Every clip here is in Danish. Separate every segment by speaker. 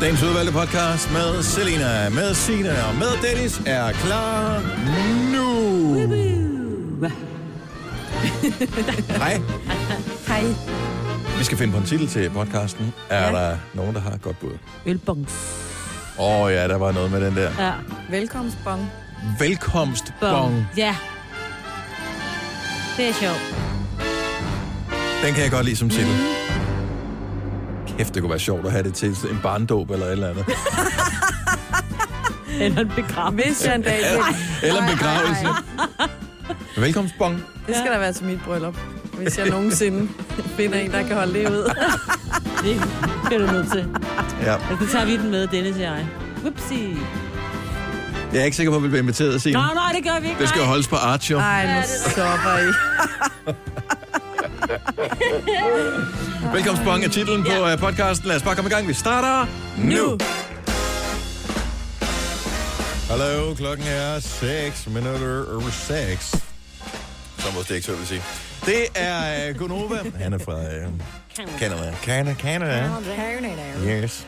Speaker 1: Dagens udvalgte podcast med Selina, med Sina og med Dennis er klar nu. Hej.
Speaker 2: Hej.
Speaker 1: Vi skal finde på en titel til podcasten. Er ja. der nogen, der har et godt bud?
Speaker 3: Ølbong.
Speaker 1: Åh oh, ja, der var noget med den der.
Speaker 3: Ja.
Speaker 2: Velkomstbong.
Speaker 1: Velkomstbong.
Speaker 3: Ja. Det er sjovt.
Speaker 1: Den kan jeg godt lide som titel. Kæft, det kunne være sjovt at have det til en barndåb eller et eller andet.
Speaker 3: Eller en begravelse.
Speaker 2: Hvis jeg en dag...
Speaker 1: Eller en
Speaker 2: Ej, ej,
Speaker 1: begravelse.
Speaker 2: ej.
Speaker 1: Velkomstbong.
Speaker 2: Det skal der være til mit bryllup. Hvis jeg nogensinde finder en, der kan holde det ud.
Speaker 3: Det bliver du nødt til.
Speaker 1: Ja.
Speaker 3: Så tager vi den med, Dennis og jeg. Whoopsie.
Speaker 1: Jeg er ikke sikker på, at vi bliver inviteret
Speaker 3: Nå,
Speaker 1: senere.
Speaker 3: nej, det gør vi ikke.
Speaker 1: Det skal
Speaker 3: nej.
Speaker 1: holdes på Archer.
Speaker 2: Ej, nu stopper I.
Speaker 1: Velkomstbong er titlen på øh, podcasten. Lad os bare komme i gang. Vi starter nu. Hallo, klokken er 6 minutter over 6. Som vores direktør vil sige. Det er øh, Gunova. Han er fra øh, Canada. Canada. Canada. Yes.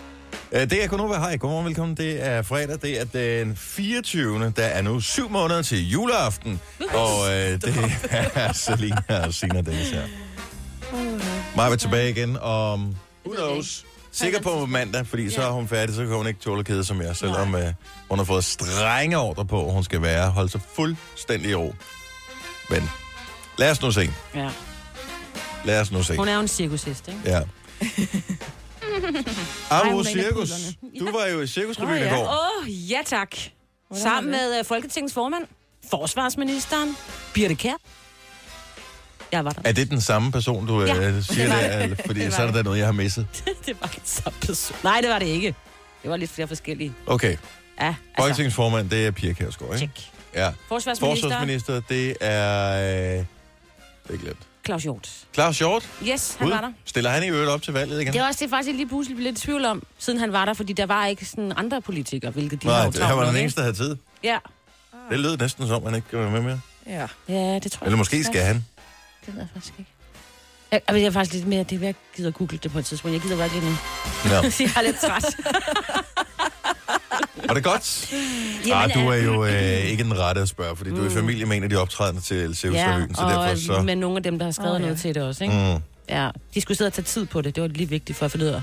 Speaker 1: Øh, Det er Konoba. Hej, godmorgen, velkommen. Det er fredag, det er den 24. Der er nu syv måneder til juleaften. Og øh, det er Selina og Sina Dennis her. Maja er tilbage igen om, who knows, sikker på mandag, fordi så er hun færdig, så kan hun ikke tåle kede som jeg, selvom øh, hun har fået strenge ordre på, at hun skal være, holde sig fuldstændig i ro. Men lad os nu se.
Speaker 3: Ja.
Speaker 1: Lad os nu se.
Speaker 3: Hun er jo en cirkushest, ikke?
Speaker 1: Ja.
Speaker 4: Ej, hun
Speaker 1: Amo
Speaker 4: er en af
Speaker 1: Cirkus,
Speaker 4: pudlerne.
Speaker 1: du var jo i Cirkusrevyen
Speaker 2: Nå,
Speaker 1: i
Speaker 2: ja.
Speaker 1: går.
Speaker 3: Åh, oh, ja tak. Sammen
Speaker 2: var
Speaker 3: med øh, Folketingets formand, forsvarsministeren, Birte Kjær. Jeg var der.
Speaker 1: Er det den samme person, du
Speaker 3: Ja,
Speaker 1: ja, siger det? er? Fordi så er der da noget, jeg har misset.
Speaker 3: det var ikke samme person. Nej, det var det ikke. Det var lidt flere forskellige.
Speaker 1: Okay,
Speaker 3: Ja, altså,
Speaker 1: folketingsformand, det er Pia Kjærsgaard, ikke?
Speaker 3: tjek.
Speaker 1: Ja.
Speaker 3: Forsvarsminister, Forsvarsminister.
Speaker 1: Forsvarsminister, det er... Øh, det er glemt.
Speaker 3: Claus Hjort.
Speaker 1: Claus Hjort,
Speaker 3: Yes, han var der.
Speaker 1: ud. Stiller han i øvrigt op til valget igen?
Speaker 3: Det var også det, faktisk jeg lige pludselig blev lidt i tvivl om, siden han var der, fordi der var ikke sådan andre politikere, hvilket de
Speaker 1: Nej,
Speaker 3: har
Speaker 1: det, han var
Speaker 3: travlt
Speaker 1: den
Speaker 3: med,
Speaker 1: eneste, der havde tid.
Speaker 3: ikke? Ja.
Speaker 1: Det lød næsten som, han ikke kunne være med mere.
Speaker 2: Ja.
Speaker 3: ja, det tror jeg.
Speaker 1: Eller måske
Speaker 3: faktisk
Speaker 1: skal han.
Speaker 3: også. Det ved jeg faktisk ikke. Jeg, jeg er faktisk lidt mere, det er, hvad jeg gider google det på et tidspunkt. Jeg gider bare lige nu.
Speaker 1: Nå.
Speaker 3: jeg er lidt træt.
Speaker 1: Var det godt? Ah, du er jo øh, ikke den rette at spørge, fordi du er i familie med en af de optrædende til Cirkusrevyen, så
Speaker 3: Mm. og
Speaker 1: derfor så...
Speaker 3: med nogle af dem, der har skrevet
Speaker 2: Åh,
Speaker 3: oh,
Speaker 2: ja.
Speaker 3: noget til det også, ikke? Mm.
Speaker 1: Mm,
Speaker 3: Ja, de skulle sidde og tage tid på det. Det var lige vigtigt for at finde ud af.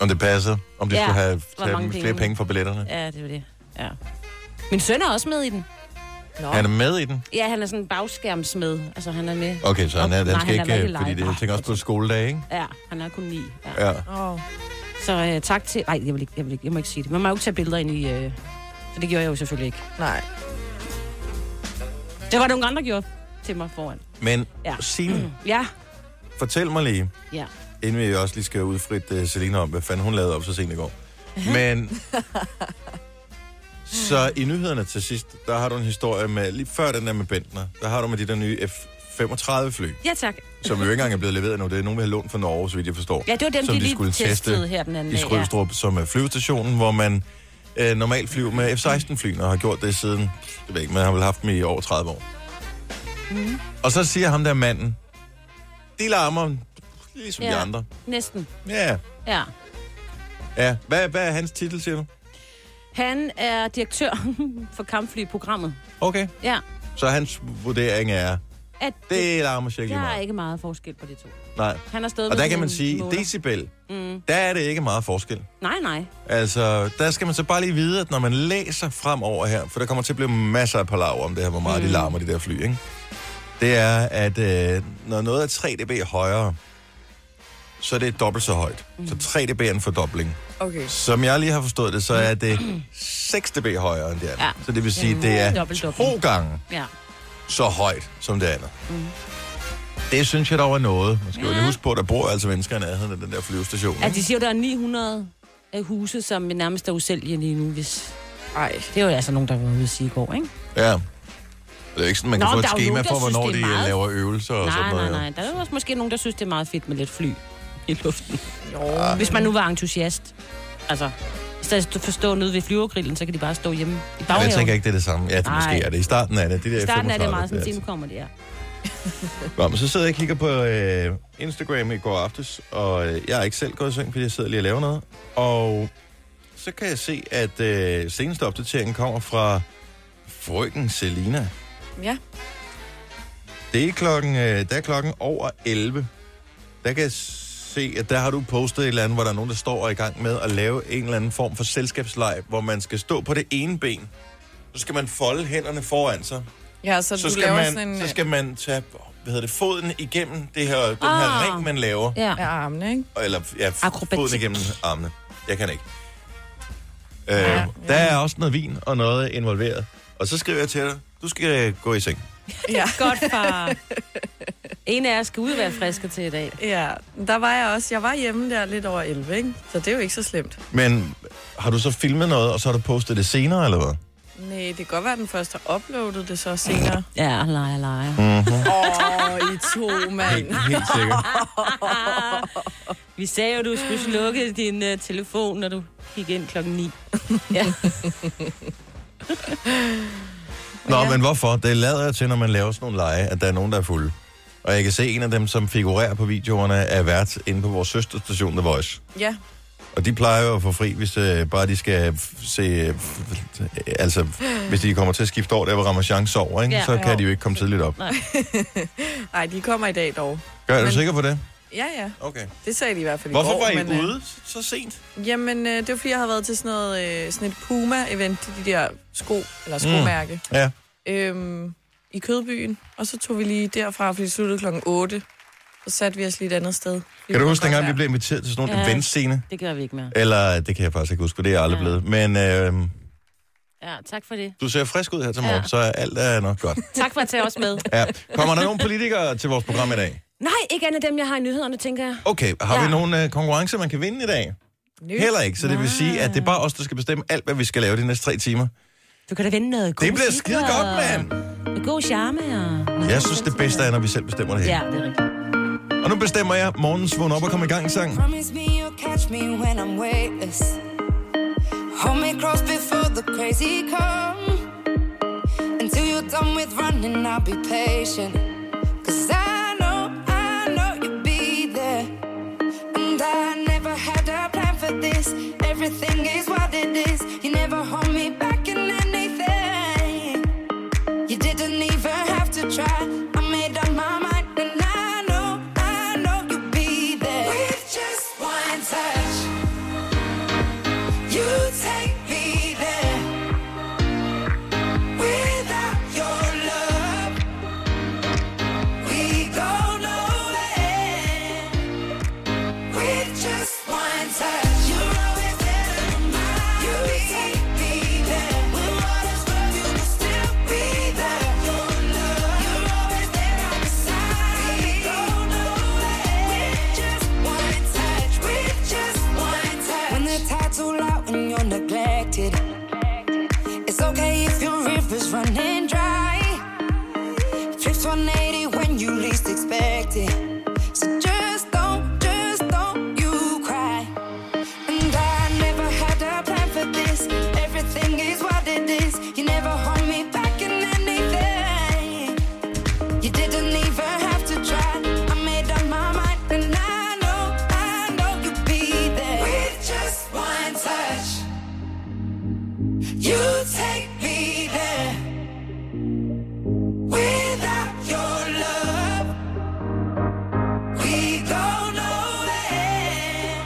Speaker 1: om det passer, om de
Speaker 3: Ja,
Speaker 1: skulle have
Speaker 3: hvor
Speaker 1: tage
Speaker 3: mange
Speaker 1: flere
Speaker 3: penge.
Speaker 1: penge for billetterne.
Speaker 3: Ja, det var det. Ja. Min søn er også med i den.
Speaker 2: Nå.
Speaker 1: Han er med i den?
Speaker 3: Ja, han er sådan en bagskærmsmed. Altså, han er med.
Speaker 1: Okay, så han, er,
Speaker 3: Op- nej,
Speaker 1: han skal
Speaker 3: han er
Speaker 1: ikke,
Speaker 3: ikke
Speaker 1: øh,
Speaker 3: live.
Speaker 1: fordi det, jeg
Speaker 3: Ah,
Speaker 1: tænker også på
Speaker 3: okay.
Speaker 1: skoledag, ikke?
Speaker 3: Ja, han er kun ni. Ja.
Speaker 1: Ja.
Speaker 2: Åh,
Speaker 3: Så øh, tak til... Nej, jeg, vil ikke, jeg, vil ikke, jeg må ikke sige det. Man må jo ikke tage billeder ind i... Øh... Så det gjorde jeg jo selvfølgelig ikke.
Speaker 2: nej.
Speaker 3: Det var nogle andre, der gjorde til mig foran.
Speaker 1: Men ja.
Speaker 3: Ja. Mm.
Speaker 1: Signe,
Speaker 3: Ja,
Speaker 1: fortæl mig lige,
Speaker 3: ja.
Speaker 1: inden vi også lige skal udfritte uh, Selina om, hvad fanden hun lavede op så sent i går. Men... så i nyhederne til sidst, der har du en historie med, lige før den der med Bentner, der har du med de der nye F-35-fly,
Speaker 3: Ja, tak.
Speaker 1: som jo ikke engang er blevet leveret nu. Det er nogen, vi har lånt fra Norge, så vidt jeg forstår.
Speaker 3: Ja, det var dem,
Speaker 1: Som
Speaker 3: de
Speaker 1: de
Speaker 3: lige
Speaker 1: skulle teste
Speaker 3: testede her den anden
Speaker 1: i
Speaker 3: dag. Ja.
Speaker 1: Skrydstrup, som er flyvestationen, hvor man øh, normalt flyver med F-16-flyene, og har gjort det siden, det ved jeg ikke, men har vel haft dem i over 30 år. Mm. Og så siger ham der manden, de larmer, ligesom ja. de
Speaker 3: Ja.
Speaker 1: andre.
Speaker 3: Næsten.
Speaker 1: Ja,
Speaker 3: Ja.
Speaker 1: ja. Hvad, hvad er hans titel, siger du?
Speaker 3: Han er direktør for kampflyprogrammet.
Speaker 1: Okay.
Speaker 3: Ja.
Speaker 1: Så hans vurdering er,
Speaker 3: At det,
Speaker 1: det larmer cirka
Speaker 3: der
Speaker 1: lige
Speaker 3: er
Speaker 1: meget.
Speaker 3: ikke meget forskel på de to.
Speaker 1: Nej.
Speaker 3: Han har stået
Speaker 1: Og
Speaker 3: med
Speaker 1: der kan man
Speaker 3: nogle
Speaker 1: sige,
Speaker 3: måler.
Speaker 1: decibel,
Speaker 3: Mm.
Speaker 1: der er det ikke meget forskel.
Speaker 3: Nej, nej.
Speaker 1: Altså, der skal man så bare lige vide, at når man læser fremover her, for der kommer til at blive masser af palaver om det her, hvor meget mm. de larmer, de der fly, ikke? Det er, at øh, når noget er 3 dB højere, så er det dobbelt så højt. Mm. Så 3 dB er en fordobling.
Speaker 2: Okay.
Speaker 1: Som jeg lige har forstået det, så er det 6 dB højere end det andet. Ja.
Speaker 3: Ja.
Speaker 1: Så det vil sige,
Speaker 3: Ja.
Speaker 1: det er
Speaker 3: Dobbeltdobling.
Speaker 1: to gange
Speaker 3: Ja.
Speaker 1: så højt som det andet. Mm. Det synes jeg dog er noget. Man skal jo lige huske på, at der bor altså mennesker i nærheden af den der flyvestation.
Speaker 3: At
Speaker 1: ikke?
Speaker 3: de siger, at der er 900 af huse, som nærmest er usælgelige lige nu, hvis...
Speaker 2: Ej.
Speaker 3: Det var jo altså nogen, der var ude at sige i går, ikke?
Speaker 1: Ja. Det er jo ikke sådan, man kan
Speaker 3: Nå,
Speaker 1: Nå, få et
Speaker 3: der er jo
Speaker 1: schema
Speaker 3: nogen, der
Speaker 1: for,
Speaker 3: synes,
Speaker 1: hvornår
Speaker 3: det
Speaker 1: de
Speaker 3: er
Speaker 1: meget.
Speaker 3: meget.
Speaker 1: laver øvelser og sådan
Speaker 3: Nej, nej,
Speaker 1: noget.
Speaker 3: nej. Der er jo også måske nogen, der synes, det er meget fedt med lidt fly i luften.
Speaker 2: Jo.
Speaker 3: Hvis man nu var entusiast. Altså, i stedet for at stå nede ved flyvergrillen, så kan de bare stå hjemme i
Speaker 1: Men
Speaker 3: baghaven.
Speaker 1: jeg tænker ikke, det er det samme. Ja, det
Speaker 3: Nej.
Speaker 1: måske er det. I starten er det. De der
Speaker 3: I starten er det meget sådan,
Speaker 1: F-35,
Speaker 3: timen kommer det her.
Speaker 1: altså. Nå, men så sidder jeg og kigger på øh, Instagram i går aftes, og øh, jeg er ikke selv gået i seng, fordi jeg sidder lige og laver noget. Og så kan jeg se, at øh, seneste opdatering kommer fra frøken Selina.
Speaker 2: Ja.
Speaker 1: Det er klokken, øh, der er klokken over 11. Der kan jeg se, at der har du postet et eller andet, hvor der er nogen, der står og er i gang med at lave en eller anden form for selskabsleg, hvor man skal stå på det ene ben. Så skal man folde hænderne foran sig.
Speaker 2: Ja, så,
Speaker 1: Så
Speaker 2: du
Speaker 1: skal,
Speaker 2: laver
Speaker 1: man,
Speaker 2: sådan en... øh,
Speaker 1: så skal man tage hvad hedder det, foden igennem det her, den her
Speaker 3: Ah.
Speaker 1: ring, man laver.
Speaker 3: Ja.
Speaker 2: Ja, armene, ikke?
Speaker 1: Eller ja, f-
Speaker 3: Akrobatik.
Speaker 1: foden igennem armene. Jeg kan ikke. Øh,
Speaker 2: Ja.
Speaker 1: Der er også noget vin og noget involveret. Og så skriver jeg til dig, du skal øh, gå i seng.
Speaker 2: Ja.
Speaker 3: Godt, far. En af jer skal ud være friske til i dag.
Speaker 2: ja, der var jeg også. Jeg var hjemme der lidt over 11, ikke? Så det er jo ikke så slemt.
Speaker 1: Men har du så filmet noget, og så har du postet det senere, eller hvad?
Speaker 2: Nej, det kan godt være, at den første har uploadet det så senere.
Speaker 3: Ja, leger, leger.
Speaker 1: Mhm.
Speaker 2: Åh, oh, I to, mand.
Speaker 1: Helt, helt sikkert.
Speaker 3: Vi sagde jo, du skulle slukke din uh, telefon, når du gik ind klokken 9. Ja.
Speaker 1: Nå, men hvorfor? Det lader jeg til, når man laver sådan nogle lege, at der er nogen, der er fulde. Og jeg kan se, en af dem, som figurerer på videoerne, er vært inde på vores søsterstation The Voice.
Speaker 2: Ja,
Speaker 1: Og de plejer jo at få fri, hvis øh, bare de skal f- se... Øh, f- altså, hvis de kommer til at skifte over der, hvor Ramachan sover, ikke?
Speaker 3: Ja.
Speaker 1: så kan
Speaker 2: Jo.
Speaker 1: de jo ikke komme tidligt op.
Speaker 3: Nej.
Speaker 2: nej, de kommer i dag dog.
Speaker 1: Gør, er du
Speaker 2: Men-
Speaker 1: sikker på det?
Speaker 2: Ja, ja,
Speaker 1: Okay.
Speaker 2: det sagde de i hvert fald i
Speaker 1: Hvorfor
Speaker 2: går.
Speaker 1: var I
Speaker 2: men, øh,
Speaker 1: ude så sent?
Speaker 2: Jamen, øh, det var fordi, jeg havde været til sådan, noget, øh, sådan et Puma-event, de der sko, eller skomærke,
Speaker 1: Ja.
Speaker 2: mm. øhm, i Kødbyen. Og så tog vi lige derfra, fordi det sluttede klokken 8. Så satte vi os lige et andet sted.
Speaker 1: Kan du huske,
Speaker 2: var
Speaker 1: dengang vi
Speaker 2: godt
Speaker 1: blev inviteret til sådan nogle ja.
Speaker 3: Ja.
Speaker 1: eventscene?
Speaker 3: Det gør vi ikke mere.
Speaker 1: Eller, det kan jeg faktisk ikke huske, for det er jeg aldrig
Speaker 3: Ja.
Speaker 1: blevet. Men øh,
Speaker 3: Ja, tak for det.
Speaker 1: du ser frisk ud her til morgen, ja.
Speaker 3: Ja.
Speaker 1: så alt er nok godt.
Speaker 3: Tak for at tage os med.
Speaker 1: Ja. Kommer der nogen politikere til vores program i dag?
Speaker 3: Nej, ikke andet dem, jeg har i nyhederne, tænker jeg.
Speaker 1: Okay, har ja. vi
Speaker 3: Ja.
Speaker 1: nogen øh, konkurrencer, man kan vinde i dag?
Speaker 2: vejr.
Speaker 1: Heller ikke, så det vil sige, at det er bare os, der skal bestemme alt, hvad vi skal lave de næste tre timer.
Speaker 3: Du kan da vinde noget god
Speaker 1: Det bliver
Speaker 3: musik
Speaker 1: skide
Speaker 3: og-
Speaker 1: godt, mand!
Speaker 3: Med god charme og...
Speaker 1: Jeg synes, det bedste er, når vi selv bestemmer det hele.
Speaker 3: Ja, det er rigtigt.
Speaker 1: Og nu bestemmer jeg morgens vågn op og komme i gang sang.
Speaker 4: Promise me you'll catch me when I'm weightless. Hold me close before the crazy come. Until you're done with running, I'll be patient. Cause I know, I know you'll be there. And I never had a plan for this. Everything is what it is. You never hold me back in anything. You didn't even have to try. I made up my mind, and I know, I know you'll be there. With just one touch, you take me there. Without your love, we go nowhere. With just one touch, you're always there to remind You take me there. When waters run, you will still be there. Your love, you're always there by my side. We go nowhere. With just one touch, with just one touch. When the tide's all out and you're neglected, it's okay if your river's running dry. Flips 180 when you least expect it. So just don't, just don't you cry. And I never had a plan for this. Everything is what it is. You never hold me back in anything. You didn't even have to try. I made up my mind, and I know, I know you'll be there. With just one touch, you take me there. Without your love, we go nowhere.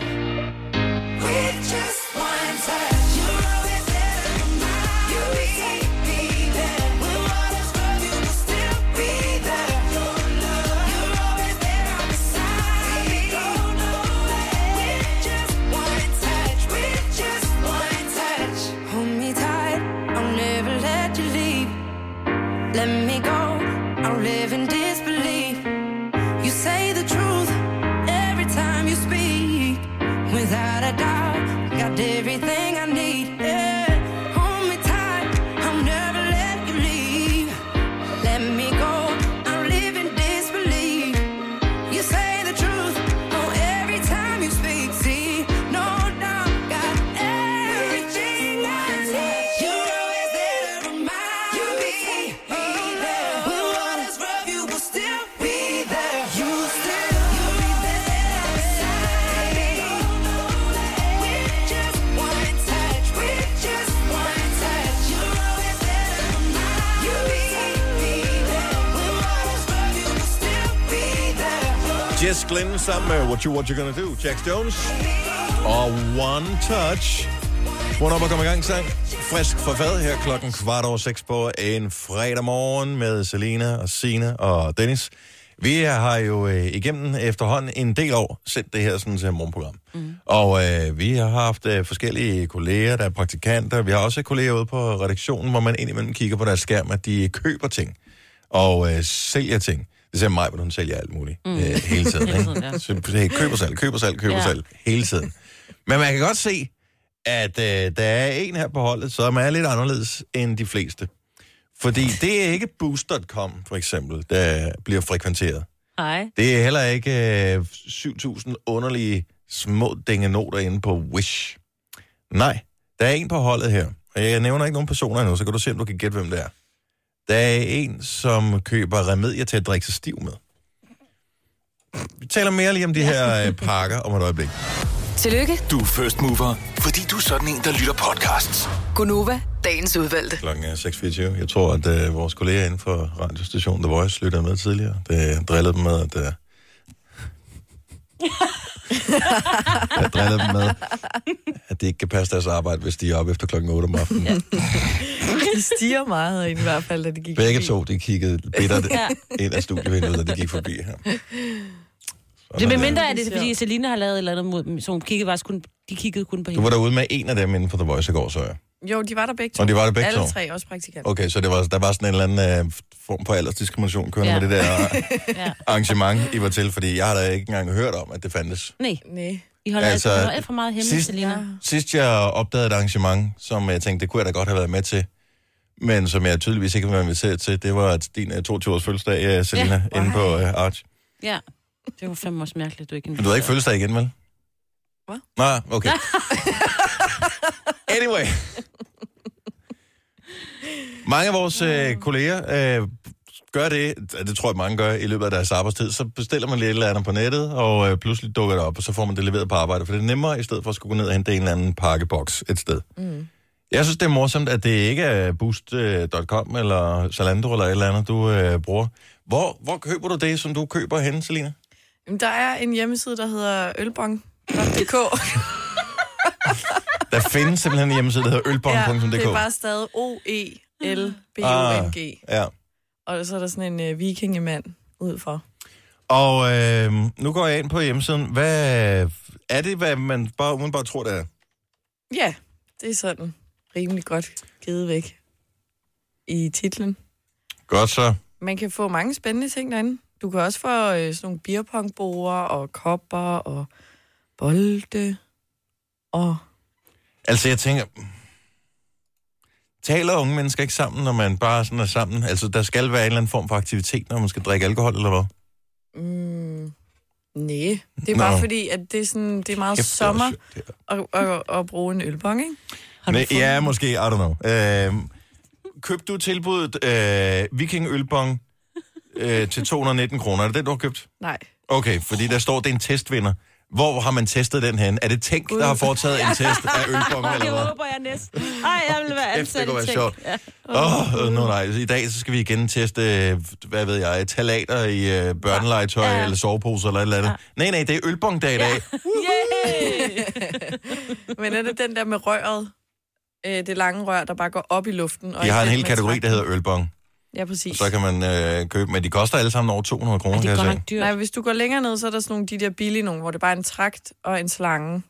Speaker 4: With just one touch, you're always there to remind you take me there. When waters run, you will still be there. Your love, you're always there by my side. We go nowhere. With just one touch, with just one touch, hold me tight. I'll never let you leave. Let me go. I'll live in disbelief. You say the truth every time you speak. Without a doubt, got everything I need. Yeah. Hold me tight. I'll never let you leave. Let me go. I'll live in disbelief. You say the truth. Oh, every time you speak, see, no doubt, got everything I need. You're always there to remind you be, be there. When waters rough, you will still be there. You still. you'll be there. With just one touch,
Speaker 1: Jess Glynn sammen med What You What You Gonna Do, Jack Jones. Og One Touch. Vågn op og kom i gang sang. Frisk fra fad her klokken kvart over seks på en fredag morgen med Selina og Sina og Dennis. Vi har jo øh, igennem efterhånden en del år sendt det her sådan til morgenprogram. Mm. Og øh, vi har haft øh, forskellige kolleger, der er praktikanter. Vi har også kolleger ude på redaktionen, hvor man indimellem kigger på deres skærm, at de køber ting og øh, sælger ting. Det ser mig, hvor hun sælger alt muligt mm. øh, hele tiden.
Speaker 3: Hele tiden,
Speaker 1: ikke?
Speaker 3: ja.
Speaker 1: Så, hey, køber salg, køber salg, køber ja.
Speaker 3: Ja.
Speaker 1: salg hele tiden. Men man kan godt se, at øh, der er en her på holdet, som er lidt anderledes end de fleste. Fordi det er ikke Boost.com, for eksempel, der bliver frekventeret.
Speaker 3: Nej.
Speaker 1: Det er heller ikke øh, 7.000 underlige små dingenoter inde på Wish. Nej, der er en på holdet her. Og jeg nævner ikke nogen personer endnu, så kan du se, om du kan gætte, hvem det er. Der er en, som køber remedier til at drikke sig stiv med. Vi taler mere lige om de her øh, pakker om et øjeblik.
Speaker 5: Tillykke,
Speaker 6: Du er first mover, fordi du er sådan en, der lytter podcasts.
Speaker 5: Gunova, dagens udvalgte.
Speaker 1: Klokken er 6.24. Jeg tror, at øh, vores kolleger inden for radiostationen The Voice lyttede med tidligere. Det drillede dem med, at... Øh... jeg drillede dem med, at de ikke kan passe deres arbejde, hvis de er oppe efter klokken 8 om aftenen. Ja.
Speaker 2: De stiger meget herinde i hvert fald, da de gik
Speaker 1: Begge
Speaker 2: forbi.
Speaker 1: to, de kiggede bittert ind af studievinduet, da de gik forbi her. Sådan
Speaker 3: Det
Speaker 1: der.
Speaker 3: med mindre er det, fordi Selina har lavet et eller andet mod dem, så hun kiggede faktisk kun, de kiggede kun
Speaker 1: Du
Speaker 3: på hende.
Speaker 1: var derude med en af dem inden for The Voice i går, så jeg.
Speaker 2: Jo, de var der begge to.
Speaker 1: Og de var der begge
Speaker 2: Alle
Speaker 1: to?
Speaker 2: tre, også praktikanter.
Speaker 1: Okay, så det var, der var sådan en eller anden øh, form for aldersdiskrimination kørende ja.
Speaker 3: Ja.
Speaker 1: med det der
Speaker 3: Ja.
Speaker 1: arrangement, I var til, fordi jeg har da ikke engang hørt om, at det fandtes.
Speaker 3: Nej,
Speaker 2: Nej.
Speaker 3: I holder
Speaker 1: Altså,
Speaker 3: altså, alt, alt for meget hemmeligt,
Speaker 1: sidst-
Speaker 3: Selina. Ja.
Speaker 1: Sidst jeg opdagede et arrangement, som jeg tænkte, det kunne jeg da godt have været med til, men som jeg tydeligvis ikke var inviteret til, det var din øh, 22-års fødselsdag, øh, Selina, ja, inde på øh, Arch.
Speaker 3: ja. Det var fandme også mærkeligt, du ikke
Speaker 1: Men du havde ikke fødselsdag igen, vel?
Speaker 2: Hvad?
Speaker 1: Nej, okay. anyway. Mange af vores øh, kolleger øh, gør det, og det tror jeg mange gør i løbet af deres arbejdstid, så bestiller man lidt et eller andet på nettet, og øh, pludselig dukker det op, og så får man det leveret på arbejde, for det er nemmere, i stedet for at skulle gå ned og hente en eller anden pakkeboks et sted. Mm. Jeg synes, det er morsomt, at det ikke er boost.com eller Zalando eller et eller andet, du øh, bruger. Hvor, hvor køber du det, som du køber henne, Selina?
Speaker 2: Jamen, Der er en hjemmeside, der hedder ølbong.dk.
Speaker 1: Der findes simpelthen en hjemmeside, der hedder
Speaker 2: det
Speaker 1: ølbong.dk.
Speaker 2: er bare stadig E O-E-L-B-O-N-G.
Speaker 1: Ah, ja.
Speaker 2: Og så er der sådan en øh, vikingemand ud for.
Speaker 1: Og øh, nu går jeg ind på hjemmesiden. Hvad er det, hvad man bare, umiddelbart tror, det er?
Speaker 2: Ja, det er sådan rimelig godt givet væk i titlen.
Speaker 1: Godt så.
Speaker 2: Man kan få mange spændende ting derinde. Du kan også få øh, sådan nogle beerpongborer og kopper og bolde og...
Speaker 1: Altså, jeg tænker... Taler unge mennesker ikke sammen, når man bare sådan er sammen? Altså, der skal være en eller anden form for aktivitet, når man skal drikke alkohol, eller hvad?
Speaker 2: Mm, nej, det er
Speaker 1: Nå.
Speaker 2: bare fordi, at det er, sådan, det er meget
Speaker 1: Kæft, hvor er det
Speaker 2: sommer
Speaker 1: sjovt, det her.
Speaker 2: at, at, at, bruge en ølbong, ikke?
Speaker 1: Men, ja, måske. I don't know. Øh, købte du tilbuddet øh, Viking Ølbong øh, til 219 kroner? Er det den, du har købt?
Speaker 2: Nej.
Speaker 1: Okay, fordi der står, det er en testvinder. Hvor har man testet den hen? Er det Tænk, der har foretaget en test af ølbomben eller
Speaker 3: Det
Speaker 1: hvad?
Speaker 3: håber jeg næsten. Ej, jeg vil være
Speaker 1: Kæft,
Speaker 3: ansat
Speaker 1: det kunne være
Speaker 3: i Tænk.
Speaker 1: sjovt. Åh, oh, no, nej. I dag så skal vi igen teste, øh, hvad ved jeg, talater i øh, børnelegetøj ja.
Speaker 3: Ja.
Speaker 1: eller soveposer eller et eller andet. Nej, nej, det er ølbongdag i dag.
Speaker 3: Yay!
Speaker 2: Men er det den der med røret? Øh, det lange rør, der bare går op i luften. Og
Speaker 1: De har en
Speaker 2: ikke
Speaker 1: hel
Speaker 2: den, man
Speaker 1: kategori, der
Speaker 2: trækker.
Speaker 1: hedder ølbong.
Speaker 2: Ja, præcis.
Speaker 1: Så kan man øh, købe dem, men de koster alle sammen over 200 kroner,
Speaker 3: Det
Speaker 1: kan
Speaker 3: er
Speaker 1: jeg
Speaker 3: godt
Speaker 1: se.
Speaker 3: nok dyrt.
Speaker 2: Nej, hvis du går længere ned, så er der sådan nogle de der billige nogle, hvor det bare er en trakt og en slange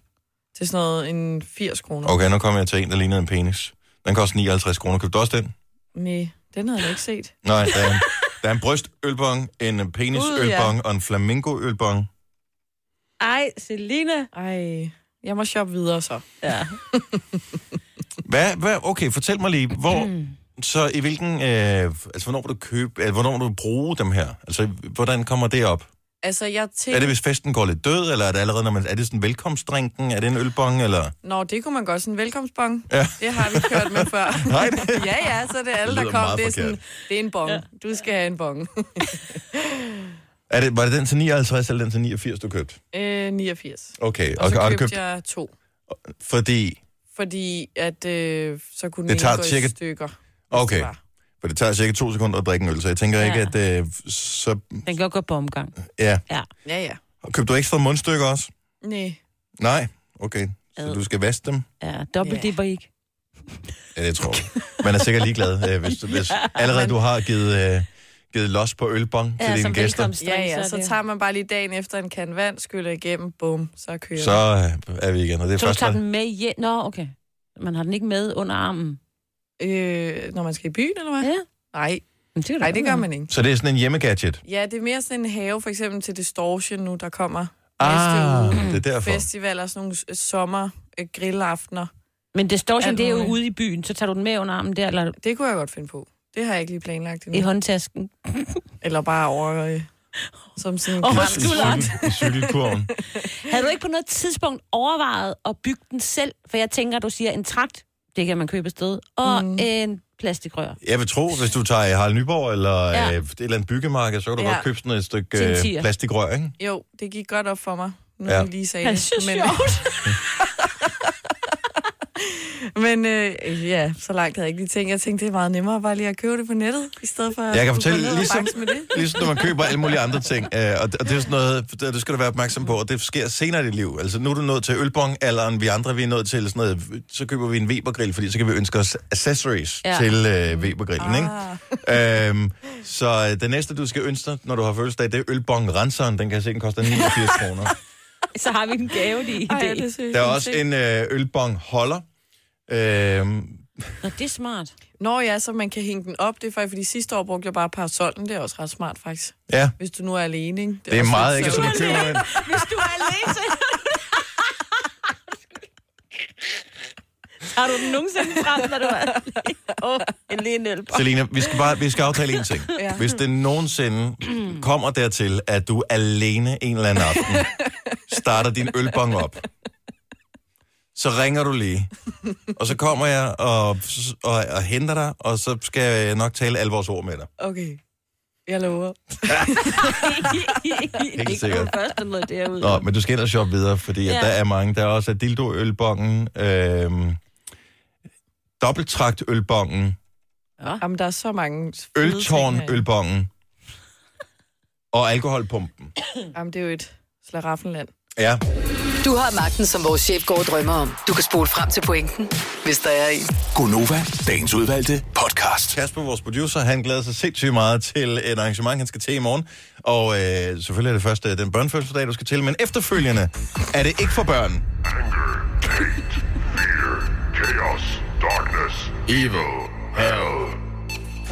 Speaker 2: til sådan noget en 80 kroner.
Speaker 1: Okay, nu kommer jeg til en, der ligner en penis. Den koster 59 kroner. Købte du også den?
Speaker 2: Nej, den havde jeg ikke set.
Speaker 1: Nej, der er en, der er en brystølbong, en penisølbong
Speaker 2: Ud,
Speaker 1: og en flamingoølbong.
Speaker 3: Ej, Selina.
Speaker 2: Ej, jeg må shoppe videre så.
Speaker 3: Ja.
Speaker 1: Hvad, hvad, okay, fortæl mig lige, hvor, så i hvilken, øh, altså hvornår vil du købe, altså, hvornår vil du bruge dem her? Altså, hvordan kommer det op?
Speaker 2: Altså, jeg tænkte...
Speaker 1: Er det, hvis festen går lidt død, eller er det allerede, når man, er det sådan velkomstdrinken, er det en ølbong, eller?
Speaker 2: Nå, det kunne man godt. Sådan en velkomstbong.
Speaker 1: Ja.
Speaker 2: Det har vi kørt med før.
Speaker 1: Nej, det-
Speaker 2: ja, ja, så er det
Speaker 1: Det lyder
Speaker 2: alle, der kom.
Speaker 1: meget
Speaker 2: Det er, sådan,
Speaker 1: forkert.
Speaker 2: det er en bong. Ja. Du skal have en bong.
Speaker 1: Er det, var det den til 59 eller den til 89, du købte?
Speaker 2: øh, 89.
Speaker 1: Okay,
Speaker 2: Og så
Speaker 1: har du
Speaker 2: købte jeg to.
Speaker 1: fordi,
Speaker 2: Fordi at, øh, så kunne
Speaker 1: Det
Speaker 2: det
Speaker 1: tager
Speaker 2: tager gå
Speaker 1: cirka-
Speaker 2: i stykker. hvis
Speaker 1: Okay.
Speaker 2: det var.
Speaker 1: for det tager cirka to sekunder at drikke en øl, så jeg tænker
Speaker 3: Ja.
Speaker 1: ikke, at øh, så,
Speaker 3: Den kan godt gå på omgang.
Speaker 1: ja.
Speaker 3: Ja.
Speaker 2: Ja, ja.
Speaker 1: Og købte du ekstra mundstykker også?
Speaker 2: Nej.
Speaker 1: Nej? Okay. Så
Speaker 3: Ad.
Speaker 1: du skal vaske dem?
Speaker 3: Ja, dobbelt
Speaker 2: Ja.
Speaker 3: dipper ikke.
Speaker 1: Ja, det tror jeg. Man er sikkert ligeglad, øh, hvis, hvis allerede du har givet, øh, givet los på ølbong til dine gæster.
Speaker 2: Ja, ja, så tager man bare lige dagen efter en kan vand, skyller igennem, bum, så kører
Speaker 1: Så
Speaker 2: så.
Speaker 1: øh, er vi igen, og det er
Speaker 3: Så du
Speaker 1: først...
Speaker 3: tager den med hjem? Nå, okay. Man har den ikke med under armen.
Speaker 2: Øh, når man skal i byen, eller hvad?
Speaker 3: Ja.
Speaker 2: Nej,
Speaker 3: Men det,
Speaker 2: nej, det gør man ikke.
Speaker 1: Så det er sådan en hjemmegadget?
Speaker 2: Ja, det er mere sådan en have, for eksempel til Distortion nu, der kommer
Speaker 1: Ah,
Speaker 2: næste uge.
Speaker 1: det er derfor.
Speaker 2: Festivaler, sådan nogle s- sommer øh, grillaftener.
Speaker 3: Men distortion,
Speaker 2: Alt
Speaker 3: det er jo
Speaker 2: muligt.
Speaker 3: ude i byen. Så tager du den med under armen der, eller
Speaker 2: Det kunne jeg godt finde på. Det har jeg ikke lige planlagt
Speaker 3: i
Speaker 2: endnu.
Speaker 3: håndtasken.
Speaker 2: Eller bare over... Øh, som sådan en
Speaker 3: Over
Speaker 2: kran.
Speaker 1: I
Speaker 3: skulderen.
Speaker 1: cykel- I cykelkurven.
Speaker 3: Havde du ikke på noget tidspunkt overvejet at bygge den selv? For jeg tænker, du siger en trakt, det kan man købe et sted, og mm. en plastikrør
Speaker 1: Jeg vil tro, hvis du tager Harald Nyborg eller ja.
Speaker 3: Ja.
Speaker 1: øh, et eller andet byggemarked, så kan du ja.
Speaker 2: Ja.
Speaker 1: godt købe sådan et stykke
Speaker 3: Til en
Speaker 1: øh,
Speaker 3: tier.
Speaker 1: plastikrør, ikke?
Speaker 2: Jo, det gik godt op for mig, nu
Speaker 1: Ja.
Speaker 2: ja. lige sagde
Speaker 3: Ja,
Speaker 2: det.
Speaker 3: det er sjovt.
Speaker 2: men øh, ja, så langt havde jeg ikke lige tænkt. Jeg tænkte, det er meget nemmere bare lige at købe det på nettet, i stedet for at
Speaker 1: Jeg kan
Speaker 2: skulle
Speaker 1: fortælle,
Speaker 2: gå ned og
Speaker 1: ligesom-
Speaker 2: bakse med det.
Speaker 1: Ligesom når man køber alle mulige andre ting. Øh, og, og det er sådan noget, det det skal du være opmærksom på, og det sker senere i dit liv. Altså nu er du nået til ølbong-alderen, vi andre vi er nået til sådan noget, så køber vi en Webergrill, fordi så kan vi ønske os accessories ja.
Speaker 3: Ja.
Speaker 1: til øh, Webergrillen,
Speaker 2: Ah.
Speaker 1: ikke? Øhm, så øh, det næste, du skal ønske dig, når du har fødselsdag, det er ølbong-renseren. Den kan jeg se, den koster 89 kroner.
Speaker 3: Så har vi en gave i
Speaker 2: Ej, ja,
Speaker 3: det.
Speaker 2: det synes
Speaker 1: Der er
Speaker 2: jeg
Speaker 1: også
Speaker 2: er
Speaker 1: en øh, ølbong-holder. Øhm,
Speaker 3: Nå, det er smart.
Speaker 2: Nå ja, så man kan hænge den op. Det er faktisk, fordi sidste år brugte jeg bare parasollen. Det er også ret smart, faktisk.
Speaker 1: ja,
Speaker 2: Hvis du nu er alene, ikke?
Speaker 1: det er
Speaker 2: også
Speaker 1: meget
Speaker 2: lidt
Speaker 1: ikke, så du
Speaker 2: sørgeligt.
Speaker 1: køber en.
Speaker 3: Hvis du er alene, så... Har du den nogensinde frem, når du er alene? Åh, oh, en lille hjælper.
Speaker 1: Selina, vi skal bare vi skal aftale en ting. ja.
Speaker 2: Ja.
Speaker 1: Hvis det nogensinde Mm. kommer dertil, at du alene en eller anden aften starter din ølbong op, så ringer du lige, og så kommer jeg og, og, og henter dig, og så skal jeg nok tale alle vores ord med dig.
Speaker 2: Okay, jeg lover.
Speaker 1: Helt
Speaker 3: ikke
Speaker 1: sikkert.
Speaker 3: sikkert. først, den lå derude.
Speaker 1: Nå, men du skal ellers shoppe videre, fordi ja.
Speaker 3: Ja.
Speaker 1: der er mange. Der er også dildo-ølbongen, øhm, dobbelttragt-ølbongen,
Speaker 2: Jamen, der er så mange fede ting her.
Speaker 1: øltårn-ølbongen og alkoholpumpen.
Speaker 2: Jamen, det er jo et slaraffenland.
Speaker 1: Ja.
Speaker 5: Du har magten, som vores chef går og drømmer om. Du kan spole frem til pointen, hvis der er en.
Speaker 6: Gonova, dagens udvalgte podcast.
Speaker 1: Kasper, vores producer, han glæder sig sindssygt meget til et arrangement, han skal til i morgen. Og øh, selvfølgelig er det først øh, den børnefødselsdag, du skal til, men efterfølgende er det ikke for børn.
Speaker 7: anger, hate, fear, chaos, darkness, evil, hell.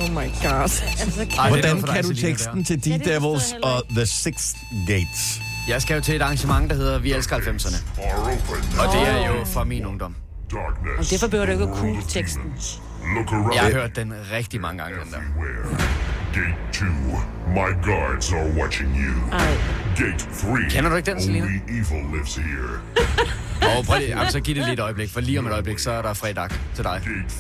Speaker 2: Oh my god.
Speaker 8: Ej, det er
Speaker 1: Hvordan
Speaker 8: noget for dig,
Speaker 1: Altså, kan du
Speaker 8: Selina,
Speaker 1: teksten til
Speaker 3: Ja,
Speaker 1: The
Speaker 3: det forstår jeg
Speaker 1: Devils
Speaker 3: heller
Speaker 1: og The Sixth Gates?
Speaker 8: der. Jeg skal jo til et arrangement, der hedder Vi elsker 90'erne.
Speaker 7: Are open,
Speaker 8: Og det er jo fra min ungdom.
Speaker 7: darkness.
Speaker 3: Og derfor behøver du ikke at kunne teksten.
Speaker 7: Look around.
Speaker 8: Jeg har hørt den rigtig mange gange, den der.
Speaker 7: Where? Gate 2. My guards are watching you. Gate 3.
Speaker 8: Kender du ikke den, Selina?
Speaker 7: Only evil lives here.
Speaker 8: Og prøv lige, jamen, så giv det lige et øjeblik, for lige om et øjeblik, så er der fredag til dig.
Speaker 7: Gate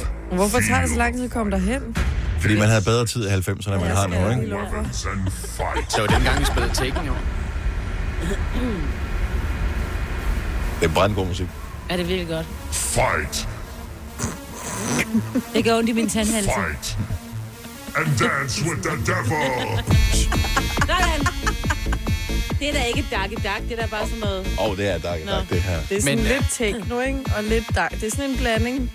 Speaker 7: 5.
Speaker 2: Hvorfor tager det så lang tid at komme derhen?
Speaker 1: Fordi man havde bedre tid i 90'erne, end man har nu, ikke?
Speaker 7: Weapons and fight.
Speaker 8: Så det var den gang, vi spillede Taken jo.
Speaker 1: Det er brandgod musik.
Speaker 3: Ja, det er virkelig godt.
Speaker 7: Fight.
Speaker 3: Det gør ondt i min tandhalse.
Speaker 7: Fight. And dance with the devil.
Speaker 3: Sådan. Det er da ikke dak i dak, det er da bare sådan noget...
Speaker 1: Åh, oh, det er dak, dak, det her.
Speaker 2: Det er sådan
Speaker 8: Men,
Speaker 2: Men,
Speaker 8: øh,
Speaker 2: lidt techno, ikke? Og lidt dej. Det er sådan en blanding.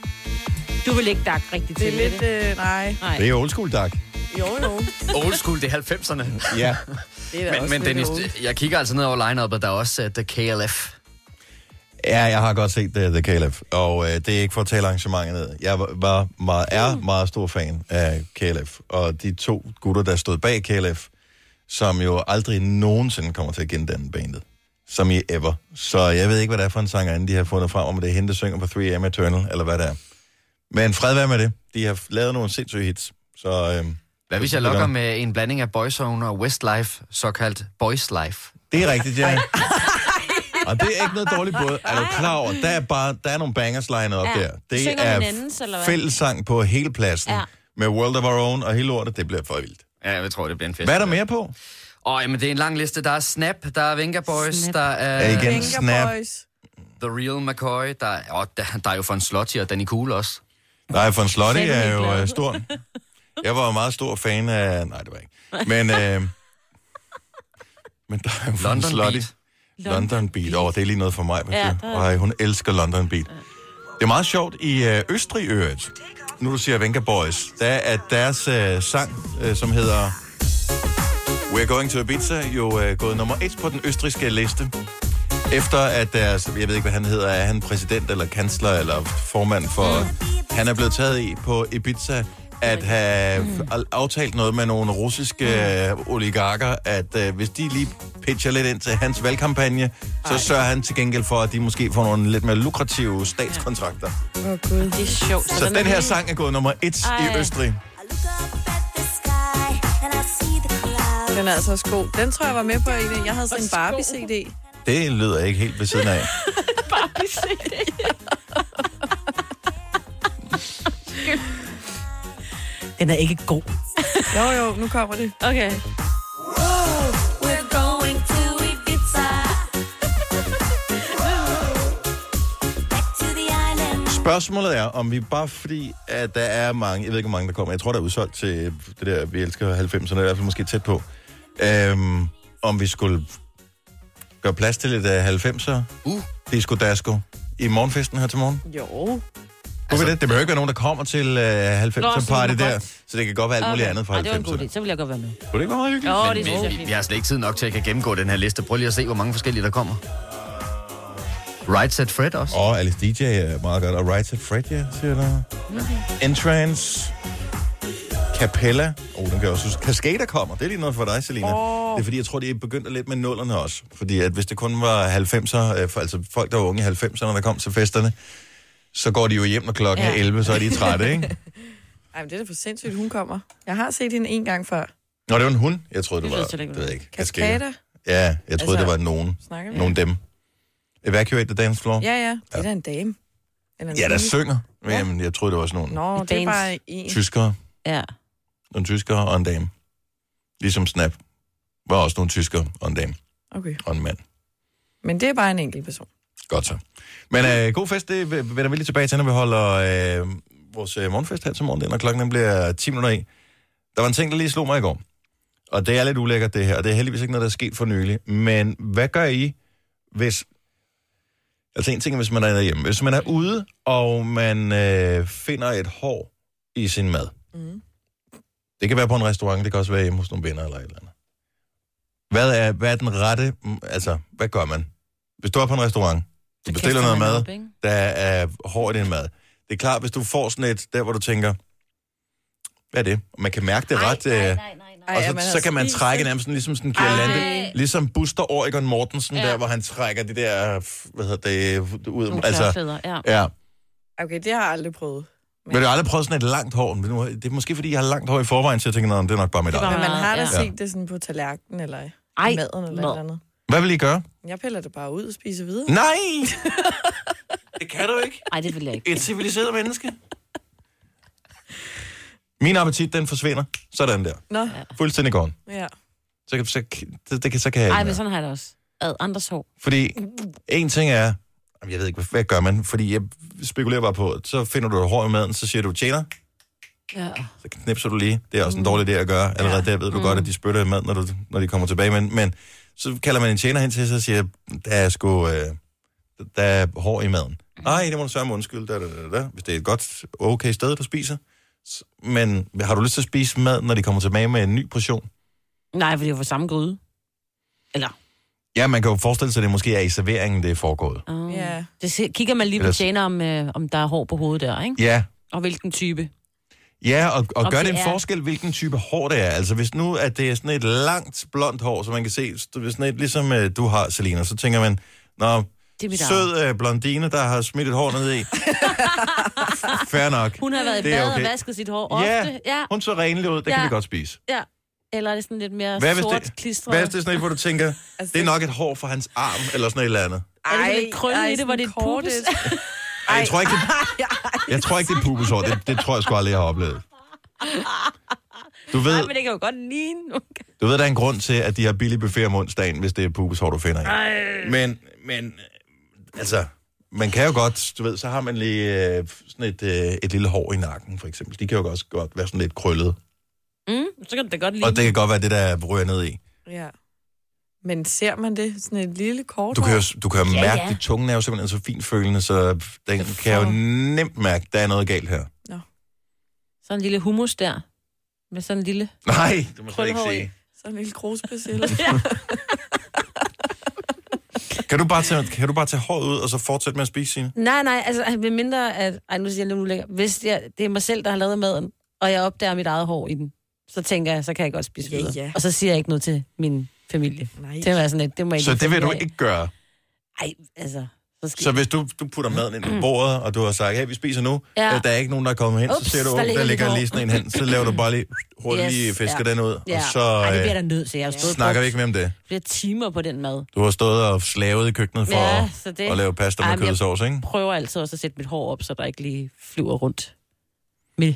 Speaker 3: Du vil ikke dak rigtig
Speaker 2: Det
Speaker 3: til,
Speaker 2: er lidt...
Speaker 3: det?
Speaker 2: Øh, nej.
Speaker 3: Nej,
Speaker 1: Det er old school dak.
Speaker 2: Jo, jo.
Speaker 8: Old school, det er 90'erne.
Speaker 1: Ja.
Speaker 2: Det er da
Speaker 8: Men,
Speaker 2: også
Speaker 8: men
Speaker 2: lidt
Speaker 8: Dennis,
Speaker 2: old.
Speaker 8: jeg kigger altså ned over line-up'et, der er også uh, The KLF.
Speaker 1: Ja, jeg har godt set uh, The Caliph, og uh, det er ikke for at tale arrangementet ned. Jeg var- var meget, er meget stor fan af Caliph, og de to gutter, der stod bag Caliph, som jo aldrig nogensinde kommer til at gendanne bandet, som i ever. Så jeg ved ikke, hvad det er for en sangerinde, de har fundet frem, om det er hende, der synger på 3AM Eternal, eller hvad det er. Men fred være med det. De har lavet nogle sindssyge hits, så øh,
Speaker 8: Hvad hvis jeg lokker med en blanding af Boyzone og Westlife, såkaldt Boys Life?
Speaker 1: det er rigtigt, Jan. Og det er ikke noget dårligt både. Er du klar over, der er, bare, der er nogle bangers lined op
Speaker 3: Ja.
Speaker 1: der. Det
Speaker 3: Synger
Speaker 1: er
Speaker 3: hinandens, eller hvad?
Speaker 1: fællessang på hele pladsen.
Speaker 3: Ja.
Speaker 1: Med World of Our Own og hele lortet, det bliver for vildt.
Speaker 8: Ja, jeg tror, det bliver en fest.
Speaker 1: Hvad er der mere på?
Speaker 8: Åh, jamen, det er en lang liste. Der er Snap, der er Venga Boys,
Speaker 3: Snap.
Speaker 8: der er
Speaker 1: Ja, igen.
Speaker 2: Finger
Speaker 1: Snap.
Speaker 2: Boys.
Speaker 8: The Real McCoy, der er, åh, der, der er jo for en slotty og Danny Cool også.
Speaker 1: Nej, for en slotty
Speaker 3: Sagde du
Speaker 1: er jo
Speaker 3: helt glad?
Speaker 1: øh, stor. Jeg var jo meget stor fan af... Nej, det var jeg ikke. Men, øh, Men der er jo
Speaker 8: London
Speaker 1: London Slotty.
Speaker 8: Beat.
Speaker 1: Beat. London Beat. Åh, oh, det er lige noget for mig.
Speaker 3: Ja,
Speaker 1: Ja,
Speaker 3: der er-
Speaker 1: Og hun elsker London Beat. Det er meget sjovt i øh, Østrig, øvrigt. Nu du siger Venga Boys, der er deres øh, sang, øh, som hedder We're Going to Ibiza, jo øh, gået nummer et på den østrigske liste. Efter at deres, jeg ved ikke, hvad han hedder, er han præsident eller kansler eller formand for...
Speaker 3: Mm.
Speaker 1: Han er blevet taget i på Ibiza at have al- aftalt noget med nogle russiske
Speaker 3: Mm.
Speaker 1: øh, oligarker, at øh, hvis de lige pitcher lidt ind til hans valgkampagne, så sørger han til gengæld for, at de måske får nogle lidt mere lukrative statskontrakter.
Speaker 2: Åh, oh, Gud.
Speaker 3: Det er sjovt.
Speaker 1: Så den her sang er gået nummer et
Speaker 3: Ej.
Speaker 1: i Østrig.
Speaker 2: Den er altså også god. Den tror jeg var med på en. af- Jeg havde sådan en Barbie-CD.
Speaker 1: Det lyder ikke helt ved siden af.
Speaker 9: Den er ikke god.
Speaker 2: Jo, jo, nu kommer det.
Speaker 3: Okay.
Speaker 1: Spørgsmålet er, om vi bare fordi, at der er mange, jeg ved ikke, hvor mange der kommer, jeg tror, der er udsolgt til det der, vi elsker 90'erne, i hvert fald måske tæt på, øhm, om vi skulle gøre plads til lidt af 90'er,
Speaker 8: Uh.
Speaker 1: disco dasko, i morgenfesten her til morgen.
Speaker 2: Jo.
Speaker 1: Altså, det? det behøver ikke være nogen, der kommer til øh, 90'er party
Speaker 3: sådan,
Speaker 1: der,
Speaker 3: godt.
Speaker 1: så det kan godt være alt muligt andet fra
Speaker 3: Ej, det var en god
Speaker 1: 90'erne.
Speaker 3: idé. Så vil jeg godt være med.
Speaker 1: Kunne det ikke være meget hyggeligt?
Speaker 3: Åh,
Speaker 8: Men,
Speaker 3: det synes jeg er
Speaker 8: men, vi,
Speaker 3: fint.
Speaker 8: vi har slet ikke tid nok til at kan gennemgå den her liste. Prøv lige at se, hvor mange forskellige der kommer. Right Set Fred også.
Speaker 1: Og Alice DJ er meget godt. Og Right at Fred, ja, siger der. Entrance. Capella. Oh, den kan jeg også huske. Cascada kommer. Det er lige noget for dig, Selina. Oh. Det er fordi, jeg tror, det er begyndt at lidt med nullerne også. Fordi at hvis det kun var 90'er, øh, for- altså folk, der var unge i 90'erne, der kom til festerne, så går de jo hjem, når klokken ja. er
Speaker 3: Ja.
Speaker 1: 11, så er de trætte, ikke?
Speaker 2: Ej, men det er da for sindssygt, hun kommer. Jeg har set hende en gang før.
Speaker 1: Nå, det var en hund, jeg troede, det
Speaker 3: Det
Speaker 1: var.
Speaker 3: lyder til,
Speaker 1: Det,
Speaker 3: at det
Speaker 1: det ved jeg ikke.
Speaker 2: Kaskada,
Speaker 1: Ja, jeg troede, altså,
Speaker 2: Altså,
Speaker 1: det var nogen.
Speaker 2: snakker vi. om.
Speaker 1: Nogen dem. Evacuate the dance floor.
Speaker 2: Ja, ja. Det er da en dame. Eller en
Speaker 1: ja der
Speaker 2: pige.
Speaker 1: synger. Jamen, jeg troede, det var sådan nogle
Speaker 2: Nå,
Speaker 3: I
Speaker 2: det er
Speaker 3: dans.
Speaker 2: bare en.
Speaker 1: tyskere.
Speaker 3: Ja.
Speaker 1: nogle tyskere og en dame. Ligesom Snap var også nogle tyskere og en dame
Speaker 2: Okay.
Speaker 1: og en mand.
Speaker 2: Men det er bare en enkelt person.
Speaker 1: Godt så. Men øh, god fest, det v- vender vi lige tilbage til, når vi holder øh, vores øh, morgenfest her til morgen, det er, når klokken den bliver 10 minutter i. Der var en ting, der lige slog mig i går. Og det er lidt ulækkert, det her. Og det er heldigvis ikke noget, der er sket for nylig. Men hvad gør I, hvis... Altså en ting er, hvis man er hjemme. Hvis man er ude, og man øh, finder et hår i sin mad. Mm. Det kan være på en restaurant, det kan også være hjemme hos nogle venner eller et eller andet. Hvad er, hvad er den rette... mm, Altså, hvad gør man? Hvis du er på en restaurant, du bestiller
Speaker 3: kaster
Speaker 1: noget
Speaker 3: man
Speaker 1: mad,
Speaker 3: op, ikke?
Speaker 1: der er hår i din mad. Det er klart, hvis du får sådan et, der hvor du tænker, hvad er det? Og man kan mærke det ret... øh,
Speaker 2: Ej,
Speaker 1: og
Speaker 2: at man
Speaker 1: så,
Speaker 2: har
Speaker 1: så kan man
Speaker 2: spist
Speaker 1: trække
Speaker 2: det.
Speaker 1: nærmest sådan, ligesom sådan en girlande.
Speaker 3: Ej.
Speaker 1: Ligesom Buster Oregon Mortensen,
Speaker 3: Ja.
Speaker 1: der hvor han trækker det der, f- hvad hedder det, ud.
Speaker 3: Nogle
Speaker 1: altså,
Speaker 3: altså, ja.
Speaker 1: ja.
Speaker 2: Okay, det har jeg aldrig prøvet.
Speaker 1: Men du har aldrig prøvet sådan et langt hår. Men nu- Det er måske, fordi jeg har langt hår i forvejen, så jeg tænker, "Nå, det er nok bare mit
Speaker 3: Det er
Speaker 1: eget.
Speaker 2: Men man har da
Speaker 3: Ja.
Speaker 2: set det sådan på tallerkenen, eller i
Speaker 3: Ej,
Speaker 2: maden, eller
Speaker 3: nå.
Speaker 2: et eller andet.
Speaker 1: Hvad vil I gøre?
Speaker 2: Jeg piller det bare ud og spiser videre.
Speaker 1: Nej! det kan du ikke.
Speaker 3: Ej, det vil jeg ikke.
Speaker 1: Et civiliseret menneske. Min appetit, den forsvinder. Sådan der.
Speaker 2: Nå,
Speaker 1: Fuldstændig gone.
Speaker 2: ja.
Speaker 1: Så, kan- så, det, det, kan- så kan jeg ikke
Speaker 3: Ej,
Speaker 1: mere.
Speaker 3: men sådan har jeg det også. Ad andres hår.
Speaker 1: Fordi en ting er, jamen, jeg ved ikke, hvad, hvad gør man? Fordi jeg spekulerer bare på, så finder du et hår i maden, så siger du, tjener,
Speaker 3: Ja.
Speaker 1: så knipser du lige. Det er også en dårlig idé at gøre. Allerede der ved du godt, at de spytter i mad, når, du, når de kommer tilbage. Men, men så kalder man en tjener hen til, så siger der er sgu, øh, der er hår i maden. Nej, det må du sørge om undskyld, da, da, da, da, hvis det er et godt, okay sted, du spiser. S- Men har du lyst til at spise mad, når de kommer tilbage med en ny portion?
Speaker 3: Nej, for det er jo fra samme gryde. Eller,
Speaker 1: Ja, man kan jo forestille sig, at det måske er i serveringen, det er foregået.
Speaker 3: um,
Speaker 2: Ja.
Speaker 3: det se, kigger man lige på
Speaker 1: Ellers-
Speaker 3: tjener, om, øh, om der er hår på hovedet der, ikke?
Speaker 1: Ja,
Speaker 3: Og hvilken type.
Speaker 1: Ja, og, og
Speaker 3: Om
Speaker 1: gør
Speaker 3: det
Speaker 1: det en
Speaker 3: er-
Speaker 1: forskel, hvilken type hår det er? Altså, hvis nu at det er sådan et langt blondt hår, så man kan se, st- hvis sådan et, ligesom øh, du har, Selina, så tænker man, nå,
Speaker 3: Det er mit eget.
Speaker 1: sød øh, blondine, der har smidt et hår ned i. Fair nok.
Speaker 3: Hun har været i
Speaker 1: Det er
Speaker 3: bad okay. og
Speaker 1: okay.
Speaker 3: vasket sit hår
Speaker 1: Ja.
Speaker 3: ofte. Ja.
Speaker 1: Hun så renlig ud, det ja.
Speaker 3: Ja.
Speaker 1: kan vi godt spise.
Speaker 3: ja. Eller er det sådan lidt mere
Speaker 1: Hvad hvis,
Speaker 3: sort
Speaker 1: det,
Speaker 3: klistret?
Speaker 1: hvad hvis det er sådan et, hvor du tænker,
Speaker 2: Altså,
Speaker 1: det er nok et hår fra hans arm, eller sådan et eller andet?
Speaker 3: Er det sådan lidt krølle i det,
Speaker 2: sådan
Speaker 3: hvor det er et
Speaker 2: kort
Speaker 3: pubis?
Speaker 2: et.
Speaker 1: Ej, jeg tror ikke, det, jeg tror ikke, det er pubeshår. Det, det tror jeg sgu aldrig, jeg har oplevet. Du ved,
Speaker 3: Nej, men det kan jo godt ligne nogle gange.
Speaker 1: Du ved, der er en grund til, at de har billige buffet om onsdagen, hvis det er pubeshår, du finder. Ej. Men, men, øh, altså, man kan jo godt, du ved, så har man lige øh, sådan et, øh, et lille hår i nakken, for eksempel. De kan jo også godt være sådan lidt krøllet.
Speaker 3: Mm, så kan det da godt ligne.
Speaker 1: Og det kan godt være det, der ryger ned i.
Speaker 2: Ja. Men ser man det? Sådan et lille kort
Speaker 1: Du kan,
Speaker 2: hår?
Speaker 1: jo s- du kan jo
Speaker 3: Ja,
Speaker 1: mærke, at
Speaker 3: ja.
Speaker 1: dit tungnæve simpelthen er så fint følende, så den kan jo nemt mærke, at der er noget galt her.
Speaker 3: Sådan en lille humus der. Med sådan en lille...
Speaker 1: Nej, det må jeg slet ikke
Speaker 3: Krølhår i.
Speaker 1: sige.
Speaker 2: Sådan en lille krosbacille.
Speaker 1: Kan du, bare tage, kan du bare tage håret ud, og så fortsætte med at spise, Signe?
Speaker 3: Nej, nej, altså med mindre at... Ej, nu siger jeg lidt ulækkert. Hvis jeg, det er mig selv, der har lavet maden, og jeg opdager mit eget hår i den, så tænker jeg, så kan jeg godt spise
Speaker 2: Ja,
Speaker 3: videre.
Speaker 2: ja.
Speaker 3: Og så siger jeg ikke noget til min familie.
Speaker 2: Nej.
Speaker 3: Det var sådan lidt, det må jeg
Speaker 1: Så
Speaker 3: ikke
Speaker 1: det vil
Speaker 3: finde
Speaker 1: du
Speaker 3: af.
Speaker 1: ikke gøre.
Speaker 3: Ej, altså, så skal
Speaker 1: Så hvis du, du putter maden ind på bordet, og du har sagt, hey, vi spiser nu,
Speaker 3: Ja.
Speaker 1: ja. der er ikke nogen, der er kommet hen,
Speaker 3: Ups,
Speaker 1: så ser du,
Speaker 3: der
Speaker 1: "Oh, der,
Speaker 3: ligger
Speaker 1: der
Speaker 3: lidt
Speaker 1: ligger
Speaker 3: hår."
Speaker 1: lige sådan en hen, så laver du bare lige hurtigt
Speaker 3: Yes,
Speaker 1: lige fisker
Speaker 3: ja.
Speaker 1: den ud,
Speaker 3: Ja.
Speaker 1: og så
Speaker 3: Ej, det bliver
Speaker 1: Ej,
Speaker 3: der nødt til. Jeg har jo stået
Speaker 1: snakker
Speaker 3: og
Speaker 1: vi
Speaker 3: brugt
Speaker 1: ikke mere om det.
Speaker 3: flere timer på den mad.
Speaker 1: Du har stået og slavet i køkkenet for
Speaker 3: Ja,
Speaker 1: ja,
Speaker 3: så
Speaker 1: det...
Speaker 3: det-
Speaker 1: at lave pasta
Speaker 3: Ej,
Speaker 1: med
Speaker 3: men jeg-
Speaker 1: kødsovs, ikke?
Speaker 3: prøver altid også at sætte mit hår op, så der ikke lige flyver rundt med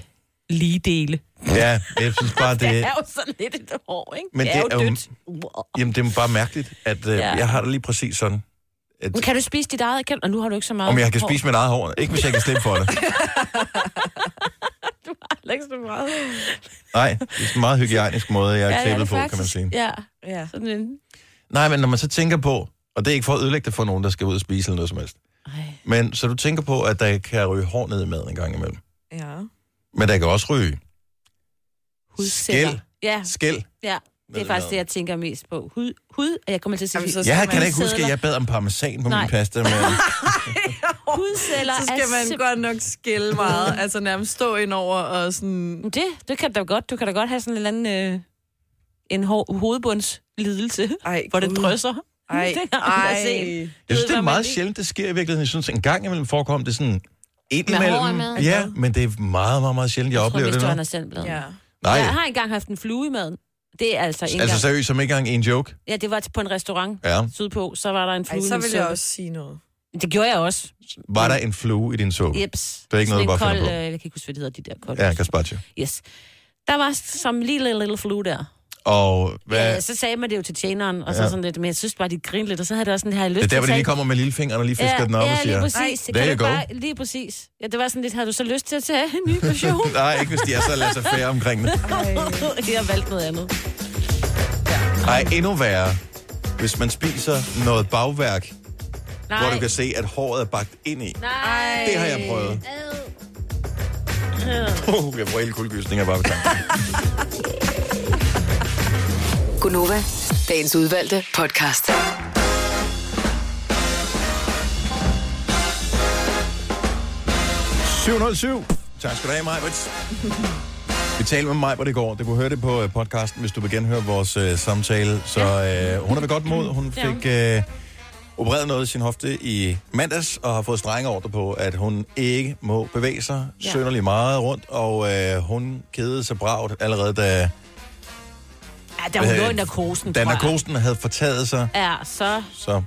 Speaker 3: lige dele.
Speaker 1: Ja, jeg synes bare,
Speaker 3: Det
Speaker 1: det,
Speaker 3: er jo sådan lidt et hår, ikke?
Speaker 1: Men
Speaker 3: det er,
Speaker 1: det
Speaker 3: jo
Speaker 1: er jo-
Speaker 3: dødt.
Speaker 1: jamen, det er bare mærkeligt, at øh,
Speaker 3: Ja.
Speaker 1: jeg har det lige præcis sådan. At,
Speaker 3: Men kan du spise dit eget? Kan, og nu har du ikke så meget
Speaker 1: om jeg kan
Speaker 3: hår.
Speaker 1: spise mit eget hår. Ikke hvis jeg kan slippe for det.
Speaker 3: Du har heller ikke så meget.
Speaker 1: Nej, det er sådan en meget hygiejnisk måde, jeg er ja, klippet
Speaker 3: det
Speaker 1: på, kan man
Speaker 3: faktisk.
Speaker 1: sige.
Speaker 3: Ja,
Speaker 2: ja.
Speaker 3: sådan en...
Speaker 1: Nej, men når man så tænker på, og det er ikke for at ødelægge det for nogen, der skal ud og spise eller noget som helst,
Speaker 3: Ej,
Speaker 1: men så du tænker på, at der kan ryge hår ned i maden en gang imellem.
Speaker 2: ja.
Speaker 1: Men der kan også ryge
Speaker 3: hudsækker.
Speaker 1: Skæl.
Speaker 3: Ja,
Speaker 1: skæld.
Speaker 3: ja. Det er faktisk det, jeg tænker mest på. Hud, hud og jeg kommer til at sige,
Speaker 2: Jamen, så
Speaker 3: hud.
Speaker 2: skal
Speaker 1: Jeg kan
Speaker 2: man
Speaker 1: da ikke huske,
Speaker 3: sædler.
Speaker 1: at jeg bad om parmesan på
Speaker 3: Nej.
Speaker 1: min pasta, men
Speaker 3: hudceller
Speaker 2: Så skal
Speaker 3: er
Speaker 2: man
Speaker 3: simp-
Speaker 2: godt nok skille meget. Altså nærmest stå ind over og sådan...
Speaker 3: Men Det, det kan du da godt. Du kan da godt have sådan en eller anden... Øh, en hår, hovedbundslidelse,
Speaker 2: Ej,
Speaker 3: hvor det
Speaker 2: Gud.
Speaker 3: drysser.
Speaker 2: Ej,
Speaker 3: det har man da set.
Speaker 2: ej.
Speaker 1: jeg
Speaker 3: ved,
Speaker 1: synes, det er
Speaker 3: hvad man
Speaker 1: meget
Speaker 3: lige-
Speaker 1: sjældent, det sker i virkeligheden. Jeg synes, en gang imellem forekom det sådan ind
Speaker 3: Med hår
Speaker 1: imellem.
Speaker 3: imellem.
Speaker 1: Ja, men det er meget, meget, meget sjældent, jeg,
Speaker 3: Jeg tror,
Speaker 1: oplever
Speaker 3: hvis
Speaker 1: det
Speaker 3: du
Speaker 1: nu.
Speaker 3: Anders Sandblad.
Speaker 2: Ja.
Speaker 1: Nej,
Speaker 3: Jeg har engang haft en flue i maden. Det er altså ikke
Speaker 1: altså
Speaker 3: altså,
Speaker 1: seriøst, som ikke engang en joke.
Speaker 3: Ja, det var på en restaurant
Speaker 1: Ja.
Speaker 3: sydpå, så var der en flue
Speaker 2: Ej,
Speaker 3: i
Speaker 2: så
Speaker 3: min
Speaker 2: vil jeg
Speaker 3: suppe.
Speaker 2: også sige noget.
Speaker 3: Det gjorde jeg også.
Speaker 1: Var der en flue i din suppe?
Speaker 3: Mm. Jeps.
Speaker 1: Det er ikke
Speaker 3: Sådan
Speaker 1: noget, du
Speaker 3: en øh,
Speaker 1: bare
Speaker 3: kold,
Speaker 1: finder på.
Speaker 3: øh, Jeg kan ikke huske, hvad det hedder, de der kolde.
Speaker 1: Ja, gazpacho.
Speaker 3: Yes. Der var som lille, lille flue der.
Speaker 1: Og hvad...
Speaker 3: Ja, så sagde man det jo til tjeneren, og så
Speaker 1: Ja.
Speaker 3: sådan lidt, men jeg synes bare, de grinede lidt, og så havde det også sådan her lyst
Speaker 1: Det er
Speaker 3: til
Speaker 1: der,
Speaker 3: at
Speaker 1: hvor de lige
Speaker 3: tage-
Speaker 1: kommer med lillefingeren og lige fisker
Speaker 3: ja,
Speaker 1: den op
Speaker 3: ja,
Speaker 1: og siger...
Speaker 3: lige præcis.
Speaker 1: there
Speaker 3: kan
Speaker 1: you
Speaker 3: du
Speaker 1: go.
Speaker 3: bare, lige præcis. Ja, det var sådan lidt, havde du så lyst til at tage en ny portion?
Speaker 1: Nej, ikke hvis de er så lade sig færre omkring det.
Speaker 3: de har valgt noget andet.
Speaker 1: Nej, endnu værre. Hvis man spiser noget bagværk, Nej.
Speaker 3: Nej,
Speaker 1: hvor du kan se, at håret er bagt ind i. Nej.
Speaker 3: nej.
Speaker 1: Det har jeg prøvet. Uh, jeg får hele kuldegysninger bare ved tanken.
Speaker 5: Gunova, dagens udvalgte podcast.
Speaker 1: Syv. Tak skal du have, Majbert. Vi talte med Majbert i går. Du kunne høre det på øh, podcasten, hvis du vil genhøre vores øh, samtale. Så øh, hun er ved godt mod. Hun
Speaker 3: Det er hun.
Speaker 1: fik øh, opereret noget i sin hofte i mandags, og har fået strenge ordre på, at hun ikke må bevæge sig
Speaker 3: Ja.
Speaker 1: ja. sønderlig meget rundt. Og øh, hun kedede sig bragt allerede, da,
Speaker 3: Ja, der hun
Speaker 1: Øh,
Speaker 3: lå i narkosen,
Speaker 1: da
Speaker 3: tror jeg.
Speaker 1: narkosen havde fortaget sig.
Speaker 3: Ja, så
Speaker 1: Så,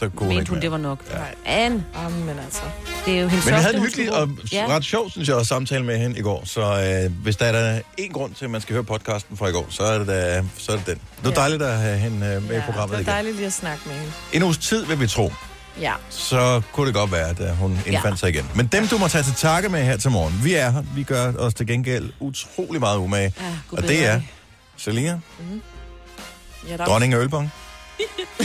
Speaker 1: så kunne hun
Speaker 3: mente
Speaker 1: ikke
Speaker 3: hun,
Speaker 1: mere.
Speaker 3: det var nok.
Speaker 1: Ja.
Speaker 3: Men
Speaker 2: Amen, altså.
Speaker 3: det er jo hendes
Speaker 1: Men vi
Speaker 3: første,
Speaker 1: havde en
Speaker 3: hun
Speaker 1: hyggelig
Speaker 3: skulle
Speaker 1: og
Speaker 3: bruge.
Speaker 1: ja. ret sjov, synes jeg, at samtale med hende i går. Så øh, hvis der er en grund til, at man skal høre podcasten fra i går, så er det, da, så er det den. Det var
Speaker 2: Ja.
Speaker 1: dejligt at have hende øh, med ja, i
Speaker 2: Ja, det
Speaker 1: programmet
Speaker 2: var
Speaker 1: igen.
Speaker 2: dejligt lige at snakke med hende.
Speaker 1: En uges tid, vil vi tro,
Speaker 2: Ja.
Speaker 1: så kunne det godt være, at øh, hun indfandt
Speaker 3: Ja.
Speaker 1: sig igen. Men dem, du må tage til takke med her til morgen, vi er her. Vi gør os til gengæld utrolig meget umage.
Speaker 3: Ja,
Speaker 1: og det er Selina,
Speaker 2: Mhm. ja der...
Speaker 1: dronning af Ølbong.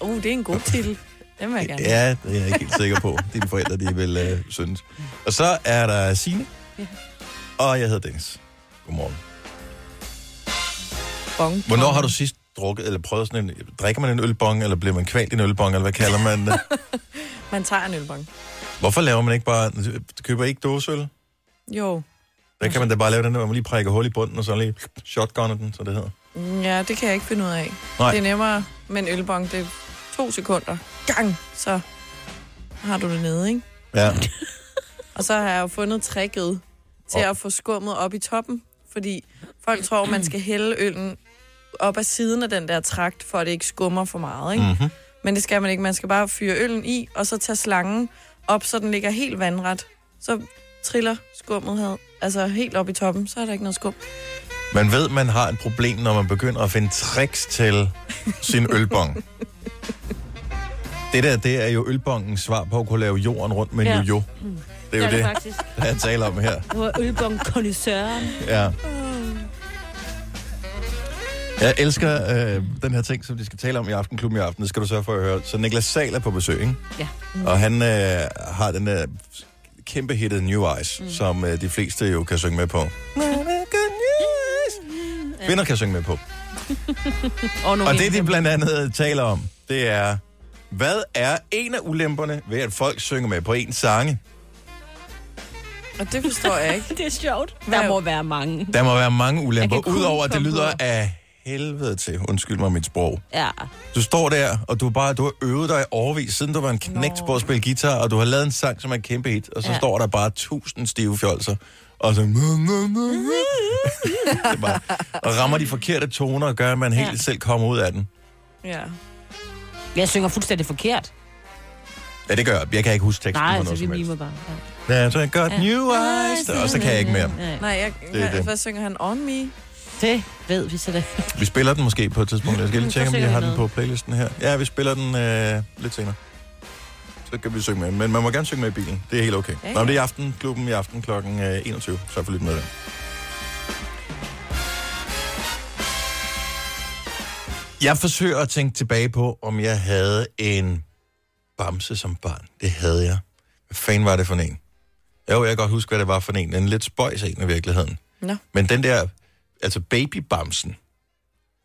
Speaker 2: Uh, det er en god titel. Den vil jeg gerne.
Speaker 1: Ja, det er jeg ikke helt sikker på. Dine forældre, de vil øh, synes. Og så er der Signe. Og jeg hedder Dennis. Godmorgen.
Speaker 2: Bong,
Speaker 1: Hvornår har du sidst drukket, eller prøvet sådan en, drikker man en ølbong, eller bliver man kvalt i en ølbong, eller hvad kalder man det?
Speaker 2: Man tager en ølbong.
Speaker 1: Hvorfor laver man ikke bare, du køber ikke dåseøl?
Speaker 2: Jo.
Speaker 1: Der kan man da bare lave den der, hvor man lige prikker hul i bunden, og så lige shotgunner den, så det hedder.
Speaker 2: Mm, Ja, det kan jeg ikke finde ud af.
Speaker 1: Nej.
Speaker 2: Det er nemmere med en ølbong. Det er to sekunder. Gang! Så har du det nede, ikke?
Speaker 1: Ja,
Speaker 2: Og så har jeg jo fundet tricket til
Speaker 1: Og-
Speaker 2: at få skummet op i toppen, fordi folk tror, man skal hælde øllen op ad siden af den der trakt, for at det ikke skummer for meget, ikke?
Speaker 1: Mhm.
Speaker 2: Mm-hmm. Men det skal man ikke. Man skal bare fyre øllen i, og så tage slangen op, så den ligger helt vandret. Så triller skummet her, altså helt op i toppen, så er der ikke noget skum.
Speaker 1: man ved, man har et problem, når man begynder at finde tricks til sin ølbong. Det der, det er jo ølbongens svar på at kunne lave jorden rundt med en
Speaker 3: Ja.
Speaker 1: ja. jojo. Det er jo
Speaker 3: det
Speaker 1: det,
Speaker 3: faktisk.
Speaker 1: jeg taler om her.
Speaker 3: Du var ølbong-kondisøren.
Speaker 1: Ja. Jeg elsker øh, den her ting, som de skal tale om i Aftenklubben i aften. Det skal du sørge for at høre. Så Niklas Sal er på besøg, ikke?
Speaker 3: Ja.
Speaker 1: Og han øh, har den der kæmpe hittede New Eyes, mm. som øh, de fleste jo kan synge med på. Kvinder kan synge med på.
Speaker 3: Og, nogle
Speaker 1: Og det, de blandt andet øh, taler om, det er, hvad er en af ulemperne ved, at folk synger med på en sange?
Speaker 2: Og det forstår jeg ikke.
Speaker 3: det er sjovt. Der må være mange.
Speaker 1: Der må være mange
Speaker 3: Jeg
Speaker 1: ulemper,
Speaker 3: kan kun
Speaker 1: udover at det
Speaker 3: komme
Speaker 1: lyder
Speaker 3: på-
Speaker 1: af helvede til. Undskyld mig mit sprog.
Speaker 3: Ja.
Speaker 1: Du står der, og du, er bare, du har øvet dig i overvis, siden du var en knægt på at spille guitar, og du har lavet en sang, som er en kæmpe hit, og så ja.
Speaker 3: Ja.
Speaker 1: står der bare tusind stive fjolser, og så... Det er bare, og rammer de forkerte toner, og gør, at man helt
Speaker 3: Ja.
Speaker 1: ja. selv kommer ud af den.
Speaker 2: Ja.
Speaker 3: Jeg synger fuldstændig forkert.
Speaker 1: Ja, det gør jeg. Jeg kan ikke huske teksten
Speaker 3: Nej,
Speaker 1: på
Speaker 3: altså,
Speaker 1: noget
Speaker 3: vi
Speaker 1: som helst.
Speaker 3: mimer bare. Ja.
Speaker 1: That's I got new eyes. Og så kan jeg ikke mere.
Speaker 2: Nej, jeg,
Speaker 1: Det er det.
Speaker 2: hvad synger han? On me?
Speaker 3: Det ved vi så det.
Speaker 1: Vi spiller den måske på et tidspunkt. Jeg skal lige tjekke, om jeg har den på playlisten her. Ja, vi spiller den øh, lidt senere. Så kan vi synge med. Men man må gerne synge med i bilen. Det er helt okay. Nå, men det er i aften. Klubben i aften kl. 21. Så for lidt med den. Jeg forsøger at tænke tilbage på, om jeg havde en bamse som barn. Det havde jeg. Hvad fanden var det for en? Jo, jeg kan godt huske, hvad det var for en. En lidt spøjs en i virkeligheden.
Speaker 2: Nå.
Speaker 1: Men den der, altså babybamsen,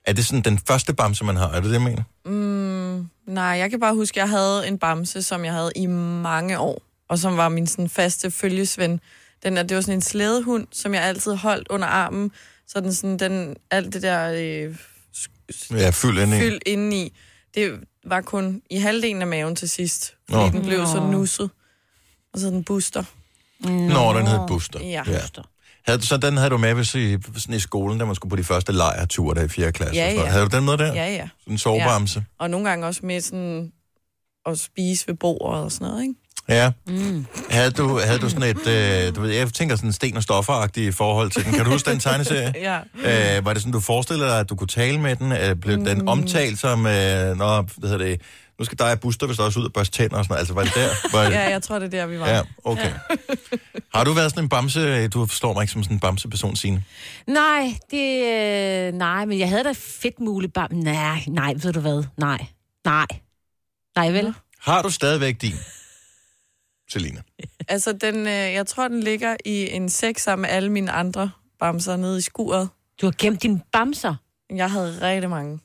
Speaker 1: er det sådan den første bamse, man har? Er det det, jeg mener?
Speaker 2: Mm, Nej, jeg kan bare huske, at jeg havde en bamse, som jeg havde i mange år, og som var min sådan, faste følgesven. Den der, det var sådan en slædehund, som jeg altid holdt under armen, så den, sådan, den, alt det der øh,
Speaker 1: Ja, fyld ind i.
Speaker 2: fyld indeni, det var kun i halvdelen af maven til sidst, fordi
Speaker 1: Nå.
Speaker 2: Nå. den blev så nusset. Og så den booster.
Speaker 1: Nå, den hed Buster.
Speaker 2: Ja.
Speaker 1: Havde du, så den havde du med hvis i, sådan i skolen, da man skulle på de første lejrture der i 4. klasse.
Speaker 2: Ja,
Speaker 1: og sådan noget.
Speaker 2: ja.
Speaker 1: Havde du den med der?
Speaker 2: Ja, ja.
Speaker 1: Sådan en sovebamse.
Speaker 2: Og nogle gange også med sådan at spise ved bordet og sådan noget, ikke?
Speaker 1: Ja. ja. Mm. Havde, du, havde du sådan et, øh, du ved, jeg tænker sådan sten- og stofferagtigt forhold til den. Kan du huske den tegneserie?
Speaker 2: Ja.
Speaker 1: Øh, var det sådan, du forestillede dig, at du kunne tale med den? Øh, blev mm. den omtalt som, øh, nå, hvad hedder det, nu skal dig og Buster vist også ud og børste tænder og sådan noget. Altså, var det der? Var,
Speaker 2: Ja, jeg tror, det er der, vi var.
Speaker 1: ja, okay. Har du været sådan en bamse, øh, du forstår mig ikke som sådan en bamseperson, Signe?
Speaker 3: Nej, det... øh, Nej, men jeg havde da fedt muligt bare... Nej, nej, ved du hvad? Nej. Nej. Nej, vel?
Speaker 1: Har du stadigvæk din, Selina?
Speaker 2: Altså, den, øh, jeg tror, den ligger i en sæk sammen med alle mine andre bamser nede i skuret.
Speaker 3: Du har gemt dine bamser.
Speaker 2: Jeg havde rigtig mange.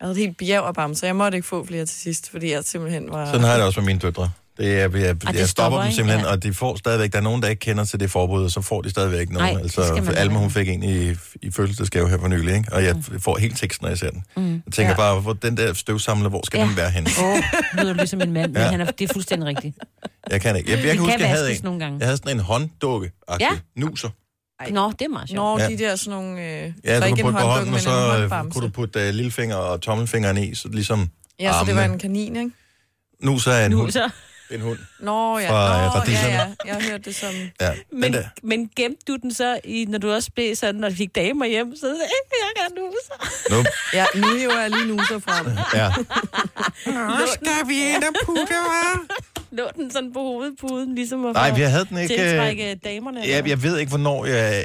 Speaker 2: Jeg havde et helt bjerg af bamser. Jeg måtte ikke få flere til sidst, fordi jeg simpelthen var...
Speaker 1: Sådan har jeg det også med mine døtre. Det er, jeg, jeg,
Speaker 3: det
Speaker 1: jeg stopper
Speaker 3: stopper,
Speaker 1: dem
Speaker 3: ikke?
Speaker 1: simpelthen, ja.
Speaker 3: Ja.
Speaker 1: og de får stadigvæk, der er nogen, der ikke kender til det forbud, og så får de stadigvæk nogen.
Speaker 3: Nej, det skal
Speaker 1: altså,
Speaker 3: man
Speaker 1: Alma,
Speaker 3: lade
Speaker 1: hun fik en i, i følelsesgave her for nylig, ikke? og jeg
Speaker 3: Mm.
Speaker 1: får helt teksten, når jeg ser den. Mm. Jeg tænker ja.
Speaker 2: Ja.
Speaker 1: bare, hvor den der støvsamler, hvor skal ja.
Speaker 3: Ja.
Speaker 1: den være henne?
Speaker 3: Åh, oh, lyder du ligesom en mand, ja.
Speaker 1: Ja.
Speaker 3: men han er, det er fuldstændig rigtigt.
Speaker 1: Jeg kan ikke. Jeg, jeg
Speaker 3: Det
Speaker 1: kan huske,
Speaker 3: kan
Speaker 1: jeg havde,
Speaker 3: vaskes
Speaker 1: en,
Speaker 3: nogle gange.
Speaker 1: jeg havde sådan en hånddukke ja.
Speaker 3: Ja.
Speaker 1: nuser.
Speaker 3: Nå, det er meget sjovt.
Speaker 2: Når
Speaker 1: Ja.
Speaker 2: ja. de der sådan nogle... Øh,
Speaker 1: Ja,
Speaker 2: så
Speaker 1: du
Speaker 2: ikke
Speaker 1: kunne
Speaker 2: en
Speaker 1: putte på
Speaker 2: hånddukke,
Speaker 1: hånden,
Speaker 2: men
Speaker 1: og
Speaker 2: en
Speaker 1: så øh,
Speaker 2: håndbamse.
Speaker 1: kunne du putte øh, lillefinger og tommelfingeren i, så ligesom
Speaker 2: Ja, så det var
Speaker 1: armene.
Speaker 2: en kanin, ikke?
Speaker 1: nuser er en,
Speaker 3: Nu,
Speaker 1: hund,
Speaker 3: så.
Speaker 1: en hund.
Speaker 2: Nå, ja.
Speaker 1: Fra, øh,
Speaker 2: Nå, ja,
Speaker 1: radiserne.
Speaker 2: ja. Jeg hørte det som...
Speaker 1: Ja, den
Speaker 3: Men,
Speaker 1: der.
Speaker 3: men gemte du den så, i, når du også blev sådan, når du fik damer hjem, så "Øh, jeg kan nu så.
Speaker 1: Nu,
Speaker 2: Ja, nu er jeg lige nu så frem.
Speaker 1: ja. Nu skal vi ind og putte, hva'?
Speaker 3: Lå den sådan på hovedpuden, ligesom at
Speaker 1: Nej,
Speaker 3: få-
Speaker 1: vi havde den ikke, øh,
Speaker 3: tiltrække damerne.
Speaker 1: Jeg, jeg ved ikke, hvornår jeg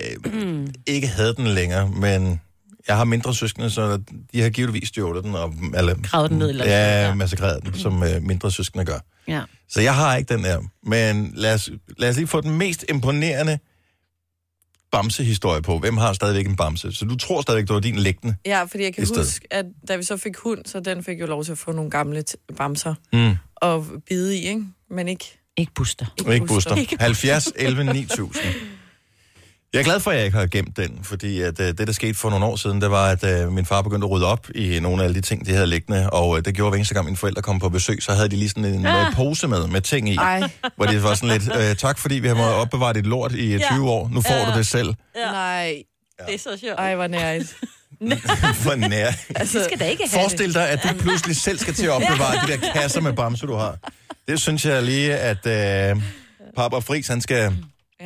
Speaker 1: ikke havde den længere, men jeg har mindre søskende, så de har givetvis stjålet den. Og, eller,
Speaker 3: Gravet den ned eller sådan,
Speaker 1: Ja,
Speaker 3: ja.
Speaker 1: massakreret den, som øh, mindre søskende gør.
Speaker 3: ja.
Speaker 1: Så jeg har ikke den der. Men lad os, lad os lige få den mest imponerende bamsehistorie på. Hvem har stadigvæk en bamse? Så du tror stadigvæk, du var din lægtende.
Speaker 2: Ja, fordi jeg
Speaker 1: I
Speaker 2: kan
Speaker 1: stedet.
Speaker 2: huske, at da vi så fik hund, så den fik jo lov til at få nogle gamle t- bamser
Speaker 1: Mm.
Speaker 2: og bide i, ikke? Men ikke
Speaker 3: Ikke buster.
Speaker 1: Og ikke Buster.
Speaker 3: Ikke Buster.
Speaker 1: 70, 11, 9000. Jeg er glad for, at jeg ikke har gemt den, fordi at, øh, det, der skete for nogle år siden, det var, at øh, min far begyndte at rydde op i nogle af alle de ting, de havde liggende, og øh, det gjorde hver eneste gang, mine forældre kom på besøg, så havde de lige sådan en ah. pose med, med ting i,
Speaker 2: Ej.
Speaker 1: hvor det var sådan lidt, øh, tak fordi vi har måttet opbevare dit lort i øh,
Speaker 3: Ja.
Speaker 1: 20 år, nu får
Speaker 3: Ja.
Speaker 1: du det selv.
Speaker 3: Ja.
Speaker 2: Nej,
Speaker 3: Det er så sjovt.
Speaker 2: ej, hvor Altså, nærigt.
Speaker 1: for nær.
Speaker 3: De skal da ikke have det.
Speaker 1: Forestil dig, at du pludselig selv skal til at opbevare de der kasser med bamse, du har. Det synes jeg lige, at øh, Papa Friis, han skal,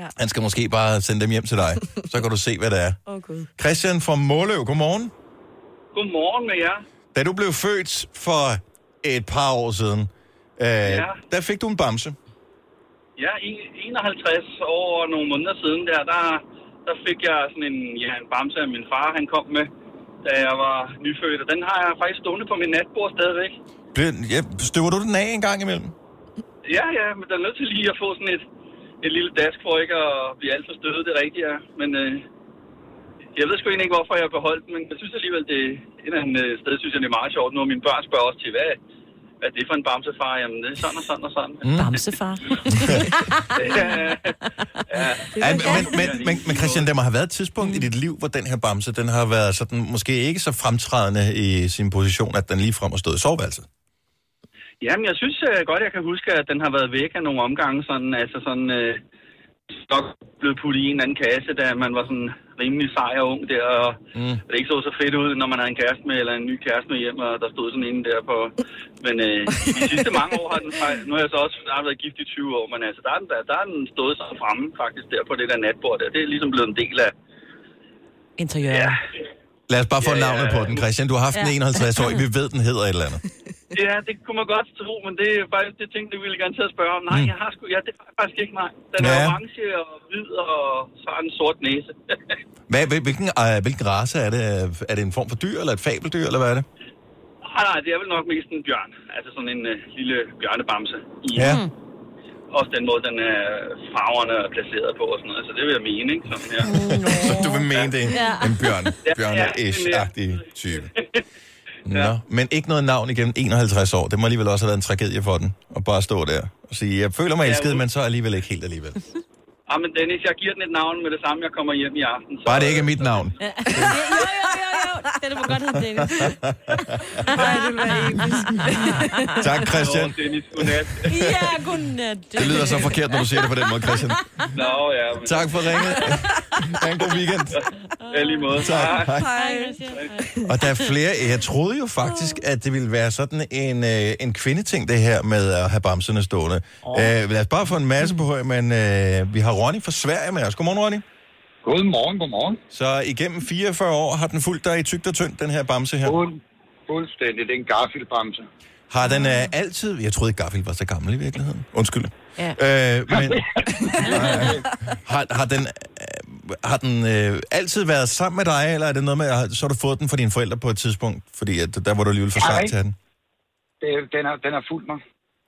Speaker 2: Ja.
Speaker 1: han skal måske bare sende dem hjem til dig. Så kan du se, hvad det er.
Speaker 2: Åh, oh, Gud.
Speaker 1: Christian fra Måløv, godmorgen.
Speaker 10: Godmorgen med jer.
Speaker 1: Da du blev født for et par år siden, øh, ja. der fik du en bamse.
Speaker 10: Ja, i- 51 år og nogle måneder siden der, der, der fik jeg sådan en, ja, en bamse af min far, han kom med. da jeg var nyfødt, og den har jeg faktisk stående på min natbord stadigvæk.
Speaker 1: Bliver- Ja, støver du den af en gang imellem?
Speaker 10: Ja, ja, men der er nødt til lige at få sådan et, et lille dask for ikke at blive alt for stødet, det rigtige er. Men øh, jeg ved sgu egentlig ikke, hvorfor jeg har beholdt den, men jeg synes alligevel, det et eller andet øh, sted, synes jeg, det er meget sjovt. Når mine børn spørger også til, hvad, hvad er det for en bamsefar? Jamen, det er sådan og sådan og sådan.
Speaker 1: Mm.
Speaker 9: Bamsefar.
Speaker 1: Ja, men, men, men, men Christian, der må have været et tidspunkt i dit liv, hvor den her bamse, den har været sådan, måske ikke så fremtrædende i sin position, at den lige frem har stået i soveværelset.
Speaker 10: Jamen, jeg synes uh, godt, jeg kan huske, at den har været væk af nogle omgange. Sådan, altså sådan, uh, nok blev puttet i en eller anden kasse, da man var sådan rimelig sej og ung der, og
Speaker 1: Mm.
Speaker 10: det ikke så så fedt ud, når man havde en kæreste med, eller en ny kæreste med hjem, og der stod sådan en der på... Men øh, de sidste mange år har den faktisk... Nu har jeg så også snart været gift i 20 år, men altså, der er den, der, der er den stået så fremme faktisk der på det der natbord der. Det er ligesom blevet en del af...
Speaker 9: Interiør.
Speaker 10: Ja,
Speaker 1: Lad os bare få
Speaker 10: Ja,
Speaker 1: ja,
Speaker 10: ja.
Speaker 1: navnet på den, Christian. Du har haft ja.
Speaker 10: Ja.
Speaker 1: den 51 år, vi ved, den hedder et eller andet.
Speaker 10: ja det kunne man godt tro, men det er faktisk det ting, det ville jeg gerne til at spørge om. Nej,
Speaker 1: Mm.
Speaker 10: jeg har sgu... Ja, det har jeg faktisk ikke, nej. Den er
Speaker 1: Ja.
Speaker 10: orange og hvid, og så har den en sort næse.
Speaker 1: Hvad, hvil- hvilken, øh, hvilken race er det? Er det en form for dyr, eller et fabeldyr, eller hvad er det?
Speaker 10: Ah, Nej, nej, det er vel nok mest en bjørn. Altså sådan en øh, lille bjørnebamse. I,
Speaker 1: Ja.
Speaker 10: Også den måde, den er farverne er placeret på og sådan noget. Så det vil jeg mene, ikke? Sådan, ja.
Speaker 1: Så du vil mene, det er en-
Speaker 10: Ja.
Speaker 1: en bjørn,
Speaker 10: Ja,
Speaker 1: bjørne-ish-agtig type. Nå, men ikke noget navn igennem 51 år. Det må alligevel også have været en tragedie for den, at bare stå der og sige, jeg føler mig
Speaker 10: Ja,
Speaker 1: elsket,
Speaker 10: ud-
Speaker 1: men så alligevel ikke helt alligevel.
Speaker 10: Ah, men Dennis, jeg giver den et navn med det samme, jeg kommer hjem i aften. Så,
Speaker 1: Bare det ikke er mit navn.
Speaker 3: Jo, jo, jo, jo. Den må godt hedde Dennis.
Speaker 2: Nej, det var ikke.
Speaker 1: Tak, Christian.
Speaker 10: Nå, Dennis, godnat.
Speaker 3: ja, godnat.
Speaker 1: Det lyder så forkert, når du siger det på den måde, Christian.
Speaker 10: Nå, ja. Men...
Speaker 1: Tak for ringet. Ha' en god weekend.
Speaker 10: Ja, lige måde.
Speaker 1: Tak. Hej.
Speaker 10: Hej.
Speaker 1: Og der er flere. Jeg troede jo faktisk, at det ville være sådan en, øh, en kvindeting, det her med at have bamserne stående. Oh. Øh, lad os bare få en masse på høj, men øh, vi har Ronny fra Sverige med os. Godmorgen, Ronny.
Speaker 11: Godmorgen, godmorgen.
Speaker 1: Så igennem 44 år har den fulgt dig i tygt og tyndt, den her bamse her?
Speaker 11: Fuld, fuldstændig. Det er en Garfield-bremse.
Speaker 1: Har den øh, altid... Jeg troede, Garfield var så gammel i virkeligheden. Undskyld. Ja. Øh, men har, har den, øh, har den øh, altid været sammen med dig, eller er det noget med, at så har du fået den fra dine forældre på et tidspunkt, fordi at, der var du alligevel for
Speaker 11: Nej.
Speaker 1: sej til at have den?
Speaker 11: Det, er- den, har, den har fulgt mig.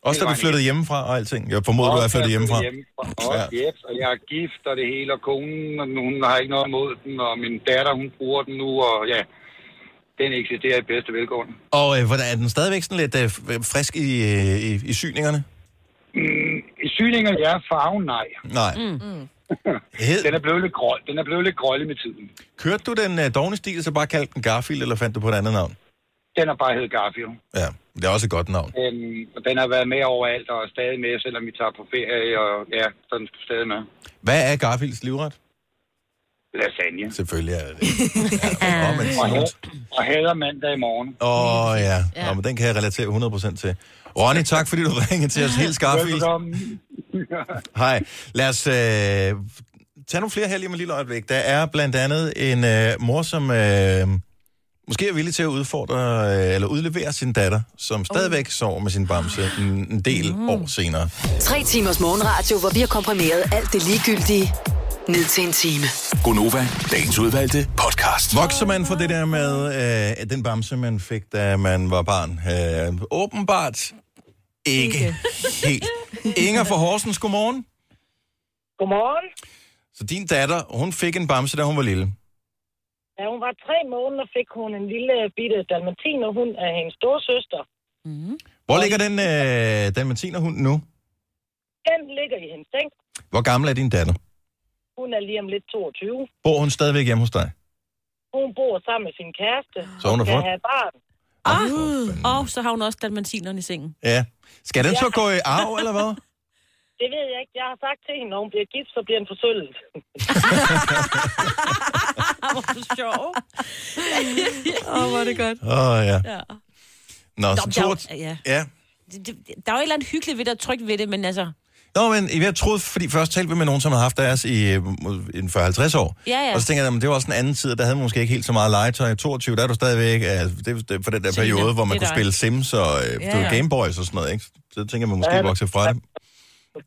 Speaker 1: Også da
Speaker 11: Hele
Speaker 1: du
Speaker 11: vejen
Speaker 1: flyttede hjemmefra og alting. Jeg formoder, du er flyttet hjemmefra.
Speaker 11: Også, ja. yes, og jeg er gift, og det hele, og konen, og hun har ikke noget imod den, og min datter, hun bruger den nu, og ja, den eksisterer i bedste velgående.
Speaker 1: Og øh, hvordan er den stadigvæk sådan lidt øh, f- frisk i, øh, i, i syningerne?
Speaker 11: Mm, I syninger, ja, farven, nej.
Speaker 1: Nej.
Speaker 11: Mm.
Speaker 1: den
Speaker 11: er blevet lidt grøn. Den er blevet lidt grønlig med tiden.
Speaker 1: Kørte du den øh, dogne stil, så bare kaldte den Garfield, eller fandt du på et andet navn?
Speaker 11: Den har bare heddet Garfield.
Speaker 1: Ja, det er også et godt navn.
Speaker 11: Øhm, og den har været med overalt, og er stadig med, selvom vi tager på ferie, og ja, så er den stadig med.
Speaker 1: Hvad er Garfields livret?
Speaker 11: Lasagne.
Speaker 1: Selvfølgelig er det det. Ja, men
Speaker 11: og,
Speaker 1: sådan.
Speaker 11: hader, og hader mandag i morgen.
Speaker 1: Åh oh, ja, Nå, men den kan jeg relatere 100% til. Ronny, tak fordi du ringede til os. Helt Garfield.
Speaker 11: Velkommen.
Speaker 1: Hej. Lad os øh, tage nogle flere her lige om et lille øjeblik. Der er blandt andet en øh, mor, som øh, måske er villig til at udfordre øh, eller udlevere sin datter, som stadigvæk sover med sin bamse en, en del mm. år senere.
Speaker 5: Tre timers morgenradio, hvor vi har komprimeret alt det ligegyldige ned til en time.
Speaker 1: Gonova, dagens udvalgte podcast. Vokser man fra det der med øh, den bamse, man fik, da man var barn? Øh, åbenbart ikke, ikke. helt. Inger fra Horsens, godmorgen.
Speaker 12: Godmorgen.
Speaker 1: Så din datter, hun fik en bamse, da hun var lille.
Speaker 12: Da hun var tre måneder, fik hun en lille bitte dalmatinerhund af hendes storsøster.
Speaker 1: Hvor ligger den øh, dalmatinerhund nu?
Speaker 12: Den ligger i hendes seng.
Speaker 1: Hvor gammel er din datter?
Speaker 12: Hun er lige om lidt 22.
Speaker 1: Bor hun stadigvæk hjemme hos dig?
Speaker 12: Hun bor sammen med sin kæreste.
Speaker 1: Så hun har
Speaker 12: og skal
Speaker 1: fået-
Speaker 12: have et barn.
Speaker 3: Ah, og så har hun også dalmatinerne i sengen.
Speaker 1: Ja. Skal den så
Speaker 12: Ja.
Speaker 1: gå i arv, eller hvad?
Speaker 12: Det ved jeg ikke. Jeg har sagt til hende, når hun bliver gift, så bliver den forsøllet.
Speaker 3: Hvor er du sjov.
Speaker 2: Åh, hvor er det godt.
Speaker 1: Åh, oh, ja.
Speaker 3: Ja.
Speaker 1: Nå,
Speaker 3: Nå,
Speaker 1: så
Speaker 3: der
Speaker 1: to...
Speaker 3: er jo- ja.
Speaker 1: Ja.
Speaker 3: Det- det- Der er jo et eller andet hyggeligt ved det og trygt ved det, men altså...
Speaker 1: Nå, men jeg troede, fordi først talte vi med nogen, som havde haft deres i øh, en 40-50 år.
Speaker 3: Ja, ja.
Speaker 1: Og så tænker jeg, at det var også en anden tid, og der havde man måske ikke helt så meget legetøj. I 22, der er du stadigvæk øh, det, det, for den der
Speaker 13: Signe,
Speaker 1: periode, hvor man
Speaker 13: det er
Speaker 1: kunne spille
Speaker 13: dig.
Speaker 1: Sims og øh,
Speaker 13: Ja,
Speaker 1: ja,
Speaker 13: ja.
Speaker 1: Gameboys og sådan noget. Ikke? Så tænker jeg, man måske
Speaker 13: Ja,
Speaker 1: ja,
Speaker 13: ja.
Speaker 1: vokser fra det.
Speaker 3: Det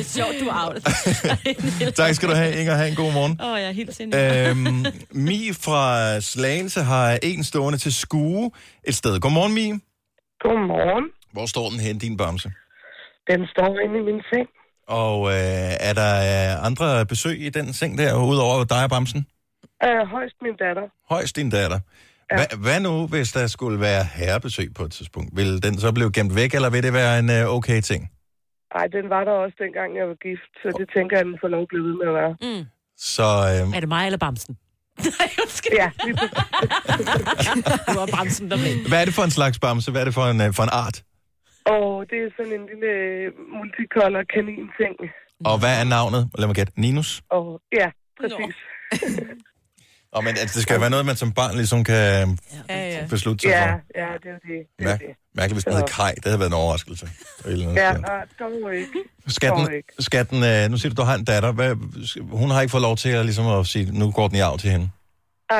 Speaker 3: er sjovt, du er out.
Speaker 1: Tak skal du have, Inger. Ha' en god morgen.
Speaker 3: Åh, oh, jeg er helt sindssyg.
Speaker 1: øhm, Mi fra Slagelse har en stående til skue et sted. Godmorgen, Mi.
Speaker 13: Godmorgen.
Speaker 1: Hvor står den hen, din bamse?
Speaker 13: Den står inde i min seng.
Speaker 1: Og øh, er der øh, andre besøg i den seng der, udover dig og bamsen?
Speaker 13: Øh, højst min datter.
Speaker 1: Højst din datter. Ja. Hva, hvad nu, hvis der skulle være herrebesøg på et tidspunkt? Vil den så blive gemt væk, eller vil det være en øh, okay ting?
Speaker 13: Ej, den var der også dengang, jeg var gift, så det tænker jeg, den får lov at blive ved med at være. Mm.
Speaker 1: Så, øh,
Speaker 3: Er det mig eller bamsen? Nej, undskyld.
Speaker 13: Ja,
Speaker 3: det var bamsen, der blev.
Speaker 1: hvad er det for en slags bamse? Hvad er det for en, øh, for en art?
Speaker 13: Og det er sådan en lille øh, multicolor kanin-ting.
Speaker 1: Og hvad er navnet? Lad mig gætte. Ninus?
Speaker 13: Og ja, præcis.
Speaker 1: Og men, altså, det skal jo være noget, man som barn ligesom kan
Speaker 13: Ja, ja.
Speaker 1: beslutte sig
Speaker 13: ja,
Speaker 1: for.
Speaker 13: ja, det er jo det. det, er
Speaker 1: Mærk,
Speaker 13: det.
Speaker 1: mærkeligt, hvis den hedder Kaj. Det havde været en overraskelse. Eller noget
Speaker 13: Ja,
Speaker 1: sådan.
Speaker 13: nej, dog ikke.
Speaker 1: Skatten,
Speaker 13: Dog ikke.
Speaker 1: skatten øh, nu siger du, du har en datter. Hvad, hun har ikke fået lov til at, ligesom at sige, nu går den i arv til hende.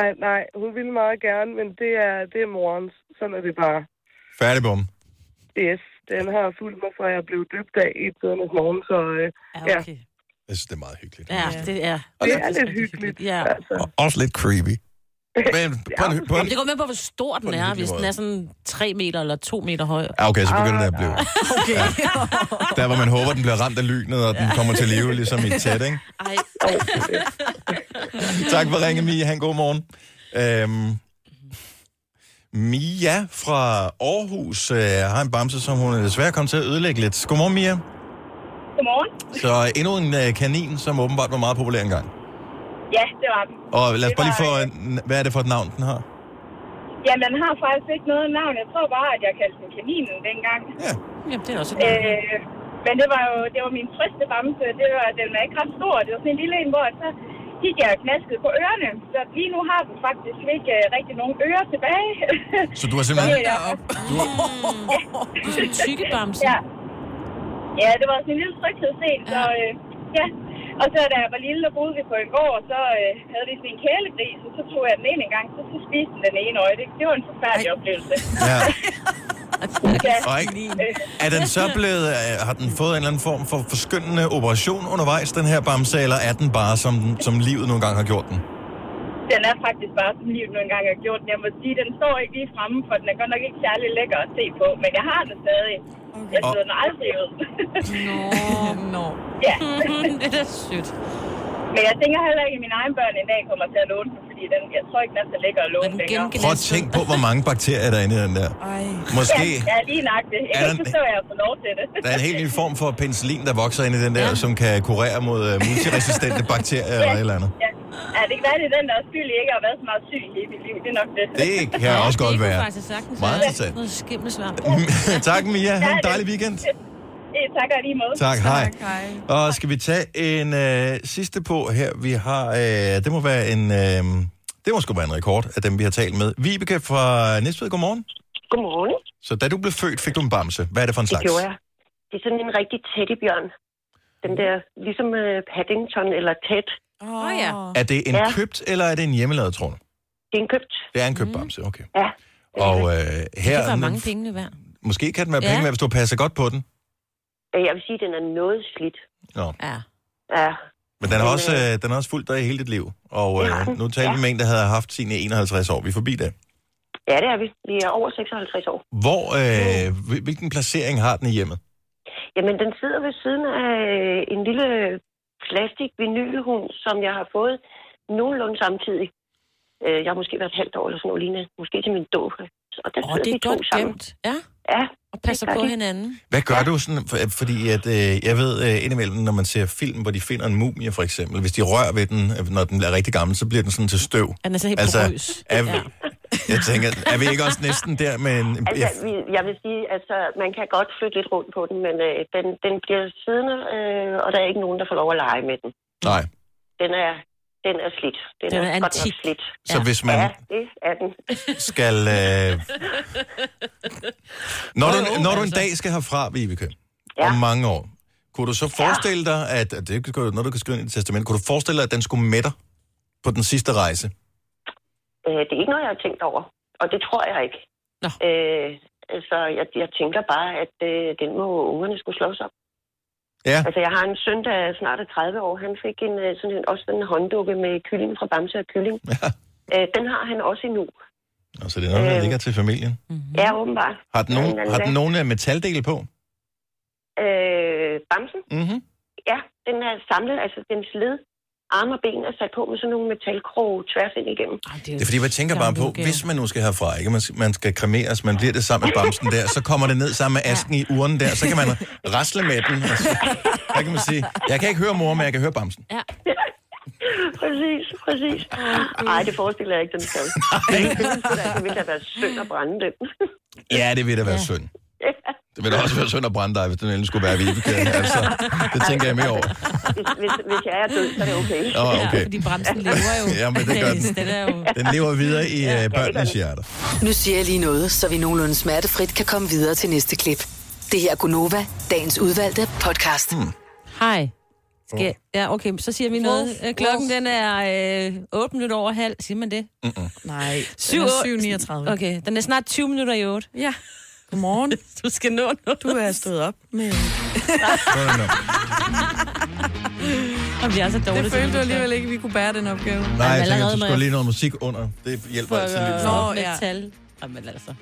Speaker 13: Ej, nej, hun ville meget gerne, men det er, det er morens. Sådan er det bare.
Speaker 1: Færdig, bum.
Speaker 13: Yes, den har fulgt mig, fra jeg blev døbt af i tidernes morgen, så øh, ja. Okay.
Speaker 1: Jeg synes, det er meget hyggeligt.
Speaker 3: Ja, det er.
Speaker 13: Det er lidt hyggeligt.
Speaker 3: Ja.
Speaker 12: altså.
Speaker 1: Og også lidt creepy. Men på en, på
Speaker 3: Jamen,
Speaker 1: en,
Speaker 3: det går med på, hvor stor
Speaker 1: på
Speaker 3: den
Speaker 1: en
Speaker 3: er,
Speaker 1: hyggelig
Speaker 3: hvis den
Speaker 1: måde.
Speaker 3: er sådan 3 meter eller 2 meter høj.
Speaker 1: Ja, okay, så
Speaker 13: Ah,
Speaker 1: begynder det at blive...
Speaker 3: Okay.
Speaker 1: Der, hvor man håber, den bliver ramt af lynet, og den kommer til live, ligesom i tæt, ikke?
Speaker 3: Ej.
Speaker 1: Tak for ringen, Mia. Han god morgen. Øhm, Mia fra Aarhus øh, har en bamse, som hun desværre kom til at ødelægge lidt. Godmorgen, Mia.
Speaker 14: Godmorgen.
Speaker 1: Så endnu en øh, kanin, som åbenbart var meget populær engang.
Speaker 14: Ja, det var den.
Speaker 1: Og lad os
Speaker 14: Det
Speaker 1: bare lige
Speaker 14: var,
Speaker 1: få...
Speaker 14: øh,
Speaker 1: øh, Hvad er det for et navn, den har?
Speaker 14: Jamen, den har faktisk ikke noget navn. Jeg tror bare, at jeg kaldte den kaninen dengang.
Speaker 1: Ja.
Speaker 3: Jamen, det er også
Speaker 14: øh, Men det var jo det var min første bamse. Det var, den var ikke ret stor. Det var sådan en lille en, hvor så gik jeg og knaskede på ørerne. Så lige nu har den faktisk ikke øh, rigtig nogen ører tilbage.
Speaker 1: Så du har simpelthen-
Speaker 14: Ja, ja.
Speaker 3: Du er sådan en tykkebamse.
Speaker 14: Ja. ja, det var sådan en lille tryghedsscen, så øh, ja. Og så da jeg var lille, der boede vi på en gård, og så øh, havde vi sådan en kælegris, og så tog jeg den ind en gang, så, så spiste den den ene øje. Det, det var en forfærdelig oplevelse.
Speaker 1: Ja.
Speaker 14: ja.
Speaker 1: Og ikke-
Speaker 14: Øh,
Speaker 1: Er den så blevet... øh, Har den fået en eller anden form for forskyndende operation undervejs, den her bamse, eller er den bare, som, den- som livet nogle gange har gjort den?
Speaker 14: Den er faktisk bare, som livet nu engang har gjort. Jeg må sige, den står ikke lige fremme, for den er godt nok ikke særlig lækker at se på, men jeg har den stadig. Jeg
Speaker 1: Og-
Speaker 14: sidder den aldrig ud.
Speaker 3: Nå,
Speaker 15: nå.
Speaker 14: Ja.
Speaker 3: det er da sødt.
Speaker 14: Men jeg tænker heller ikke, at mine egne børn en dag kommer til at låne den, fordi den, jeg tror ikke, den er så lækker at låne den.
Speaker 1: Prøv at tænke på, hvor mange bakterier der er inde i den der. Måske...
Speaker 14: Ja, ja lige nok det. Jeg
Speaker 1: Er
Speaker 14: kan
Speaker 1: den-
Speaker 14: ikke forstå, at jeg har fået lov til det.
Speaker 1: Der er en helt ny form for penicillin, der vokser ind i den der, ja. som kan kurere mod uh, multiresistente bakterier eller et eller andet.
Speaker 14: Ja. ja, det kan være, det er den, der er skyld i ikke at have været så meget syg i hele mit liv. Det er nok det.
Speaker 1: Det kan Ja, også det godt kunne være. faktisk
Speaker 3: sagtens
Speaker 1: Meget være. interessant.
Speaker 3: Noget skimmelsvamp.
Speaker 1: tak, Mia. Ha' en dejlig weekend.
Speaker 14: Eh, tak og i lige måde.
Speaker 1: Tak, hej. Og skal vi tage en øh, sidste på her? Vi har, øh, det må være en, øh, det må sgu være en rekord af dem, vi har talt med. Vibeke fra Næstved, godmorgen.
Speaker 16: Godmorgen.
Speaker 1: Så da du blev født, fik du en bamse. Hvad er det for en
Speaker 16: Det
Speaker 1: slags?
Speaker 16: gjorde jeg. Det er sådan en rigtig teddybjørn. Den der, ligesom uh, Paddington eller Ted. Åh oh, ja.
Speaker 1: Er det en
Speaker 16: ja,
Speaker 1: ja. købt, eller er det en hjemmelavet, tror du?
Speaker 16: det er en købt.
Speaker 1: Det er en købt bamse, okay.
Speaker 16: Ja.
Speaker 1: Og øh,
Speaker 3: Det
Speaker 1: her,
Speaker 3: var mange pengene værd.
Speaker 1: måske kan den være
Speaker 16: Ja.
Speaker 1: penge, ja. hvis du passer godt på den.
Speaker 16: Øh, Jeg vil sige, den er noget slidt.
Speaker 1: Nå.
Speaker 3: Ja.
Speaker 16: Ja.
Speaker 1: Men den har også, øh, den har også fulgt dig i hele dit liv. Og
Speaker 16: Det har
Speaker 1: øh,
Speaker 16: den,
Speaker 1: nu talte vi
Speaker 16: ja.
Speaker 1: med en, der havde haft sine 51 år. Vi er forbi det.
Speaker 16: ja, det er vi. Vi er over 56 år.
Speaker 1: Hvor, øh,
Speaker 16: Mm.
Speaker 1: hvil- hvilken placering har den i hjemmet?
Speaker 16: Jamen, den sidder ved siden af øh, en lille plastik vinylhund, som jeg har fået nogenlunde samtidig. Øh, Jeg har måske været et halvt år eller sådan noget lignende. Måske til min dåb. Og der
Speaker 3: Åh,
Speaker 16: sidder
Speaker 3: det er
Speaker 16: vi to
Speaker 3: godt
Speaker 16: sammen.
Speaker 3: gemt. Ja.
Speaker 16: Ja.
Speaker 3: Og passer
Speaker 16: det gør
Speaker 3: på
Speaker 16: de.
Speaker 3: hinanden.
Speaker 1: Hvad gør ja. du sådan, for, fordi at, øh, jeg ved øh, indimellem, når man ser film, hvor de finder en mumie for eksempel, hvis de rører ved den, øh, når den er rigtig gammel, så bliver den sådan til støv.
Speaker 3: Den er sådan helt porøs.
Speaker 1: Altså, er, ja. Jeg tænker, er vi ikke også næsten der med en...
Speaker 16: Altså, vi, jeg vil sige, altså, man kan godt flytte lidt rundt på den, men øh, den, den bliver siddende, øh, og der er ikke nogen, der får lov at lege med den.
Speaker 1: Nej.
Speaker 16: Den er, den er slidt. Den,
Speaker 1: Den
Speaker 16: den
Speaker 1: er
Speaker 16: er, er godt nok
Speaker 1: antik.
Speaker 16: slidt.
Speaker 1: Så hvis man-
Speaker 16: Ja, det er den.
Speaker 1: Skal, øh, når,
Speaker 16: Jo,
Speaker 1: du,
Speaker 16: jo,
Speaker 1: når du en
Speaker 16: altså.
Speaker 1: dag skal herfra, Vibeke, ja. om mange år, kunne du så forestille dig, at, at det er noget, du kan skrive ind i et testament, kunne du forestille dig, at den skulle med dig på den sidste rejse?
Speaker 16: Øh, det er ikke noget, jeg har tænkt over, og det tror jeg ikke.
Speaker 3: Nå.
Speaker 16: Øh, Altså, jeg, jeg tænker bare, at øh, den må ungerne skulle slås op.
Speaker 1: Ja.
Speaker 16: Altså, jeg har en søn, der er snart er 30 år. Han fik en, øh, sådan en, også sådan en hånddukke med kylling fra Bamse og Kylling.
Speaker 1: Ja.
Speaker 16: Øh, den har han også endnu.
Speaker 1: Altså, det er noget, der ligger til familien.
Speaker 16: Mm-hmm. Ja, åbenbart.
Speaker 1: Har den nogen,
Speaker 16: Men den
Speaker 1: har
Speaker 16: er-
Speaker 1: den nogen øh, metaldele på?
Speaker 16: Øh, Bamsen?
Speaker 1: Mm-hmm.
Speaker 16: Ja, den er samlet, altså dens led, arme og ben er sat på med sådan nogle metalkroge tværs ind igennem. Ej,
Speaker 1: Det er fordi, jeg tænker bare på, hvis man nu skal herfra, ikke? Man, skal, man skal kremeres, man bliver det sammen med bamsen der, så kommer det ned sammen med asken i urnen der, så kan man rasle med den. og så- Hvad kan man sige? Jeg kan ikke høre mor, men jeg kan høre bamsen.
Speaker 3: Ja.
Speaker 16: præcis, præcis. Ej, det forestiller jeg ikke, den skal. Nej. Det ville da være synd at brænde den.
Speaker 1: Ja, det vil da være synd. Det vil da også være synd at brænde dig, hvis den endelig skulle være vibekæden. Altså, det tænker jeg mere over.
Speaker 16: Hvis, hvis, hvis jeg er død, så er det okay.
Speaker 1: Åh, okay. Ja, fordi
Speaker 3: bremsen lever jo.
Speaker 1: Ja, men det gør den.
Speaker 3: Den er jo...
Speaker 1: Den lever videre i øh, børnenes hjerter.
Speaker 5: Nu siger jeg lige noget, så vi nogenlunde smertefrit kan komme videre til næste klip. Det her er Gunova, dagens udvalgte podcast. Hmm.
Speaker 3: Hej. Skal... Ja, okay, så siger vi noget. Øh, Klokken den er øh, 8 minutter over halv. Siger man det?
Speaker 2: Nej,
Speaker 3: Syv-
Speaker 2: den er 7.39.
Speaker 3: Okay, den er snart 20 minutter i 8.
Speaker 2: Ja. Godmorgen.
Speaker 3: Du skal nå noget.
Speaker 2: Du er stået op med...
Speaker 3: Og vi er så dårlige til
Speaker 2: Det følte du
Speaker 3: mennesker.
Speaker 2: alligevel ikke, at vi kunne bære den opgave.
Speaker 1: Nej, jeg tænker, du skulle lige noget musik under. Det hjælper altid lidt.
Speaker 3: Nå, ja. Tal. Jamen altså.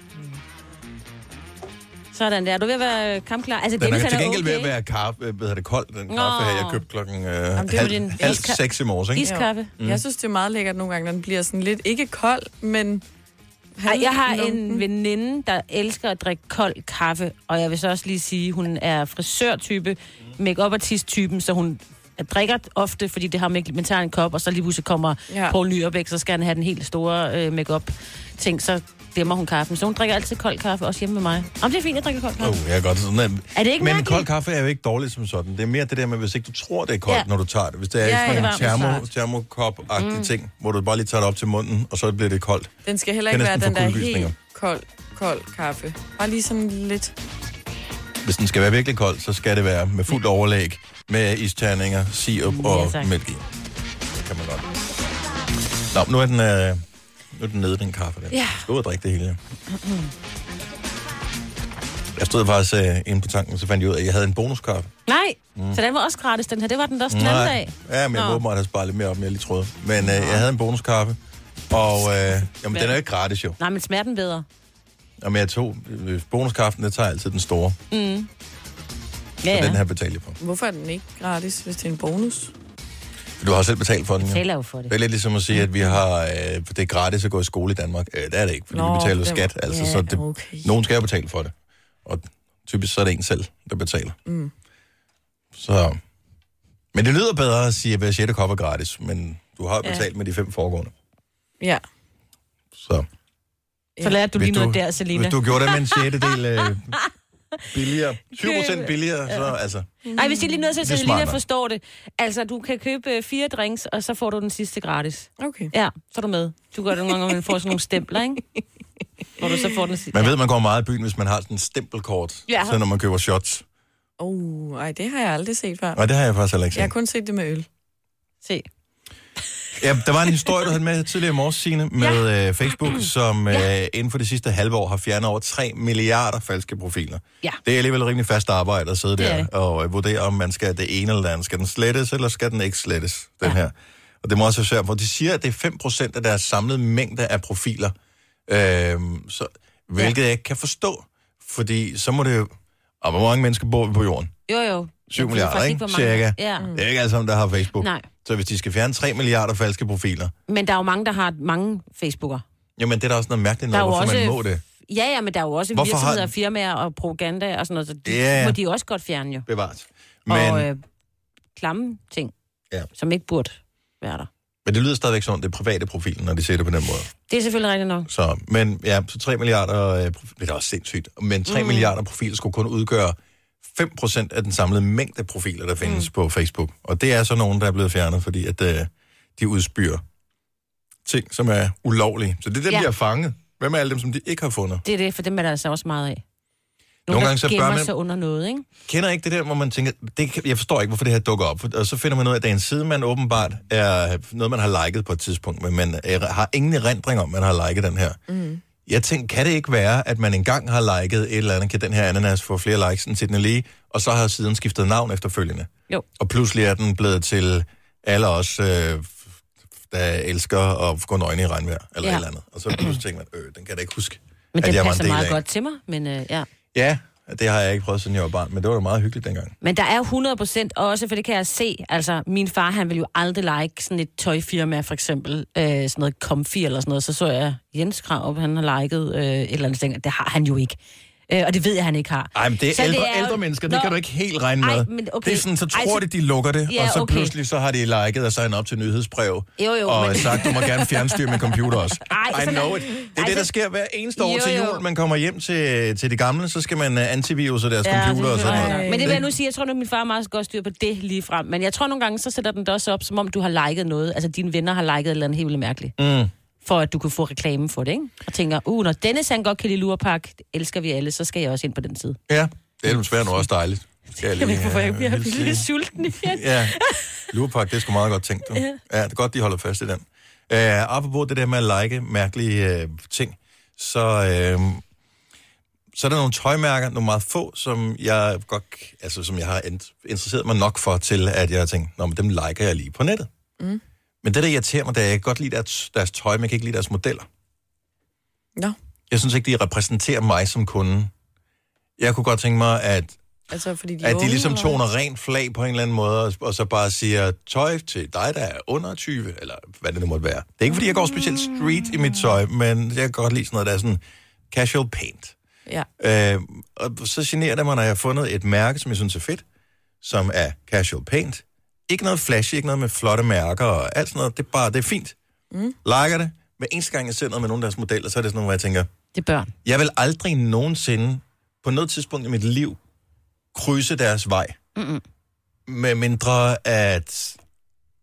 Speaker 3: Sådan der. Du er ved at være øh, kampklar. Altså,
Speaker 1: Den
Speaker 3: Dennis,
Speaker 1: er
Speaker 3: han
Speaker 1: til gengæld
Speaker 3: okay.
Speaker 1: ved at være karp, øh, hvad hedder det, kold, den
Speaker 3: Nå.
Speaker 1: kaffe her, jeg købte klokken øh,
Speaker 2: Jamen, det er jo din
Speaker 1: halv, halv
Speaker 2: iska-
Speaker 1: seks i morges, ikke?
Speaker 2: Mm. Jeg synes, det er meget lækkert nogle gange, når den bliver sådan lidt, ikke kold, men...
Speaker 3: Ej, jeg har en veninde, der elsker at drikke kold kaffe, og jeg vil så også lige sige, hun er frisørtype, make artist typen så hun drikker ofte, fordi det har man ikke, man tager en kop, og så lige pludselig kommer
Speaker 2: Ja.
Speaker 3: ja. Poul Nyrbæk, så skal han have den helt store øh, make ting, så glemmer hun kaffen. Så hun drikker altid kold kaffe, også hjemme med mig. Om det er fint, jeg drikker kold kaffe.
Speaker 1: Oh, jeg er godt sådan, at...
Speaker 3: Er det
Speaker 1: Men
Speaker 3: ikke mærkeligt?
Speaker 1: kold kaffe er jo ikke dårligt som sådan. Det er mere det der med, hvis ikke du tror, det er koldt,
Speaker 3: Ja.
Speaker 1: ja. når du tager det. Hvis det er ja,
Speaker 2: Ja,
Speaker 1: sådan
Speaker 2: ja,
Speaker 1: en
Speaker 2: det var
Speaker 1: termo,
Speaker 2: klart.
Speaker 1: termokop-agtig
Speaker 2: Mm.
Speaker 1: mm. ting, hvor du bare lige tager det op til munden, og så bliver det koldt.
Speaker 2: Den skal heller
Speaker 1: Kan
Speaker 2: ikke være
Speaker 1: næsten
Speaker 2: den
Speaker 1: få
Speaker 2: der
Speaker 1: kuldegysninger.
Speaker 2: helt kold, kold kaffe. Bare lige sådan lidt...
Speaker 1: Hvis den skal være virkelig kold, så skal det være med fuldt overlæg, med isterninger, sirup
Speaker 3: Mm, Ja,
Speaker 1: og
Speaker 3: tak.
Speaker 1: mælk i. Det kan man godt. Nå, nu er den, øh, nu er den nede, den kaffe der.
Speaker 3: Ja.
Speaker 1: Skal ud og drikke det hele. Jeg stod faktisk øh, inde på tanken, så fandt jeg ud af, at jeg havde en bonuskaffe.
Speaker 3: Nej,
Speaker 1: Mm.
Speaker 3: mm. så den var også gratis, den her. Det var den da også den anden dag.
Speaker 1: Ja, men jeg
Speaker 3: Nå.
Speaker 1: håber, at jeg sparer lidt mere op, end jeg lige troede. Men øh, jeg havde en bonuskaffe, og øh, jamen, den er jo ikke gratis jo.
Speaker 3: Nej, men smerten bedre.
Speaker 1: Jamen, jeg tog øh, bonuskaffen, det tager jeg altid den store.
Speaker 3: Mm.
Speaker 1: Ja,
Speaker 3: Ja,
Speaker 1: ja.
Speaker 3: ja.
Speaker 1: Den her betaler jeg på.
Speaker 2: Hvorfor er den ikke gratis, hvis det er en bonus?
Speaker 1: Du har selv betalt for den, jo.
Speaker 3: Betaler jo for det.
Speaker 1: Det er lidt ligesom at sige, at vi har, øh, det er gratis at gå i skole i Danmark. Øh, det er det ikke, fordi Nå,
Speaker 2: Nå,
Speaker 1: vi betaler jo
Speaker 2: det-
Speaker 1: skat. Altså,
Speaker 2: ja,
Speaker 1: så det,
Speaker 2: okay.
Speaker 1: Nogen skal jo betale for det. Og typisk så er det en selv, der betaler.
Speaker 2: Mm.
Speaker 1: Så. Men det lyder bedre at sige, at hver sjette kop er gratis, men du har betalt ja. med de fem foregående.
Speaker 2: Ja.
Speaker 1: Så.
Speaker 3: Så lærte du
Speaker 1: Hvis
Speaker 3: lige noget der, Selina.
Speaker 1: Hvis du gjorde det med en sjettedel øh, billigere, 20 procent billigere, så altså...
Speaker 3: Nej, Mm. hvis jeg lige nødt til,
Speaker 1: Det
Speaker 3: så
Speaker 1: er
Speaker 3: Selina
Speaker 1: smart nok.
Speaker 3: forstår det. Altså, du kan købe øh, fire drinks, og så får du den sidste gratis.
Speaker 2: Okay.
Speaker 3: Ja, så er du med. Du gør det nogle gange, når man får sådan nogle stempler, ikke? Hvor du så får den sidste.
Speaker 1: Man ved, man går meget i byen, hvis man har sådan en stempelkort,
Speaker 2: Ja.
Speaker 1: ja. så når man køber shots.
Speaker 2: Oh, ej, det har jeg aldrig set før.
Speaker 1: Og det har jeg faktisk heller ikke
Speaker 2: Jeg har
Speaker 1: set.
Speaker 2: kun set det med øl.
Speaker 3: Se.
Speaker 1: Ja, der var en historie, du havde med tidligere i morges, Signe, med ja. øh,
Speaker 3: Mm.
Speaker 1: Facebook, som øh, inden for det sidste halve år har fjernet over 3 milliarder falske profiler.
Speaker 3: Ja.
Speaker 1: Det er alligevel rimelig fast arbejde at sidde
Speaker 3: Det er
Speaker 1: der
Speaker 3: det.
Speaker 1: og øh, vurdere, om man skal det ene eller det andet. Skal den slettes, eller skal den ikke slettes, den her? Og det må også være svært, for de siger, at det er 5% af deres samlede mængde af profiler, øh, så, hvilket ja. jeg ikke kan forstå, fordi så må det jo... Og hvor mange mennesker bor vi på jorden?
Speaker 3: Jo, jo.
Speaker 1: 7
Speaker 3: Jeg ved
Speaker 1: milliarder,
Speaker 3: faktisk
Speaker 1: ikke?
Speaker 3: hvor mange-
Speaker 1: Cirka.
Speaker 3: Ja.
Speaker 1: Det er ikke alle sammen, der har Facebook.
Speaker 3: Nej.
Speaker 1: Så hvis de skal fjerne 3 milliarder falske profiler,
Speaker 3: Men der er jo mange, der har mange Facebooker.
Speaker 1: Jamen, det er da også noget mærkeligt
Speaker 3: Der er
Speaker 1: noget,
Speaker 3: jo
Speaker 1: hvorfor også... man
Speaker 3: også-
Speaker 1: må det.
Speaker 3: Ja, ja, men der er jo også
Speaker 1: Hvorfor har
Speaker 3: virksomheder,
Speaker 1: den-
Speaker 3: og firmaer og propaganda og sådan noget, så det
Speaker 1: Ja.
Speaker 3: må de jo også godt fjerne jo.
Speaker 1: Bevaret. Men,
Speaker 3: Og
Speaker 1: og,
Speaker 3: øh, klamme ting,
Speaker 1: Ja.
Speaker 3: som ikke burde være der.
Speaker 1: men det lyder stadigvæk sådan, det er private profilen, når de ser det på den måde.
Speaker 3: Det er selvfølgelig rigtigt nok.
Speaker 1: Så, men ja, så 3 milliarder, øh, prof- det er da også sindssygt, men 3
Speaker 3: Mm.
Speaker 1: mm. milliarder profiler skulle kun udgøre 5% af den samlede mængde profiler, der findes mm. på Facebook. Og det er så nogen, der er blevet fjernet, fordi at øh, de udspyrer ting, som er ulovlige. Så det er dem,
Speaker 3: Ja.
Speaker 1: ja. de har fanget. Hvem er alle dem, som de ikke har fundet?
Speaker 3: Det er det, for dem er der altså også meget af.
Speaker 1: Nogle
Speaker 3: der
Speaker 1: gange så bør
Speaker 3: gemmer
Speaker 1: man-
Speaker 3: sig under noget, ikke?
Speaker 1: Kender I ikke det der, hvor man tænker, det, kan- jeg forstår ikke, hvorfor det her dukker op. Og så finder man ud af, at det er en side, man åbenbart er noget, man har liket på et tidspunkt, men man er, har ingen erindring om, man har liket den her.
Speaker 4: Mm.
Speaker 1: jeg tænkte, kan det ikke være, at man engang har liket et eller andet, kan den her ananas få flere likes end til den er lige, og så har siden skiftet navn efterfølgende?
Speaker 3: Jo.
Speaker 1: Og pludselig er den blevet til alle os, øh, der elsker at gå nøgne i regnvejr, eller ja.
Speaker 3: Ja.
Speaker 1: et eller andet. Og så pludselig tænker man, øh, den kan jeg da ikke huske,
Speaker 3: Men det
Speaker 1: jeg
Speaker 3: passer meget
Speaker 1: af.
Speaker 3: godt til mig, men øh, ja.
Speaker 1: Ja, det har jeg ikke prøvet, siden jeg var barn, men det var da meget hyggeligt dengang.
Speaker 3: Men der er 100 procent også, for det kan jeg se, altså min far, han ville jo aldrig like sådan et tøjfirma, for eksempel øh, sådan noget Comfy eller sådan noget. Så så jeg Jens Krav, han har liket øh, et eller andet ting, det har han jo ikke. Øh, og det ved jeg, han ikke har.
Speaker 1: Ej, men det er,
Speaker 3: Så
Speaker 1: ældre,
Speaker 3: jo-
Speaker 1: ældre mennesker, det
Speaker 3: Nå.
Speaker 1: kan du ikke helt regne med.
Speaker 3: Ej, men okay.
Speaker 1: Det er sådan, så
Speaker 3: Ej,
Speaker 1: tror Ej,
Speaker 3: så-
Speaker 1: de, de lukker det,
Speaker 3: Ja,
Speaker 1: og så
Speaker 3: okay.
Speaker 1: pludselig så har de liket og signet op til nyhedsbrev,
Speaker 3: Jo, jo,
Speaker 1: og
Speaker 3: men-
Speaker 1: sagt, du må gerne fjernstyre min computer også.
Speaker 3: Ej,
Speaker 1: I
Speaker 3: sådan
Speaker 1: know
Speaker 3: er-
Speaker 1: it. Det er
Speaker 3: Ej,
Speaker 1: det, der
Speaker 3: så-
Speaker 1: sker hver eneste år
Speaker 3: Jo,
Speaker 1: til
Speaker 3: jo.
Speaker 1: jul. Man kommer hjem til, til de gamle, så skal man øh, antivirus deres
Speaker 3: Ja,
Speaker 1: computer og sådan
Speaker 3: selvfølgelig.
Speaker 1: noget.
Speaker 3: Men det vil jeg nu sige, jeg tror nu, min far er meget godt styr på det lige frem. Men jeg tror nogle gange, så sætter den det også op, som om du har liket noget. Altså dine venner har liket et eller andet helt vildt mærkeligt.
Speaker 1: Mm.
Speaker 3: For at du kan få reklame for det, ikke? Og tænker, uh, når Dennis han godt kan lide lurepak, det elsker vi alle, så skal jeg også ind på den side.
Speaker 1: Ja, det er desværre nu også dejligt. Skal
Speaker 3: Jeg ved ikke, hvorfor
Speaker 1: øh,
Speaker 3: jeg bliver
Speaker 1: hilse
Speaker 3: lidt
Speaker 1: sige.
Speaker 3: sulten igen.
Speaker 1: Ja, Lurepak, det er sgu meget godt tænkt, du.
Speaker 3: Ja.
Speaker 1: Ja, det er godt, de holder fast i den. Uh, apropos det der med at like mærkelige uh, ting, så, uh, så er der nogle tøjmærker, nogle meget få, som jeg godt, k- altså, som jeg har int- interesseret mig nok for, til at jeg har tænkt, nå, men dem liker jeg lige på nettet.
Speaker 2: Mm.
Speaker 1: Men det, der irriterer mig, det er, at jeg kan godt lide deres, deres tøj, men jeg kan ikke lide deres modeller.
Speaker 2: Nå.
Speaker 1: Jeg synes ikke, de repræsenterer mig som kunde. Jeg kunne godt tænke mig, at
Speaker 2: Altså, fordi
Speaker 1: at
Speaker 2: de er
Speaker 1: de
Speaker 2: unge,
Speaker 1: ligesom
Speaker 2: eller hvad?
Speaker 1: toner rent flag på en eller anden måde, og- og så bare siger tøj til dig, der er under 20, eller hvad det nu måtte være. Det er ikke, fordi jeg går specielt street i mit tøj, men jeg kan godt lide sådan noget, der er sådan casual paint.
Speaker 2: Ja.
Speaker 1: Øh, og så generer det mig, når jeg har fundet et mærke, som jeg synes er fedt, som er casual paint. Ikke noget flashy, ikke noget med flotte mærker og alt sådan noget. Det er bare, det er fint.
Speaker 3: Mm.
Speaker 1: Liker det. Hver eneste gang, jeg ser noget med nogle af deres modeller, så er det sådan noget, hvor jeg tænker,
Speaker 3: Det er børn.
Speaker 1: jeg vil aldrig nogensinde, på noget tidspunkt i mit liv, krydse deres vej.
Speaker 3: Mm-mm.
Speaker 1: Med mindre at... Jeg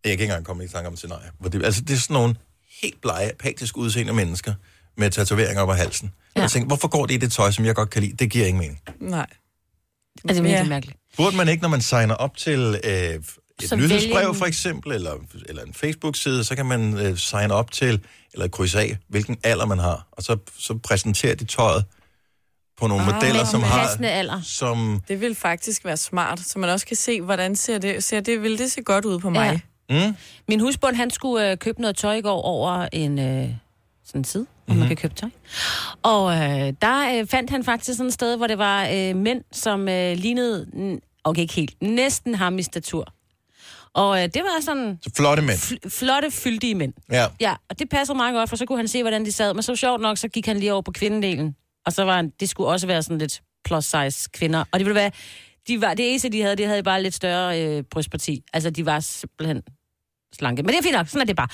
Speaker 1: kan ikke engang komme i tanke om et scenarie. Hvor det, altså, det er sådan nogle helt blege, apatisk udseende mennesker med tatoveringer op ad halsen. Ja. Jeg tænker, hvorfor går det i det tøj, som jeg godt kan lide? Det giver ingen mening.
Speaker 2: Nej.
Speaker 3: Altså, det er virkelig
Speaker 2: Ja.
Speaker 3: mærkeligt.
Speaker 1: Burde man ikke, når man signer op til øh, et
Speaker 3: Så
Speaker 1: så
Speaker 3: vælge
Speaker 1: nyhedsbrev
Speaker 3: en-
Speaker 1: for eksempel, eller, eller en Facebook-side, så kan man øh, signe op til, eller krydse af, hvilken alder man har. Og så, så præsenterer de tøjet på nogle
Speaker 2: Ah,
Speaker 1: ah, modeller,
Speaker 2: med
Speaker 1: som har...
Speaker 2: passende
Speaker 3: alder.
Speaker 1: Som,
Speaker 2: Det vil faktisk være smart, så man også kan se, hvordan ser det, ser det, vil det se godt ud på mig.
Speaker 3: Ja.
Speaker 2: Ja.
Speaker 1: mm?
Speaker 3: Min husbund, han skulle øh, købe noget tøj i går over en øh, sådan en side, hvor mm-hmm. man kan købe tøj. Og øh, der øh, fandt han faktisk sådan et sted, hvor det var øh, mænd, som øh, lignede, n- okay ikke helt, næsten ham i statur. Og øh, det var sådan...
Speaker 1: Så flotte mænd.
Speaker 3: Fl- flotte, fyldige mænd.
Speaker 1: Ja.
Speaker 3: Ja, og det passede meget godt, for så kunne han se, hvordan de sad. Men så sjovt nok, så gik han lige over på kvindedelen. Og så var han, det skulle også være sådan lidt plus size kvinder. Og det ville være, de var, det eneste, de havde, det havde bare lidt større øh, brystparti. Altså, de var simpelthen slanke. Men det er fint nok, sådan er det bare.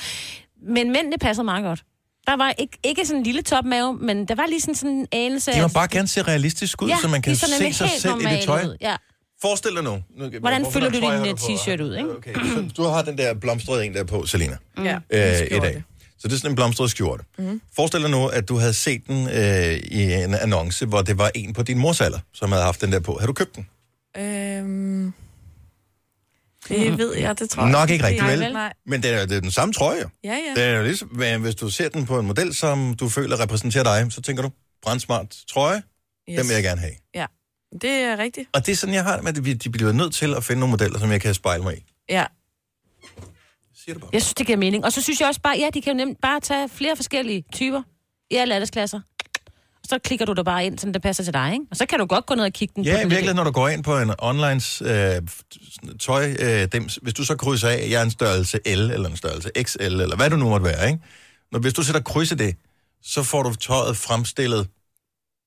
Speaker 3: Men mændene passede meget godt. Der var ikke, ikke sådan en lille topmave, men der var lige sådan, sådan en anelse
Speaker 1: De må bare gerne se realistisk ud, ja, så man kan
Speaker 3: de så
Speaker 1: se
Speaker 3: nemlig
Speaker 1: sig
Speaker 3: helt
Speaker 1: selv i det
Speaker 3: normale
Speaker 1: tøj.
Speaker 3: ud, Ja.
Speaker 1: Forestil dig nu. nu
Speaker 3: Hvordan
Speaker 1: hvorfor
Speaker 3: fylder
Speaker 1: langt
Speaker 3: du
Speaker 1: trøje
Speaker 3: din,
Speaker 1: har
Speaker 3: øh,
Speaker 1: på?
Speaker 3: t-shirt ud, ikke?
Speaker 1: Okay, så du har den der blomstrede en der på, Selina,
Speaker 2: Ja.
Speaker 1: øh, i dag. Så det er sådan en blomstret skjorte.
Speaker 2: Mhm.
Speaker 1: Mm. Forestil dig nu, at du havde set den øh, i en annonce, hvor det var en på din mors alder, som havde haft den der på. Har du købt den?
Speaker 2: Øhm, det ved jeg, det tror jeg.
Speaker 1: Nok ikke rigtigt,
Speaker 2: Nej,
Speaker 1: vel?
Speaker 2: Nej.
Speaker 1: Men det er, det er den samme trøje. jo.
Speaker 2: Ja, ja.
Speaker 1: Det er jo ligesom, men hvis du ser den på en model, som du føler repræsenterer dig, så tænker du, brandsmart trøje, yes. den vil jeg gerne have.
Speaker 2: Ja, det er rigtigt.
Speaker 1: Og det er sådan, jeg har det med, at vi- de bliver nødt til at finde nogle modeller, som jeg kan spejle mig i.
Speaker 2: Ja.
Speaker 3: Jeg synes, det giver mening. Og så synes jeg også bare, ja, de kan jo nemt bare tage flere forskellige typer i alle aldersklasser. Så klikker du der bare ind, sådan det passer til dig, ikke? Og så kan du godt gå ned og kigge den.
Speaker 1: Ja,
Speaker 3: på
Speaker 1: i
Speaker 3: den
Speaker 1: virkeligheden, når du går ind på en online øh, f- tøj, øh, dem, hvis du så krydser af, jeg er en størrelse L, eller en størrelse XL, eller hvad du nu måtte være, ikke? Når, hvis du sætter kryds i det, så får du tøjet fremstillet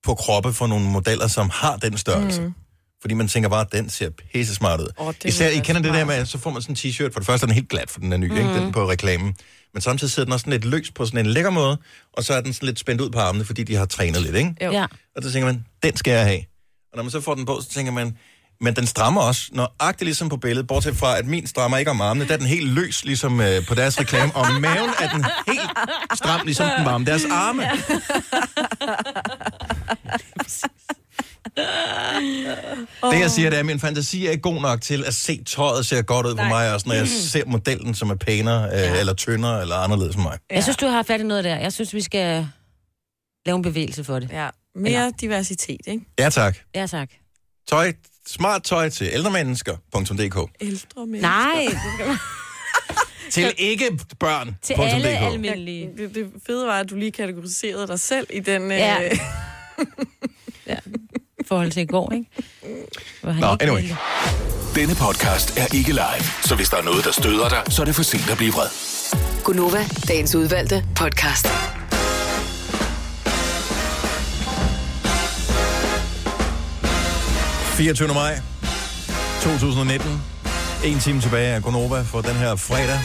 Speaker 1: på kroppe for nogle modeller, som har den størrelse. Mm. Fordi man tænker bare, at den ser pisse smart ud. Oh, Især, I kender det der med, at så får man sådan en t-shirt. For det første er den helt glat, for den er ny, mm. ikke? Den på reklamen. Men samtidig sidder den også sådan lidt løs på sådan en lækker måde, og så er den sådan lidt spændt ud på armene, fordi de har trænet lidt, ikke?
Speaker 3: Jo. Ja.
Speaker 1: Og så tænker man, den skal jeg have. Og når man så får den på, så tænker man, men den strammer også, nøjagtigt ligesom på billedet, bortset fra, at min strammer ikke om armene, der er den helt løs, ligesom øh, på deres reklame, og maven er den helt stram, ligesom den var om deres arme. Det, jeg siger, det er, at min fantasi er ikke god nok til at se tøjet ser godt ud på mig, også når
Speaker 2: Mm.
Speaker 1: jeg ser modellen, som er pænere, øh, eller tyndere, eller anderledes end mig.
Speaker 3: Jeg synes, du har fat i noget der. Jeg synes, vi skal Lav en bevægelse for det.
Speaker 2: Ja, mere Eller... diversitet, ikke?
Speaker 1: Ja, tak.
Speaker 3: Ja, tak.
Speaker 1: Tøj, smart tøj til ældremennesker.dk.
Speaker 2: Ældre mennesker.
Speaker 3: Nej.
Speaker 1: Til ikke børn.
Speaker 2: Til alle almindelige. Det, det fede var, at du lige kategoriserede dig selv i den...
Speaker 3: Ja.
Speaker 2: Øh...
Speaker 3: ja. I forhold til i går, ikke? Hvor han
Speaker 6: Nå,
Speaker 3: ikke
Speaker 6: anyway.
Speaker 3: ville.
Speaker 6: Denne podcast er ikke live, så hvis der er noget, der støder dig, så er det for sent at blive vred.
Speaker 5: Gunova, dagens udvalgte podcast.
Speaker 1: .dk. 24. maj 2019. En time tilbage af Gonova for den her fredag.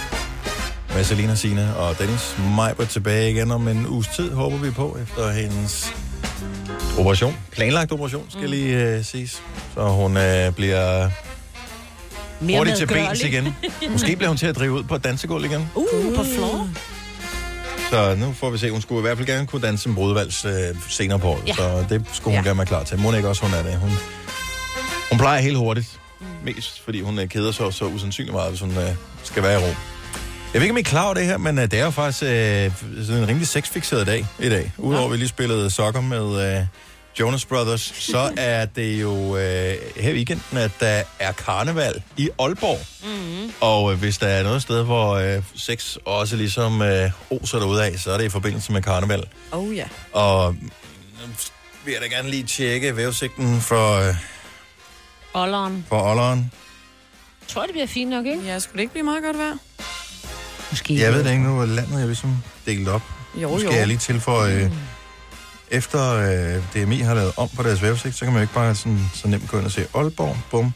Speaker 1: Med Selina, Sine og Dennis. Majbert tilbage igen om en uges tid, håber vi på, efter hendes operation. Planlagt operation,
Speaker 4: Mm.
Speaker 1: skal lige øh, siges. Så hun øh, bliver
Speaker 4: Mere
Speaker 1: hurtigt til bens
Speaker 4: medgørlig.
Speaker 1: igen. Måske bliver hun til at drive ud på et dansegulv igen.
Speaker 4: Uh, på floor.
Speaker 1: Så nu får vi se. Hun skulle i hvert fald gerne kunne danse en brudevals øh, senere på året,
Speaker 4: Ja.
Speaker 1: ja. så det skulle hun ja. gerne være klar til. Må ikke også, hun er det. Hun, hun plejer helt hurtigt. Mest fordi hun øh, keder sig så usandsynligt meget, hvis hun øh, skal være i ro. Jeg ved ikke, om I er klar over det her, men øh, det er jo faktisk øh, sådan en rimelig sexfixeret dag i dag. Udover ja. vi lige spillede sokker med øh, Jonas Brothers, så er det jo øh, her i weekenden, at der er karneval i Aalborg.
Speaker 3: Mm-hmm.
Speaker 4: Mm.
Speaker 1: Og øh, hvis der er noget sted, hvor øh, sex også ligesom øh, oser derude af, så er det i forbindelse med karneval.
Speaker 2: Oh ja.
Speaker 1: Og nu vil jeg da gerne lige tjekke vævesigten for, øh,
Speaker 3: Olleren.
Speaker 1: for olderen.
Speaker 3: Jeg tror, det bliver fint nok, ikke?
Speaker 2: Ja, skulle det ikke blive meget godt vejr?
Speaker 3: Måske.
Speaker 1: Jeg ved det ikke nu, hvor landet er ligesom delt op.
Speaker 2: Jo,
Speaker 1: nu skal
Speaker 2: jo.
Speaker 1: jeg lige tilføje, øh,
Speaker 3: Mm.
Speaker 1: efter øh, DMI har lavet om på deres vævesigt, så kan man jo ikke bare sådan, så nemt gå ind og se Aalborg. Bum.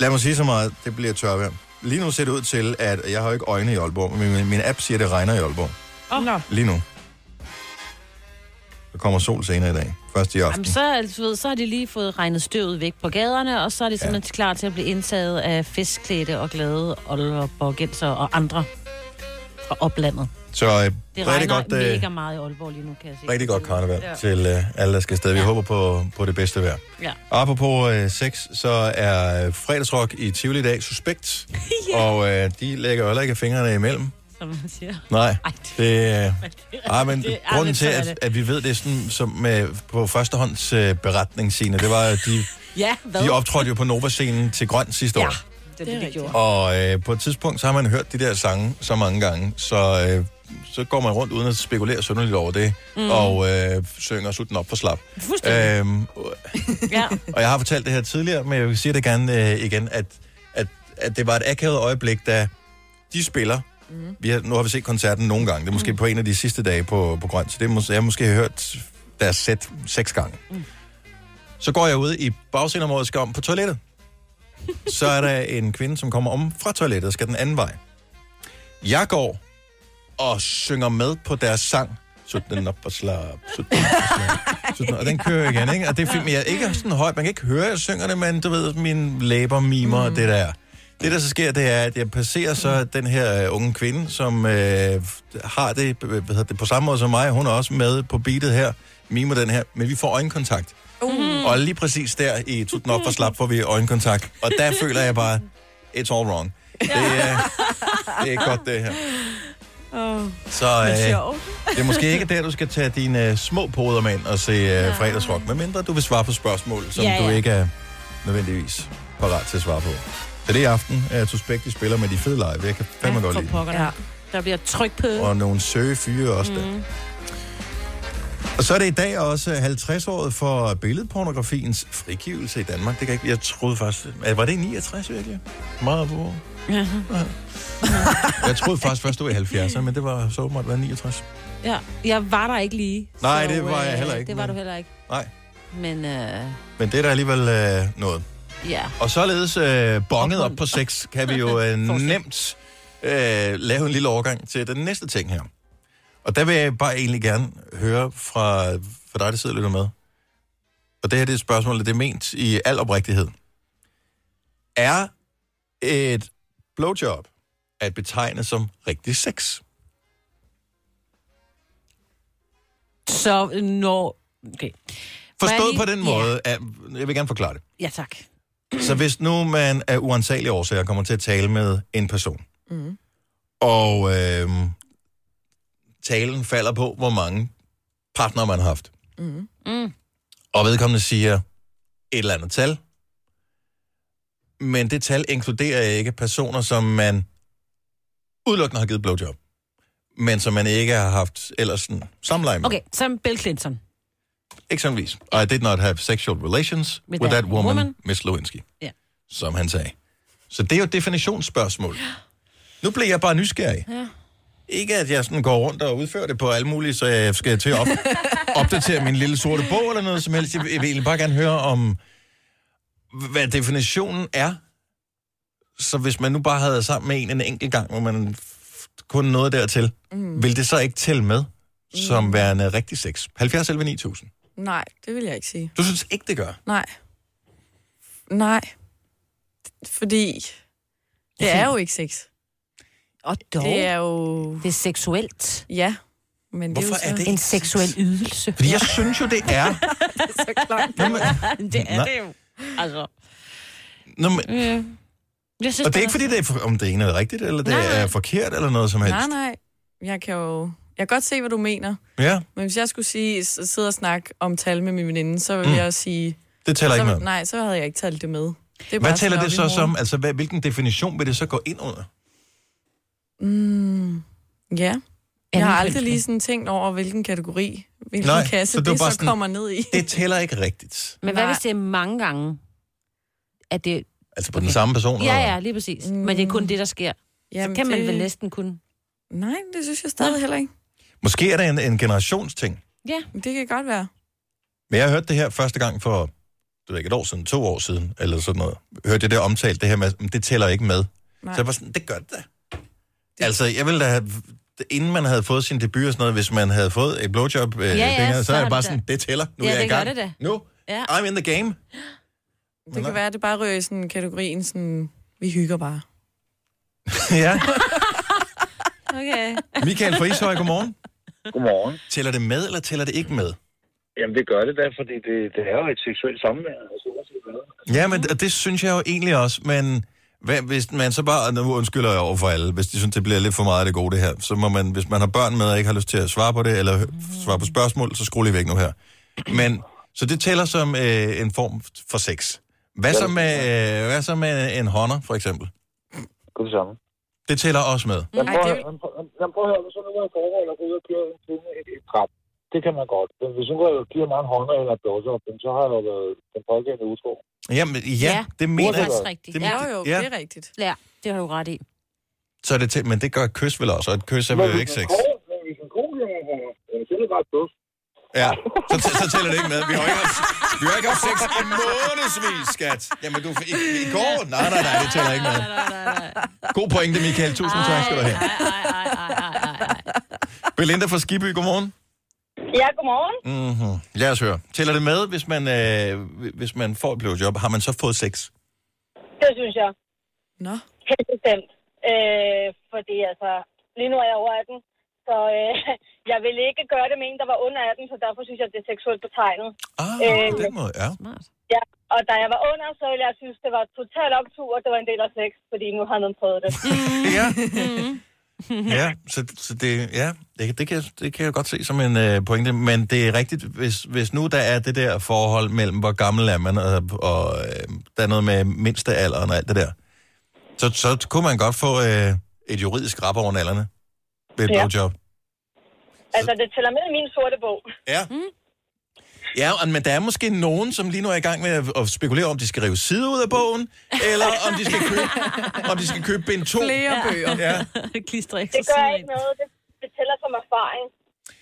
Speaker 1: Lad mig sige så meget, det bliver tørvejr. Lige nu ser det ud til, at jeg har jo ikke øjne i Aalborg, men min, min app siger, at det regner i Aalborg.
Speaker 3: Oh. Nå.
Speaker 1: Lige nu. Der kommer sol senere i dag. Først i aften.
Speaker 3: Jamen, så, er- du ved, så har de lige fået regnet støvet væk på gaderne, og så er de simpelthen ja. klar til at blive indtaget af festklædte og glade olderborgenser og andre fra oplandet.
Speaker 1: Så øh,
Speaker 3: Det
Speaker 1: rigtig
Speaker 3: regner
Speaker 1: godt,
Speaker 3: godt, mega
Speaker 1: øh,
Speaker 3: meget i Aalborg lige nu, kan jeg se.
Speaker 1: rigtig godt karneval
Speaker 3: Ja.
Speaker 1: ja. til øh, alle, der skal afsted. Vi ja. håber på, på det bedste vejr.
Speaker 3: Ja.
Speaker 1: Apropos øh, sex, så er øh, fredagsrock i Tivoli i dag suspekt. ja. Og øh, de lægger jo heller ikke fingrene imellem.
Speaker 3: Som man siger.
Speaker 1: Nej, det, øh, ej, men
Speaker 3: det- ej, men
Speaker 1: grunden til,
Speaker 3: sådan er
Speaker 1: at,
Speaker 3: det.
Speaker 1: at vi ved det sådan, som med, på førstehånds øh, beretning, Signe, det var, at de,
Speaker 3: Ja, hvad?
Speaker 1: de optrådte jo på Nova-scenen til Grøn sidste år.
Speaker 3: det, er det, de gjorde.
Speaker 1: Og øh, på et tidspunkt, så har man hørt de der sange så mange gange, så, øh, så går man rundt uden at spekulere synderligt over det,
Speaker 4: Mhm.
Speaker 1: mm. og øh, synger Sutten op for slap.
Speaker 4: Fuldstændig.
Speaker 1: Øhm,
Speaker 3: ja.
Speaker 1: og jeg har fortalt det her tidligere, men jeg vil sige det gerne øh, igen, at, at, at det var et akavet øjeblik, da de spiller. Mm. Vi har, nu har vi set koncerten nogle gange, det er måske mm. på en af de sidste dage på, på Grøn, så det må, jeg har måske hørt deres sæt seks gange.
Speaker 4: Mm.
Speaker 1: Mm. Så går jeg ud i bagsindermådet og skal om på toilettet. Så er der en kvinde, som kommer om fra toilettet og skal den anden vej. Jeg går og synger med på deres sang. Sut den op og slap, sut den op og slap. Sut den, og den kører igen, ikke? Og det er fint, men jeg er ikke sådan høj. Man kan ikke høre, at jeg synger det, men du ved, mine læber mimer mm. det der. Det, der så sker, det er, at jeg passerer så den her øh, unge kvinde, som øh, har det, øh, hvad hedder det på samme måde som mig. Hun er også med på beatet her, mimer den her, men vi får øjenkontakt.
Speaker 3: Mm-hmm.
Speaker 1: Mm. Og lige præcis der i Tut den op for slap får vi øjenkontakt. Og der føler jeg bare, it's all wrong. Det er, det er godt, det her.
Speaker 2: Oh.
Speaker 1: Så
Speaker 4: Men
Speaker 1: øh,
Speaker 4: sjovt.
Speaker 1: det er måske ikke der, du skal tage dine øh, små poder med ind og se øh, fredagsrock, medmindre du vil svare på spørgsmål, som
Speaker 4: Ja,
Speaker 1: ja, ja. du
Speaker 4: ja.
Speaker 1: ikke er nødvendigvis parat til at svare på. Så det er i aften, at Suspekt de spiller med de fede live. Jeg kan fandme ja, godt
Speaker 3: For
Speaker 1: lide
Speaker 3: pokker ja. Der bliver tryk på.
Speaker 1: dem. øh, Og nogle søge fyre også. Mm.
Speaker 3: Mm.
Speaker 1: Og så er det i dag også 50-året for billedpornografiens frigivelse i Danmark. Det kan jeg ikke, jeg troede faktisk... øh, Var det i 69 virkelig? Meget på.
Speaker 3: Ja.
Speaker 1: Jeg troede faktisk først, det var i 70'erne, men det var så åbenbart været 69.
Speaker 3: ja. Jeg var der ikke lige.
Speaker 1: Nej,
Speaker 3: så,
Speaker 1: det var jeg
Speaker 3: øh,
Speaker 1: heller ikke,
Speaker 3: Det var
Speaker 1: men-
Speaker 3: du heller ikke.
Speaker 1: Nej.
Speaker 3: Men øh,
Speaker 1: Men det er der alligevel øh, noget.
Speaker 3: ja.
Speaker 1: Og således øh, bonget op på sex, kan vi jo øh, nemt øh, lave en lille overgang til den næste ting her. Og der vil jeg bare egentlig gerne høre fra, fra dig, der sidder og lytter med. Og det her det er et spørgsmål, og det er ment i al oprigtighed. Er et blowjob at betegne som rigtig sex?
Speaker 3: Så når... Okay. Må jeg
Speaker 1: Forstået
Speaker 3: lige-
Speaker 1: på den måde, at, jeg vil gerne forklare det.
Speaker 3: Ja, ja tak.
Speaker 1: Så hvis nu man af uansagelige
Speaker 3: Mm-hmm.
Speaker 1: årsager kommer til at tale med en person,
Speaker 3: Mm.
Speaker 1: og øh, talen falder på, hvor mange partnere man har haft.
Speaker 4: Mm.
Speaker 3: Mm.
Speaker 1: og vedkommende siger et eller andet tal, men det tal inkluderer ikke personer, som man udelukkende har givet blowjob, men som man ikke har haft ellers sådan samleje med.
Speaker 3: Okay, som Bill Clinton.
Speaker 1: Eksempelvis, I did not have sexual relations with, that, woman, woman, Miss Lewinsky,
Speaker 3: Ja.
Speaker 1: som han sagde. Så det er jo et definitionsspørgsmål. Nu bliver jeg bare nysgerrig.
Speaker 3: Ja.
Speaker 1: Ikke at jeg sådan går rundt og udfører det på alle mulige, så jeg skal til at op- opdatere min lille sorte bog eller noget som helst. Jeg vil jeg vil egentlig bare gerne høre om, hvad definitionen er. Så hvis man nu bare havde været sammen med en en enkelt gang, hvor man f- kun nåede dertil, mm. vil det så ikke tælle med som værende rigtig sex? 70 11 9000.
Speaker 2: Nej, det vil jeg ikke sige.
Speaker 1: Du synes ikke, det gør?
Speaker 2: Nej. Nej. Fordi det er jo ikke sex.
Speaker 3: Og
Speaker 1: dog.
Speaker 2: Det er jo... Det
Speaker 3: er seksuelt.
Speaker 2: Ja. Men det
Speaker 1: Hvorfor
Speaker 2: er, jo
Speaker 1: er
Speaker 2: så...
Speaker 1: det En ikke
Speaker 3: seksuel ydelse.
Speaker 1: Fordi jeg synes jo, det er...
Speaker 3: det er
Speaker 1: Nej.
Speaker 3: det jo. Altså.
Speaker 1: Nå, men,
Speaker 3: Ja. Jeg synes,
Speaker 1: og det er
Speaker 3: bare-
Speaker 1: ikke, fordi det er, for- om det ene er rigtigt, eller det
Speaker 2: Nej, nej.
Speaker 1: er forkert, eller noget som helst.
Speaker 2: Nej, nej. Jeg kan jo... Jeg kan godt se, hvad du mener.
Speaker 1: Ja,
Speaker 2: Men hvis jeg skulle sige, s- sidde og snakke om tal med min veninde, så ville
Speaker 1: Mm.
Speaker 2: mm. jeg sige...
Speaker 1: Det tæller
Speaker 2: så,
Speaker 1: ikke med.
Speaker 2: Nej, så havde jeg ikke talt det med. Det er
Speaker 1: Hvad
Speaker 2: bare
Speaker 1: tæller
Speaker 2: sådan
Speaker 1: det
Speaker 2: op
Speaker 1: så
Speaker 2: i
Speaker 1: som? Altså, hvad, hvilken definition vil det så gå ind under?
Speaker 2: hovedet. Mm. Ja. Jeg har
Speaker 1: Anden
Speaker 2: aldrig
Speaker 1: kønslig.
Speaker 2: lige sådan tænkt over, hvilken kategori, hvilken
Speaker 1: Nej,
Speaker 2: kasse
Speaker 1: så
Speaker 2: så
Speaker 1: det var
Speaker 2: det
Speaker 1: bare
Speaker 2: så
Speaker 1: sådan-
Speaker 2: kommer ned i.
Speaker 1: Det tæller ikke rigtigt.
Speaker 3: Men hvad
Speaker 2: Nej.
Speaker 3: hvis det er mange gange, at det...
Speaker 1: Altså på den samme person?
Speaker 3: Ja, ja, lige præcis. Mm. Men det er kun det, der sker. Jamen,
Speaker 2: Jamen,
Speaker 3: så kan man
Speaker 2: det-
Speaker 3: vel næsten kun...
Speaker 2: Nej, det synes jeg stadig heller ikke.
Speaker 1: Måske er det en, en generationsting.
Speaker 3: Ja.
Speaker 2: Det kan godt være.
Speaker 1: Men jeg hørte det her første gang for, du ved ikke, et år siden, to år siden, eller sådan noget. Hørte jeg det omtalt, det her med, "Men det tæller ikke med. Nej.
Speaker 2: Nej.
Speaker 1: Så jeg var sådan, det gør det da. Altså, jeg ville da have, inden man havde fået sin debut og sådan noget, hvis man havde fået et blowjob, øh, ja,
Speaker 3: ja,
Speaker 1: ja, dengang,
Speaker 3: så
Speaker 1: så er
Speaker 3: har
Speaker 1: jeg bare
Speaker 3: det da-
Speaker 1: sådan, det tæller, nu
Speaker 3: Ja,
Speaker 1: er jeg i
Speaker 3: det gør
Speaker 1: gang.
Speaker 3: det da.
Speaker 1: Nu,
Speaker 3: Ja.
Speaker 1: I'm in the game.
Speaker 2: Det kan være, at det bare ryger i sådan kategorien sådan, vi hygger bare.
Speaker 1: ja.
Speaker 3: Okay.
Speaker 1: Michael fra Ishøj, godmorgen.
Speaker 17: Godmorgen.
Speaker 1: Tæller det med, eller tæller det ikke med?
Speaker 17: Jamen, det gør det da, fordi det, det er jo et seksuelt samvær. Altså, uanset hvad.
Speaker 1: Ja, men og det synes jeg jo egentlig også, men hvad, hvis man så bare, nu undskylder jeg over for alle, hvis de synes, det bliver lidt for meget af det gode det her, så må man, hvis man har børn med og ikke har lyst til at svare på det, eller hø- svare på spørgsmål, så skru lige væk nu her. Men, så det tæller som øh, en form for sex. Hvad så med, øh, hvad så med en honor, for eksempel?
Speaker 17: Det det samme.
Speaker 1: Det tæller også med.
Speaker 3: Mm,
Speaker 17: Jamen, prøv, at høre, jamen, prøv, jamen, prøv at høre, hvis hun nu er i forhold og går ud og kører en kvinde et, et drab, det kan man godt. Men hvis hun går og giver mig en hånd eller et blowjob, jamen, så har jeg jo været den pågældende utro.
Speaker 1: Jamen, ja, ja det mener
Speaker 3: Det
Speaker 1: jeg.
Speaker 3: er faktisk rigtigt.
Speaker 1: Det,
Speaker 3: ja,
Speaker 1: ja.
Speaker 3: er rigtigt. Ja, det har du ret i.
Speaker 1: Så er det tæ- men det gør et kys vel også, og et kys er
Speaker 17: Men
Speaker 1: vel
Speaker 17: hvis
Speaker 1: ikke
Speaker 17: en
Speaker 1: sex.
Speaker 17: kone- Men hvis en kone giver mig en hånd, jamen, så er det bare et plus.
Speaker 1: Ja, så, tæ- så tæller det ikke med. Vi har jo ikke haft, vi har ikke haft sex i månedsvis, skat. Jamen, du, i, i går? Nej, nej, nej, det tæller ikke med. God pointe, Michael. Tusind tak skal du have. Belinda fra Skiby, godmorgen.
Speaker 18: Ja, godmorgen.
Speaker 1: Mm-hmm. Lad os høre. Tæller det med, hvis man, øh, hvis man får et blowjob? Har man så fået sex?
Speaker 18: Det synes jeg.
Speaker 2: Nå.
Speaker 18: Helt bestemt. Øh, fordi altså, lige nu er jeg over 18, så øh, jeg ville ikke gøre det med en, der var under 18, så derfor synes jeg, det er seksuelt betegnet.
Speaker 1: Ah,
Speaker 18: Øh,
Speaker 1: på den måde, ja.
Speaker 18: Ja, og da jeg var under, så ville jeg synes, det var totalt optur, og det var en del af sex, fordi nu har man prøvet det.
Speaker 1: ja. Mm. Ja, så, så det, ja, det, det, kan, det kan jeg godt se som en øh, pointe, men det er rigtigt, hvis, hvis nu der er det der forhold mellem, hvor gammel er man, og, og øh, der er noget med mindste alderen og alt det der, så, så kunne man godt få øh, et juridisk rap over nallerne ved et
Speaker 18: Ja.
Speaker 1: ja. blowjob.
Speaker 18: altså, det tæller med i min sorte bog.
Speaker 1: Ja.
Speaker 18: Mm.
Speaker 1: Ja, og- men der er måske nogen, som lige nu er i gang med at, at spekulere, om de skal rive sider ud af bogen, eller om de skal købe, om de skal købe bind 2.
Speaker 18: Flere bøger.
Speaker 1: Ja.
Speaker 3: Klister ikke
Speaker 18: Det gør ikke noget. Det, det tæller som erfaring.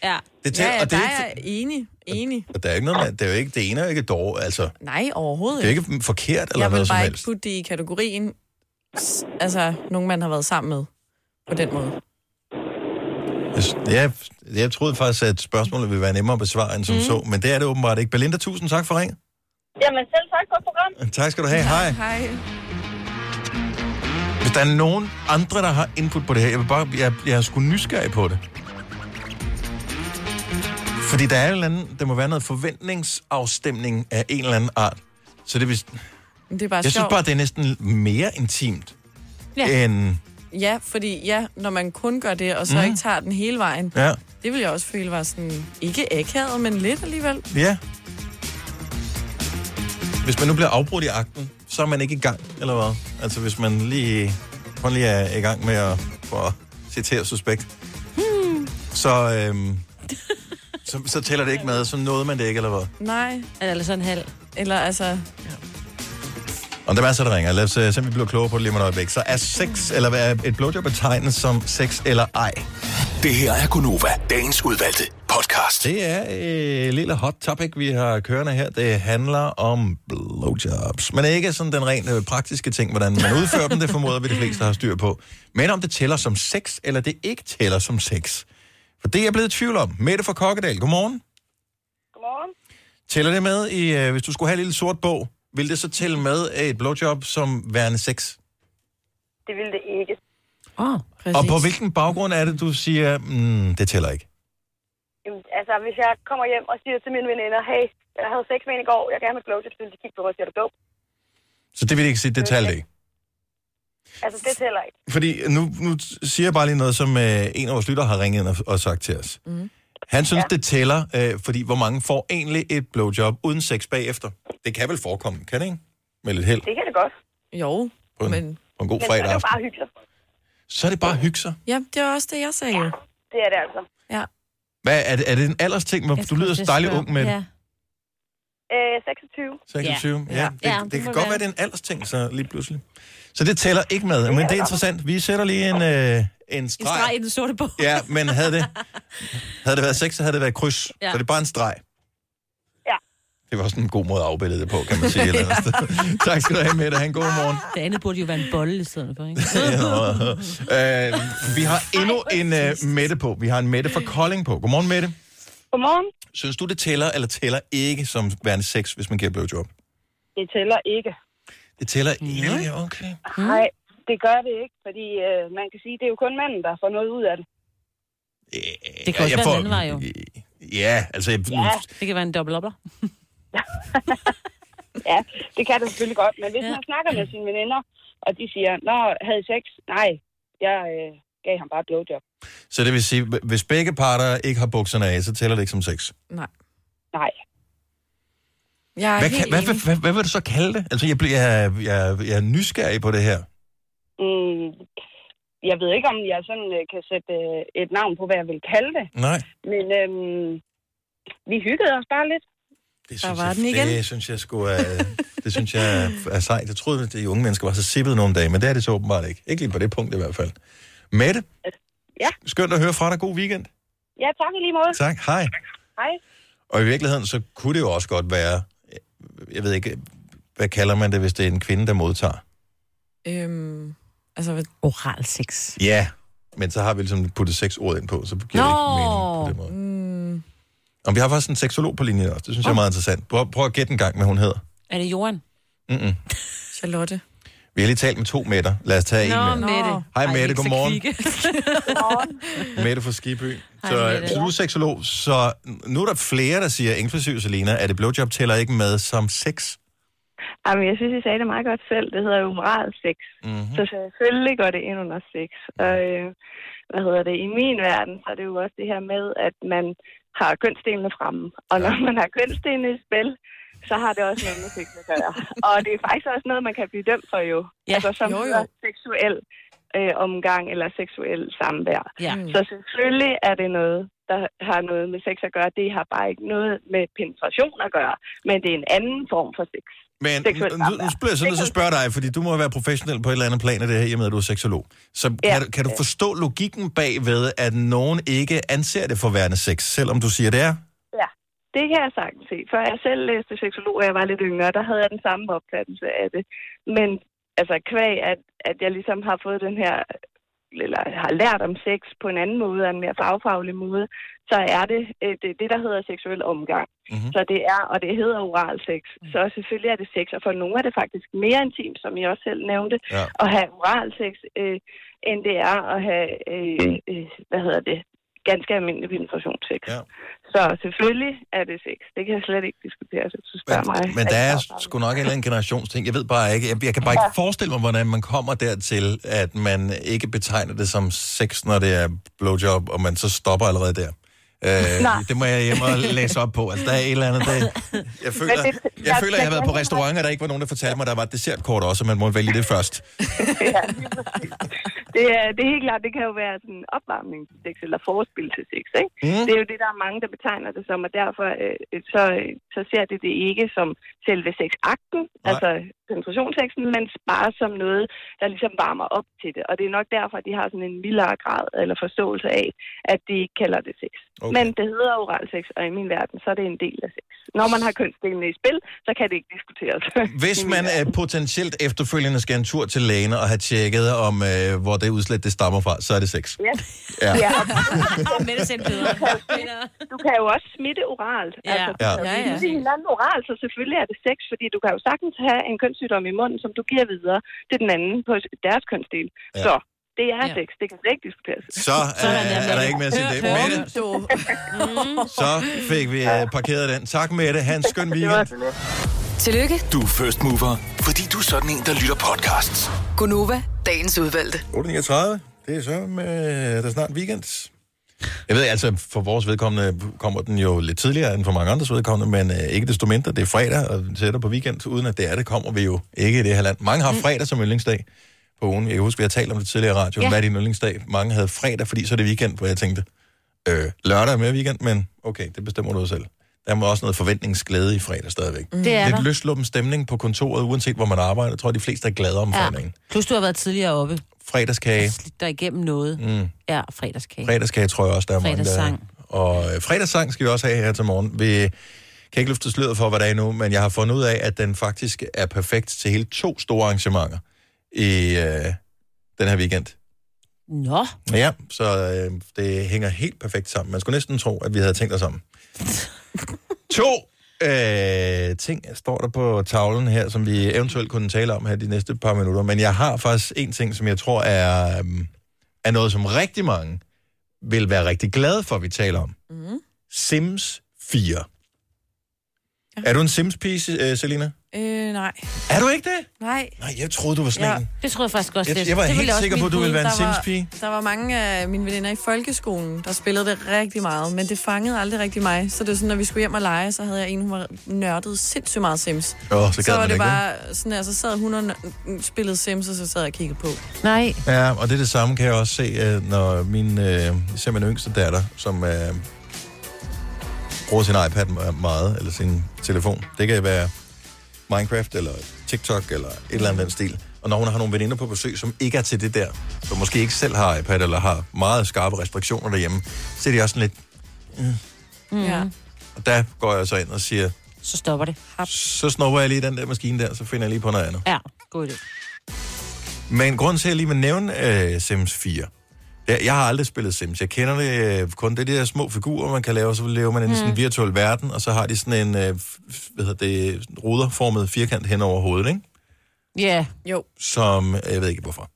Speaker 3: Ja.
Speaker 1: Det tæller-
Speaker 2: ja, ja,
Speaker 1: og det er
Speaker 2: der
Speaker 1: ikke-
Speaker 2: er jeg enig. Enig.
Speaker 1: Og Der er ikke noget, med- det er jo ikke, det ene er jo ikke dårligt, altså.
Speaker 2: Nej, overhovedet
Speaker 1: Det er jo ikke forkert eller
Speaker 2: Jeg vil
Speaker 1: noget som
Speaker 2: bare ikke
Speaker 1: helst.
Speaker 2: putte det i kategorien, s- altså, nogen man har været sammen med, på den måde.
Speaker 1: Jeg, jeg troede faktisk, at spørgsmålet ville være nemmere at besvare end som mm. så, men det er det åbenbart ikke. Belinda, tusind tak for ring.
Speaker 18: Jamen, selv tak. Godt program.
Speaker 2: Mm.
Speaker 1: Tak skal du have. Hej.
Speaker 2: Hej.
Speaker 1: Hvis der er nogen andre, der har input på det her, jeg, vil bare, jeg, jeg er sgu nysgerrig på det. Fordi der er en eller anden, der må være noget forventningsafstemning af en eller anden art. Så det vil,
Speaker 2: Men det er bare
Speaker 1: jeg
Speaker 2: sjovt.
Speaker 1: synes bare, det er næsten mere intimt,
Speaker 2: ja.
Speaker 1: end...
Speaker 2: ja, fordi ja, når man kun gør det, og så
Speaker 1: Mhm.
Speaker 2: mm. ikke tager den hele vejen,
Speaker 1: Ja.
Speaker 2: Det ville jeg også føle var sådan, ikke akavet, men lidt alligevel.
Speaker 1: Ja. Hvis man nu bliver afbrudt i akten, så er man ikke i gang, eller hvad? Altså, hvis man lige, man lige er i gang med at, for at citere suspekt,
Speaker 2: Hmm.
Speaker 1: så, øhm, så, så tæller det ikke med, så nåede man det ikke, eller hvad?
Speaker 2: Nej. Eller sådan halv. Eller altså,
Speaker 1: Og der er masser, der ringer. Lad os uh, simpelthen blive klogere på det lige om et øjeblik. Så er sex, eller hvad er et blowjob betegnet som sex eller ej? Det her er Gunova, dagens udvalgte podcast. Det er et lille hot topic, vi har kørende her. Det handler om blowjobs. Men ikke sådan den rent øh, praktiske ting, hvordan man udfører dem. Det formoder vi de fleste har styr på. Men om det tæller som sex, eller det ikke tæller som sex. For det er jeg blevet i tvivl om. Mette fra Kokkedal, godmorgen.
Speaker 19: Godmorgen.
Speaker 1: Tæller det med, i, øh, hvis du skulle have en lille sort bog, vil det så tælle med øh, et blowjob som værende sex?
Speaker 19: Det ville det ikke.
Speaker 3: Oh,
Speaker 1: Og på hvilken baggrund er det, du siger, mm, det tæller ikke?
Speaker 19: Jamen, altså, hvis jeg kommer hjem og siger til mine veninder, hey, jeg havde sex med en i går, jeg gerne vil have et blowjob, så vil de kigge på mig og sige, er du dum?
Speaker 1: Så det vil ikke sige, det tæller ikke.
Speaker 19: Altså, det tæller ikke.
Speaker 1: Fordi nu, nu siger jeg bare lige noget, som øh, en af vores lytter har ringet ind og, og sagt til os.
Speaker 19: Mm.
Speaker 1: Han synes, ja. det tæller, øh, fordi hvor mange får egentlig et blowjob uden sex bagefter? Det kan vel forekomme, kan det ikke? Med lidt held
Speaker 19: Det kan det godt.
Speaker 2: Jo,
Speaker 1: på en,
Speaker 2: men...
Speaker 1: på en god
Speaker 19: Men så er
Speaker 1: fredag
Speaker 19: det jo
Speaker 1: aften.
Speaker 19: bare hyggeligt.
Speaker 1: Så er det bare hyggeligt.
Speaker 2: ja, det er også det, jeg sagde. Ja.
Speaker 19: Det er det altså.
Speaker 2: ja.
Speaker 1: Hvad er det, er det en aldersting, hvor du lyder så dejligt ung, men ja.
Speaker 19: Øh, 26.
Speaker 1: 26? Ja, ja det, ja, det, det kan godt være, det er en aldersting, så lige pludselig. Så det tæller ikke med, men det er interessant. Vi sætter lige en, øh, en
Speaker 3: En
Speaker 1: streg
Speaker 3: streg i den sorte bog.
Speaker 1: Ja, men havde det, havde det været sex, så havde det været kryds.
Speaker 3: Ja.
Speaker 1: Ja. Så det er bare en streg.
Speaker 19: Ja.
Speaker 1: Det var også en god måde at afbilde det på, kan man sige. et Eller andet sted. tak skal du have, Mette. Ha' en god morgen.
Speaker 3: Det andet burde jo være en bolle i stedet for, ikke?
Speaker 1: Ja. øh, vi har endnu en uh, Mette på. Vi har en Mette fra Kolding på. Godmorgen, Mette.
Speaker 19: Godmorgen.
Speaker 1: Synes du, det tæller eller tæller ikke som værende sex, hvis man giver blowjob?
Speaker 19: Det tæller ikke.
Speaker 1: Det tæller ikke,
Speaker 2: Mm.
Speaker 1: okay.
Speaker 19: Nej, det gør det ikke, fordi øh, man kan sige, det er jo kun manden, der får noget ud af det.
Speaker 3: Det kan også være den anden vej, jo.
Speaker 1: Ja, altså... Jeg, ja.
Speaker 3: Det kan være en dobbelt opler.
Speaker 19: Ja, det kan det selvfølgelig godt, men hvis ja. man snakker med sine veninder, og de siger, nå, havde I sex? Nej, jeg øh, gav ham bare et blowjob.
Speaker 1: Så det vil sige, hvis begge parter ikke har bukserne af, så tæller det ikke som sex.
Speaker 2: Nej.
Speaker 19: Nej.
Speaker 2: Jeg er
Speaker 1: Hvad,
Speaker 2: helt
Speaker 1: kan, hvad, hvad,
Speaker 2: enig.
Speaker 1: hvad, hvad vil du så kalde det? Altså, jeg, bliver, jeg, jeg, jeg er nysgerrig på det her.
Speaker 19: Mm, jeg ved ikke, om jeg sådan øh, kan sætte øh, et navn på, hvad jeg vil kalde det,
Speaker 1: Nej.
Speaker 19: men øhm, vi hyggede os bare lidt.
Speaker 1: Det
Speaker 19: Der var
Speaker 1: jeg, Det synes jeg skulle er, det synes jeg er- er sejt. Jeg troede, at de unge mennesker var så sippet nogle dage, men det er det så åbenbart ikke. Ikke lige på det punkt i hvert fald. Mette?
Speaker 19: Ja?
Speaker 1: Skønt at høre fra dig. God weekend.
Speaker 19: Ja, tak i lige måde.
Speaker 1: Tak. Hej.
Speaker 19: Hej.
Speaker 1: Og i virkeligheden, så kunne det jo også godt være, jeg ved ikke, hvad kalder man det, hvis det er en kvinde, der modtager?
Speaker 19: Øh.
Speaker 2: Øhm, altså, hvad... Oral sex.
Speaker 1: Ja, men så har vi ligesom puttet seks ord ind på, så giver det ikke mening på den måde.
Speaker 2: Mm,
Speaker 1: Og vi har faktisk en seksolog på linjen også. Det synes jeg er
Speaker 3: Åh.
Speaker 1: meget interessant. Prøv, prøv at gætte en gang, hvad hun hedder.
Speaker 3: Er det Joran?
Speaker 1: Mm-mm.
Speaker 2: Charlotte.
Speaker 1: Vi har lige talt med to Mette. Lad os tage
Speaker 3: Nå,
Speaker 1: en med.
Speaker 3: Mette.
Speaker 1: Hej
Speaker 3: Ej,
Speaker 1: Mette,
Speaker 3: ikke så
Speaker 1: godmorgen.
Speaker 3: kvikke.
Speaker 1: Mette fra Skiby.
Speaker 3: Hej,
Speaker 1: Så,
Speaker 3: Mette.
Speaker 1: så du er seksolog, så nu er der flere, der siger, inklusive Selena, at et blowjob tæller ikke med som sex.
Speaker 14: Jamen, jeg synes, I sagde det meget godt selv. Det hedder jo moral sex.
Speaker 1: Mm-hmm.
Speaker 14: Så selvfølgelig går det ind under sex. Og øh, hvad hedder det? I min verden, så er det jo også det her med, at man har kønsdelene fremme. Og når man har kønsdelene i spil, så har det også noget med sex at gøre. og det er faktisk også noget, man kan blive dømt for jo.
Speaker 20: Ja,
Speaker 14: altså som
Speaker 20: jo, jo.
Speaker 14: hedder seksuel øh, omgang eller seksuel samvær.
Speaker 20: Ja.
Speaker 1: Mm.
Speaker 14: Så selvfølgelig er det noget, der har noget med sex at gøre. Det har bare ikke noget med penetration at gøre, men det er en anden form for sex.
Speaker 1: Men
Speaker 14: Seksuelt
Speaker 1: nu, nu bliver jeg sådan nødt til at spørge dig, fordi du må være professionel på et eller andet plan af det her, i og med at du er seksolog. Så ja. kan, du- kan du forstå logikken bag ved, at nogen ikke anser det for værende sex, selvom du siger, det er?
Speaker 14: Ja, det kan jeg sagtens se. Før jeg selv læste seksolog, og jeg var lidt yngre, der havde jeg den samme opfattelse af det. Men altså kvæg, at, at jeg ligesom har fået den her, eller har lært om sex på en anden måde, og en mere fagfaglig måde, så er det øh, det, det der hedder seksuel omgang. Mm-hmm. Så det er, og det hedder oral sex. Mm. Så selvfølgelig er det sex, og for nogle er det faktisk mere intimt, som I også selv nævnte,
Speaker 1: ja.
Speaker 14: at have oral sex, øh, end det er at have, øh, øh, hvad hedder det, ganske almindelig penetrationssex.
Speaker 1: Ja.
Speaker 14: Så selvfølgelig er det sex. Det kan jeg slet ikke diskutere, så du spørger mig.
Speaker 1: Men der er sgu nok en eller anden generationsting. Jeg ved bare ikke, jeg, jeg kan bare ikke forestille mig, hvordan man kommer dertil, at man ikke betegner det som sex, når det er blowjob, og man så stopper allerede der. Øh,
Speaker 4: Nej.
Speaker 1: det må jeg hjemme og læse op på. Altså, der er et eller andet... Der, jeg føler,
Speaker 4: Men det-
Speaker 1: jeg,
Speaker 4: jeg-
Speaker 1: føler, jeg har været på restauranter, der ikke var nogen, der fortalte mig, der var et dessertkort også, og man må vælge det først.
Speaker 14: det, er, det er helt klart, det kan jo være sådan opvarmning til sex, eller forspil til sex, ikke?
Speaker 1: Mm.
Speaker 14: Det er jo det, der er mange, der betegner det som, og derfor øh, øh, så, øh, så ser det det ikke som selve sexakten,
Speaker 1: Nej.
Speaker 14: altså penetrationssexen, men bare som noget, der ligesom varmer op til det. Og det er nok derfor, at de har sådan en mildere grad eller forståelse af, at de ikke kalder det sex.
Speaker 1: Okay.
Speaker 14: Men det hedder oral sex, og i min verden, så er det en del af sex. Når man har kønsdelene i spil, så kan det ikke diskuteres.
Speaker 1: Hvis man øh, potentielt efterfølgende skal en tur til lægen og have tjekket, om øh, hvor det udslæt det stammer fra, så er det sex.
Speaker 14: Ja.
Speaker 1: Ja.
Speaker 14: ja.
Speaker 3: Med det selv bedre.
Speaker 14: Du kan jo også smitte oralt. Ja. Altså,
Speaker 1: Ja.
Speaker 14: ja. Ja,
Speaker 1: Ja,
Speaker 14: ja.
Speaker 1: ja.
Speaker 14: Det er hinanden oralt, så selvfølgelig er det sex, fordi du kan jo sagtens have en kønssygdom i munden, som du giver videre til den anden på deres kønsdel.
Speaker 1: Ja.
Speaker 14: Ja. Så det er ja. sex. Det kan slet ikke diskuteres.
Speaker 1: Så øh, er der ikke mere at sige det. Men
Speaker 14: Mm.
Speaker 1: så fik vi øh, parkeret den. Tak, Mette. Ha' en skøn weekend.
Speaker 5: Tillykke,
Speaker 6: Du er first mover, fordi du er sådan en, der lytter podcasts.
Speaker 5: Gunova, dagens udvalgte.
Speaker 1: 8.39. Det er så med, der er snart weekend. Jeg ved altså, for vores vedkommende kommer den jo lidt tidligere end for mange andres vedkommende, men øh, ikke desto mindre, det er fredag, og sætter på weekend, uden at det er det, kommer vi jo ikke i det her land. Mange
Speaker 3: Mm.
Speaker 1: har fredag som yndlingsdag på ugen. Jeg husker, vi har talt om det tidligere i radioen,
Speaker 6: Ja.
Speaker 1: ja. hvad er din yndlingsdag? Mange havde fredag, fordi så er det weekend, hvor jeg tænkte, øh, lørdag er mere weekend, men okay, det bestemmer du selv. Der må også noget forventningsglæde i fredag stadigvæk.
Speaker 3: Mm. Det er
Speaker 1: Lidt
Speaker 3: der.
Speaker 1: løsluppen stemning på kontoret, uanset hvor man arbejder. Jeg tror, de fleste er glade om
Speaker 3: Ja.
Speaker 1: fredagen.
Speaker 3: Plus, du har været tidligere oppe.
Speaker 1: Fredagskage.
Speaker 3: Der er igennem noget.
Speaker 1: Mm.
Speaker 3: Ja, fredagskage.
Speaker 1: Fredagskage tror jeg også, der er mange, der...
Speaker 3: Fredagssang.
Speaker 1: Og øh, fredagssang skal vi også have her til morgen. Vi kan ikke løfte sløret for, hvad der er endnu, men jeg har fundet ud af, at den faktisk er perfekt til hele to store arrangementer i øh, den her weekend.
Speaker 3: Nå.
Speaker 1: Ja, så øh, det hænger helt perfekt sammen. Man skulle næsten tro, at vi havde tænkt os om. to øh, ting står der på tavlen her, som vi eventuelt kunne tale om her de næste par minutter. Men jeg har faktisk en ting, som jeg tror er, øh, er noget, som rigtig mange vil være rigtig glade for, at vi taler om.
Speaker 2: Mm.
Speaker 1: Sims 4. Er du en Sims-pige, øh, Selina?
Speaker 2: Øh, nej.
Speaker 1: Er du ikke det?
Speaker 2: Nej.
Speaker 1: Nej, jeg troede, du var sådan en.
Speaker 3: Det tror jeg faktisk også
Speaker 1: Jeg-
Speaker 3: lidt.
Speaker 1: jeg var
Speaker 3: Det
Speaker 1: helt
Speaker 3: ville også
Speaker 1: sikker
Speaker 3: mit
Speaker 1: på, at du
Speaker 3: bud.
Speaker 1: ville være en
Speaker 3: Der var-
Speaker 1: Sims-pige.
Speaker 2: Der var mange af mine veninder i folkeskolen, der spillede det rigtig meget, men det fangede aldrig rigtig mig. Så det var sådan, når vi skulle hjem og lege, så havde jeg en, hun var nørdet sindssygt meget Sims.
Speaker 1: Åh, så gad
Speaker 2: så var
Speaker 1: man
Speaker 2: det
Speaker 1: ikke,
Speaker 2: bare sådan, altså sad hun og n- spillede Sims, og så sad jeg og kiggede på.
Speaker 3: Nej.
Speaker 1: Ja, og det er det samme, kan jeg også se, øh, når min, øh, især min yngste datter, som øh, bruger sin iPad me- meget, eller sin telefon. Det kan være Minecraft, eller TikTok, eller et eller andet den stil. Og når hun har nogle veninder på besøg, som ikke er til det der, som måske ikke selv har iPad, eller har meget skarpe restriktioner derhjemme, så er de også sådan lidt...
Speaker 2: Mm. Ja.
Speaker 1: Og der går jeg så ind og siger...
Speaker 3: Så stopper det.
Speaker 1: Så snupper jeg lige den der maskine der, så finder jeg lige på noget andet.
Speaker 3: Ja, god idé.
Speaker 1: Men grunden til, at jeg lige vil nævne øh, Sims 4, jeg, jeg har aldrig spillet Sims. Jeg kender det øh, kun. Det er de der små figurer, man kan lave, og så lever man mm. i sådan en virtuel verden, og så har de sådan en øh, f- f- hvad hedder det, sådan en ruderformet firkant hen over hovedet, ikke?
Speaker 3: Ja.
Speaker 2: Jo.
Speaker 1: som øh, jeg ved ikke hvorfor.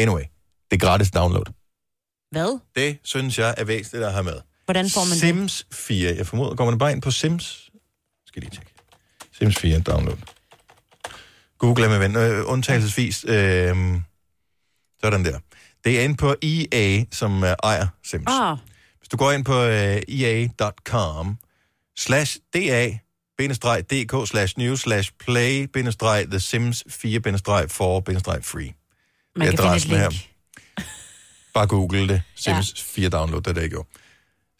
Speaker 1: Anyway, det er gratis download.
Speaker 3: Hvad?
Speaker 1: Det synes jeg er væsentligt at have med.
Speaker 3: Hvordan får man det?
Speaker 1: Sims 4, jeg formoder, går man bare ind på Sims? Skal lige tjekke. Sims 4, download. Google er med ven, øh, undtagelsesvis. Øh, sådan der. Det er inde på EA, som øh, ejer Sims.
Speaker 3: Ah,
Speaker 1: Hvis du går ind på øh, ea.com slash da bindestreg dk slash news slash play bindestreg the sims 4 bindestreg 4 bindestreg free.
Speaker 4: Man kan finde et link.
Speaker 1: Bare google det. Sims 4 download, det er det, jeg gjorde.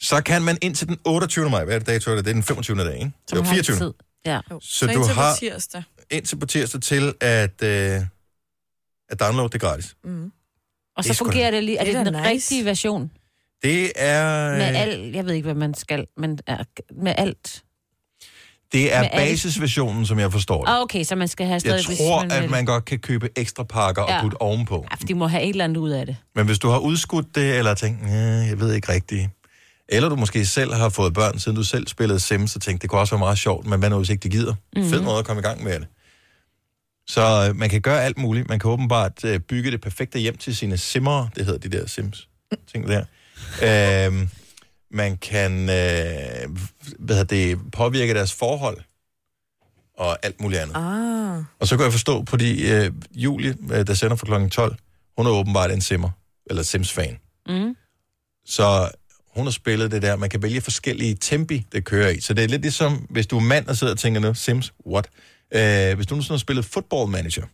Speaker 1: Så kan man indtil den 28. maj, hvad er det dato? Det er den 25. dag, ikke? det
Speaker 3: så man
Speaker 1: var
Speaker 3: har lidt
Speaker 1: 24.
Speaker 3: tid. Ja.
Speaker 1: Så du har
Speaker 2: tirsdag.
Speaker 1: indtil på tirsdag til at, øh, at downloade det gratis.
Speaker 2: Mm.
Speaker 1: Det
Speaker 3: Og så
Speaker 1: er sgu da-
Speaker 3: fungerer det lige. Er
Speaker 2: Det
Speaker 3: det,
Speaker 2: er
Speaker 3: den
Speaker 2: da
Speaker 3: nice.
Speaker 2: nice.
Speaker 3: rigtige version?
Speaker 1: Det er... øh,
Speaker 3: Med alt, jeg ved ikke, hvad man skal, men er- med alt.
Speaker 1: Det er
Speaker 3: med alle-
Speaker 1: basisversionen, som jeg forstår det.
Speaker 3: Ah, okay, så man skal have stadig...
Speaker 1: Jeg
Speaker 3: hvis
Speaker 1: tror, at
Speaker 3: vil.
Speaker 1: man godt kan købe ekstra pakker ja.
Speaker 3: Ja.
Speaker 1: og putte ovenpå.
Speaker 3: Ja, for de må have et eller andet ud af det.
Speaker 1: Men hvis du har udskudt det, eller tænkt, "Næh, jeg ved ikke rigtigt, eller du måske selv har fået børn, siden du selv spillede Sims, og tænkte, det kunne også være meget sjovt, men hvad nu, hvis ikke det gider? Mm-hmm. Fed måde at komme i gang med det. Så øh, man kan gøre alt muligt. Man kan åbenbart øh, bygge det perfekte hjem til sine simmer. Det hedder de der Sims. Ting der. Øhm, man kan øh, hvad hedder det, påvirke deres forhold og alt muligt andet.
Speaker 2: Ah.
Speaker 1: Og så kan jeg forstå, fordi øh, Julie, øh, der sender
Speaker 7: Mm.
Speaker 1: fra kl. 12, hun er åbenbart en simmer, eller Sims-fan.
Speaker 3: Mm.
Speaker 1: Så hun har spillet det der. Man kan vælge forskellige tempi, det kører i. Så det er lidt ligesom, hvis du er mand og sidder og tænker nu, Sims, what? Øh, hvis du nu sådan har spillet football manager,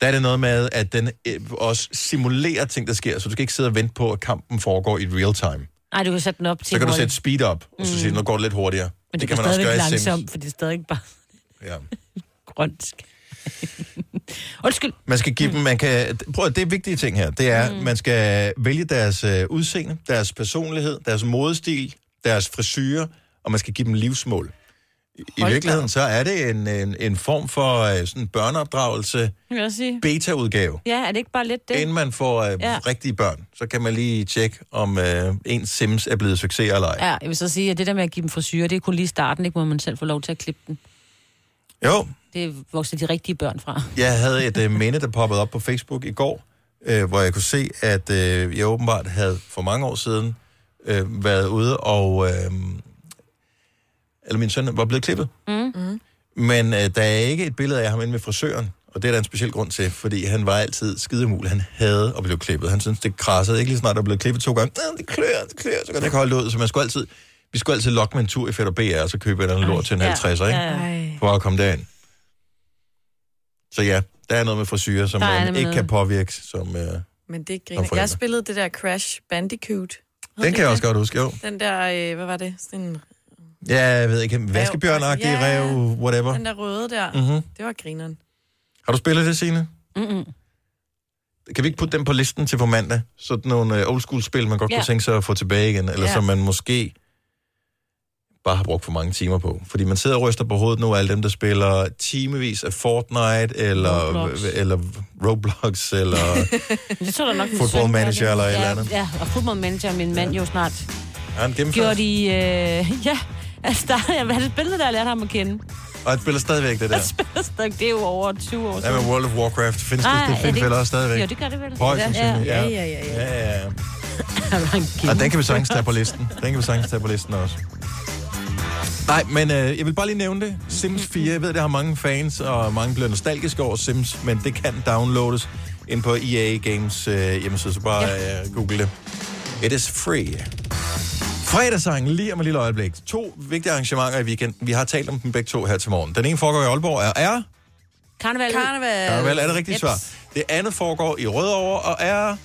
Speaker 1: der er det noget med, at den øh, også simulerer ting, der sker. Så du skal ikke sidde og vente på, at kampen foregår i real time.
Speaker 3: Nej, du kan sætte den op til
Speaker 1: Så kan du
Speaker 3: hurtigt.
Speaker 1: sætte speed up, og så
Speaker 3: Mm.
Speaker 1: sige, nu går det lidt hurtigere.
Speaker 3: Men det, det kan man også gøre
Speaker 1: i Sims.
Speaker 3: langsomt, for det er stadig bare
Speaker 1: Ja.
Speaker 3: grønt. Undskyld.
Speaker 1: Man skal
Speaker 3: Mm.
Speaker 1: give dem, man kan, prøv at, det er vigtige ting her, det er, mm. man skal vælge deres øh, udseende, deres personlighed, deres modestil, deres frisyre, og man skal give dem livsmål. I, i
Speaker 3: Hold da
Speaker 1: virkeligheden, så er det en, en, en form for øh, sådan børneopdragelse,
Speaker 3: Vil jeg også sige.
Speaker 1: beta-udgave.
Speaker 3: Ja, er det ikke bare lidt Mm. det?
Speaker 1: Inden man får øh,
Speaker 3: Ja.
Speaker 1: ja. rigtige børn, så kan man lige tjekke, om øh, ens Sims er blevet succes eller ej.
Speaker 3: Ja, jeg vil så sige, at det der med at give dem frisyrer, det er kun lige starten, ikke? Hvor man selv får lov til at klippe den.
Speaker 1: Jo,
Speaker 3: Det vokser de rigtige børn fra.
Speaker 1: Jeg havde et øh, minde, der poppede op på Facebook i går, øh, hvor jeg kunne se, at øh, jeg åbenbart havde for mange år siden øh, været ude og... Øh, eller min søn var blevet klippet.
Speaker 4: Mm.
Speaker 1: Men øh, der er ikke et billede af ham inde med frisøren, og det er der en speciel grund til, fordi han var altid skidemulig. Han havde at blive klippet. Han syntes, det krassede ikke lige så snart, der blev klippet to gange. "Ah, Det klør, det klør, så kan det ikke holde det ud. Så man skulle altid, vi skulle altid lokke med en tur i Fed og BR, og så købe en eller anden lort til en 50'er, ikke? for at komme derind. Så ja, der er noget med frisyrer, som
Speaker 2: Der er
Speaker 1: man
Speaker 2: nemlig
Speaker 1: ikke kan
Speaker 2: noget.
Speaker 1: påvirke. Som, øh, den
Speaker 2: Men det
Speaker 1: Som
Speaker 2: griner.
Speaker 1: forældre.
Speaker 2: Jeg spillede det der Crash Bandicoot. Hed
Speaker 1: kan
Speaker 2: det
Speaker 1: jeg
Speaker 2: det?
Speaker 1: også godt huske, jo.
Speaker 2: Den der, øh, hvad var det? Sådan en,
Speaker 1: Ja, jeg ved ikke, vaskebjørn-agtig,
Speaker 2: Ja,
Speaker 1: rev, whatever.
Speaker 2: den der røde der.
Speaker 1: Mhm.
Speaker 2: Det var grineren.
Speaker 1: Har du spillet det, Signe?
Speaker 3: Mm-mm.
Speaker 1: Kan vi ikke putte dem på listen til på mandag? Sådan nogle øh, old school spil, man godt
Speaker 2: Ja.
Speaker 1: kunne tænke sig at få tilbage igen, eller
Speaker 2: Ja.
Speaker 1: som man måske bare har brugt for mange timer på. Fordi man sidder og ryster på hovedet nu af alle dem, der spiller timevis af Fortnite, eller
Speaker 3: Roblox.
Speaker 1: Roblox, eller, Roblox, eller
Speaker 3: Det tror jeg nok. min
Speaker 1: Football
Speaker 3: søn gør
Speaker 1: manager
Speaker 3: det.
Speaker 1: eller et
Speaker 3: ja,
Speaker 1: eller andet.
Speaker 3: Ja, og football manager, min mand jo snart.
Speaker 1: er han
Speaker 3: Gjorde
Speaker 1: gennemført.
Speaker 3: de... Øh, ja, altså, der, jeg var det spillet, der jeg lærte ham at kende.
Speaker 1: Og han spiller stadigvæk det der.
Speaker 3: Jeg spiller stadig, det er jo over 20 år
Speaker 1: Hvad med World of Warcraft? Findes det,
Speaker 3: Nej,
Speaker 1: det
Speaker 3: er
Speaker 1: findes
Speaker 3: Ah, det-
Speaker 1: vel også stadigvæk?
Speaker 3: Jo, det gør det vel.
Speaker 1: Højst
Speaker 3: Ja.
Speaker 1: sandsynligt, ja.
Speaker 3: Ja, ja, ja,
Speaker 1: ja. ja, ja.
Speaker 3: siden.
Speaker 1: Og den kan vi sagtens tage på listen. Den kan vi sagtens tage på listen også. Nej, men øh, jeg vil bare lige nævne det. Sims 4, jeg ved, det har mange fans, og mange bliver nostalgiske over Sims, men det kan downloades ind på EA Games øh, hjemmeside, så bare øh, google det. It is free. Fredagssangen lige om et lille øjeblik. To vigtige arrangementer i weekenden. Vi har talt om dem begge to her til morgen. Den ene foregår i Aalborg og er...
Speaker 3: Karneval. Karneval.
Speaker 1: Karneval er det rigtige svar. Det andet foregår i Rødovre og er...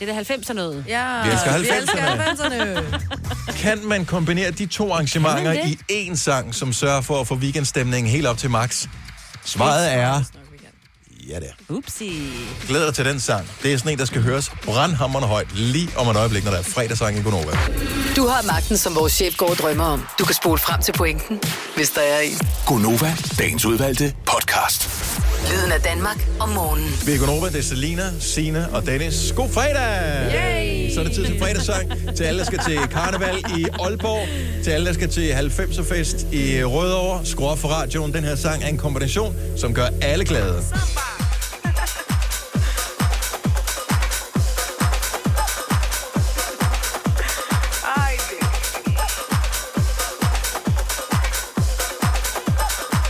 Speaker 3: Det er det 90'er noget. Ja,
Speaker 1: Vi elsker vi elsker
Speaker 3: 90'erne.
Speaker 1: Kan man kombinere de to arrangementer
Speaker 3: Kan man
Speaker 1: i én sang, som sørger for at få weekendstemningen helt op til max? Svaret er... Ja, det er.
Speaker 3: Upsi.
Speaker 1: Glæder dig til den sang. Det er sådan en, der skal høres brandhammerne højt lige om et øjeblik, når der er fredagssang i Gonova.
Speaker 5: Du har magten, som vores chef går og drømmer om. Du kan spole frem til pointen, hvis der er en.
Speaker 6: Gonova, dagens udvalgte podcast.
Speaker 5: Lyden af Danmark om morgenen.
Speaker 1: Vi er Gonova, det er Selina, Sina og Dennis. God fredag! Yay! Så er det tid til fredagssang. Til alle, der skal til karneval i Aalborg. Til alle, der skal til 90'er-fest i Rødovre. Skru op for radioen. Den her sang er en kombination, som gør alle glade.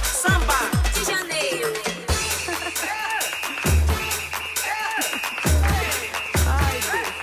Speaker 4: Samba de Janeiro.
Speaker 7: É assim. assim. assim. assim. assim. assim.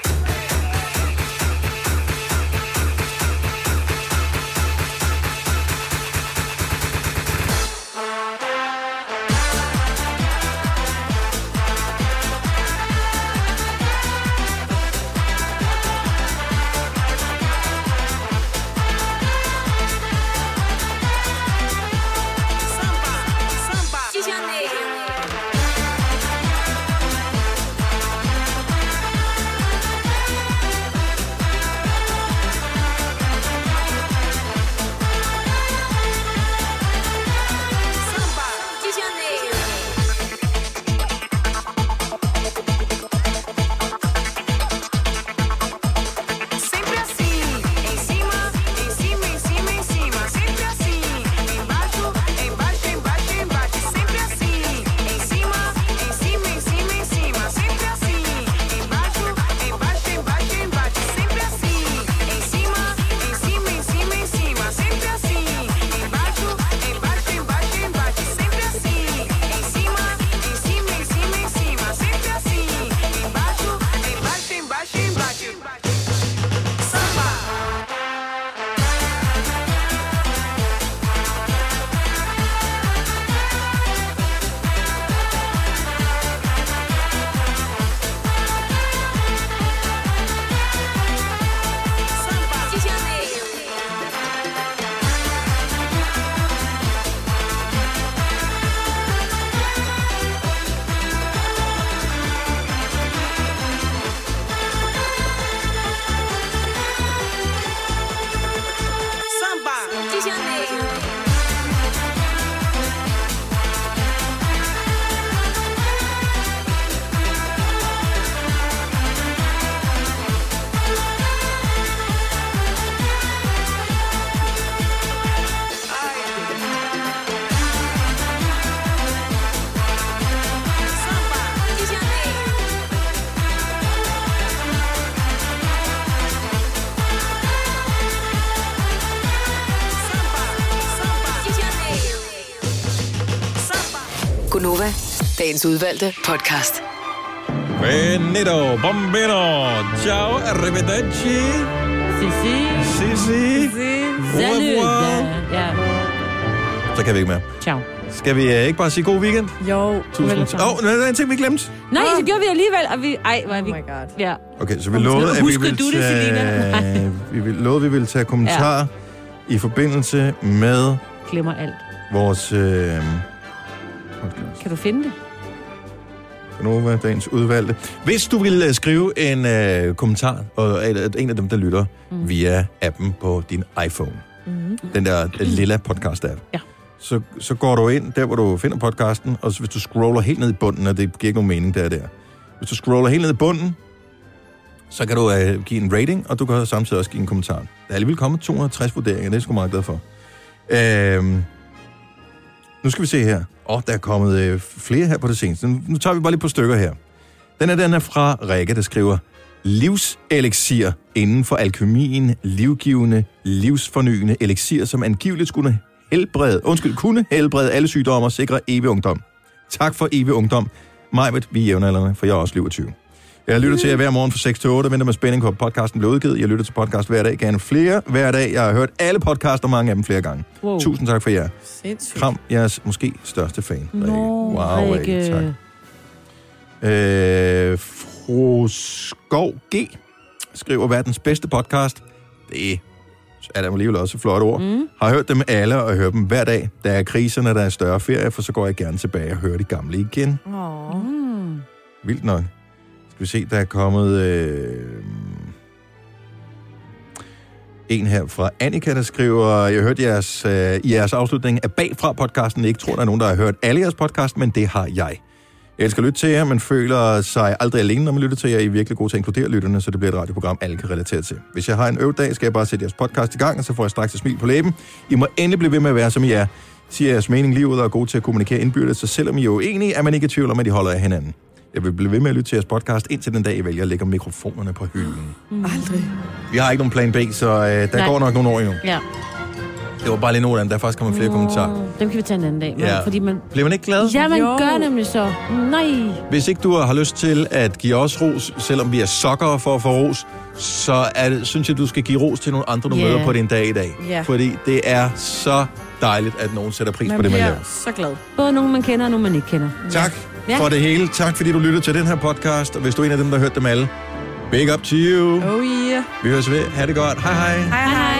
Speaker 7: assim. assim.
Speaker 5: Gunova, dagens udvalgte podcast.
Speaker 1: Benito, bombino, ciao, arrivederci.
Speaker 3: Sisi.
Speaker 1: Sisi. Au revoir.
Speaker 3: Ja.
Speaker 1: Så kan vi ikke mere.
Speaker 3: Ciao.
Speaker 1: Skal vi øh, ikke bare sige god weekend?
Speaker 2: Jo.
Speaker 1: Tusind. Åh, oh, der er en ting, vi glemte.
Speaker 3: Nej, det gjorde vi alligevel, og vi... Ej, hvor er vi... Oh my God. Ja.
Speaker 1: Okay, så vi lovede, at vi
Speaker 3: Husker
Speaker 1: ville
Speaker 3: du det, Selina?
Speaker 1: tage, vi vil- lovede, at vi ville tage kommentarer ja. i forbindelse med
Speaker 3: Glemmer alt.
Speaker 1: vores øh,
Speaker 3: Kan du finde det?
Speaker 1: Nova, dagens udvalgte. Hvis du vil øh, skrive en øh, kommentar, og eller en af dem, der lytter mm. via appen på din iPhone,
Speaker 4: Mm.
Speaker 1: den der øh, lilla podcast-app,
Speaker 3: ja.
Speaker 1: så, så går du ind der, hvor du finder podcasten, og så hvis du scroller helt ned i bunden, og det giver ikke nogen mening, der er der. Hvis du scroller helt ned i bunden, så kan du øh, give en rating, og du kan samtidig også give en kommentar. Der er alligevel kommet 260 vurderinger, det er jeg sgu meget glad for. Øhm, nu skal vi se her. Åh, oh, der er kommet øh, flere her på det seneste. Nu, nu tager vi bare lige på stykker her. Den er, den er fra Rikke, der skriver, livseliksir inden for alkemien, livgivende, livsfornyende eliksir, som angiveligt skulle helbrede, undskyld, kunne helbrede alle sygdomme og sikre evig ungdom. Tak for evig ungdom. Majbet, vi er jævnaldrende, for jeg er også 27. Jeg lytter til jer hver morgen fra 6 til 8, og venter med spænding på, at podcasten bliver udgivet. Jeg lytter til podcast hver dag, gerne flere hver dag. Jeg har hørt alle podcaster, mange af dem flere gange.
Speaker 3: Wow.
Speaker 1: Tusind tak for jer.
Speaker 2: Sindssygt.
Speaker 1: Kram, jeres måske største fan.
Speaker 3: Nå,
Speaker 1: Wow, Rikke. Tak. Øh, fru Skov G. skriver verdens bedste podcast. Det er da alligevel også et flot ord. Mm. Har hørt dem alle og hørt dem hver dag. Der er kriserne, der er større ferie, for så går jeg gerne tilbage og hører de gamle igen.
Speaker 2: Åh.
Speaker 1: Vildt nok. Skal vi se, der er kommet øh, en her fra Annika, der skriver, jeg hørte jeres, øh, i jeres afslutning af bagfra podcasten. Jeg ikke tror, der er nogen, der har hørt alle jeres podcast, men det har jeg. Jeg elsker at lytte til jer, men føler sig aldrig alene, når man lytter til jer. I er virkelig gode til at inkludere lytterne, så det bliver et radioprogram, alle kan relatere til. Hvis jeg har en øvdag, skal jeg bare sætte jeres podcast i gang, og så får jeg straks et smil på læben. I må endelig blive ved med at være, som I er. Siger jeres mening lige ud og er gode til at kommunikere indbyrdes, så selvom I er uenige, er man ikke i tvivl om, at de holder af hinanden. Jeg vil blive ved med at lytte til jeres podcast, indtil den dag, I vælger at lægge mikrofonerne på hylden.
Speaker 2: Aldrig.
Speaker 1: Vi har ikke nogen plan B, så øh, der
Speaker 3: Nej.
Speaker 1: Nej. går nok nogle år endnu.
Speaker 3: Ja.
Speaker 1: Det var bare lige nogle af dem. Der er faktisk kommet flere kommentarer.
Speaker 3: Dem kan vi tage en anden dag. Men,
Speaker 1: Ja.
Speaker 3: Fordi man...
Speaker 1: Bliver man ikke glad?
Speaker 3: Ja, man gør nemlig så. Nej.
Speaker 1: Hvis ikke du har lyst til at give os ros, selvom vi er sokkere for at få ros, så er det, synes jeg, du skal give ros til nogle andre, du
Speaker 2: Ja.
Speaker 1: yeah. møder på din dag i dag.
Speaker 2: Ja.
Speaker 1: Fordi det er så dejligt, at nogen sætter pris
Speaker 3: Man
Speaker 1: på det, man
Speaker 3: bliver-
Speaker 1: laver.
Speaker 2: Så glad.
Speaker 3: Både nogen, man kender, og nogen, man ikke kender.
Speaker 1: Tak
Speaker 3: Ja.
Speaker 1: ja. for det hele. Tak fordi du lytter til den her podcast. Og hvis du er en af dem, der har hørt dem alle, big up to you.
Speaker 2: Oh yeah.
Speaker 1: Vi høres ved. Ha' det godt. Hej hej.
Speaker 2: Hej hej.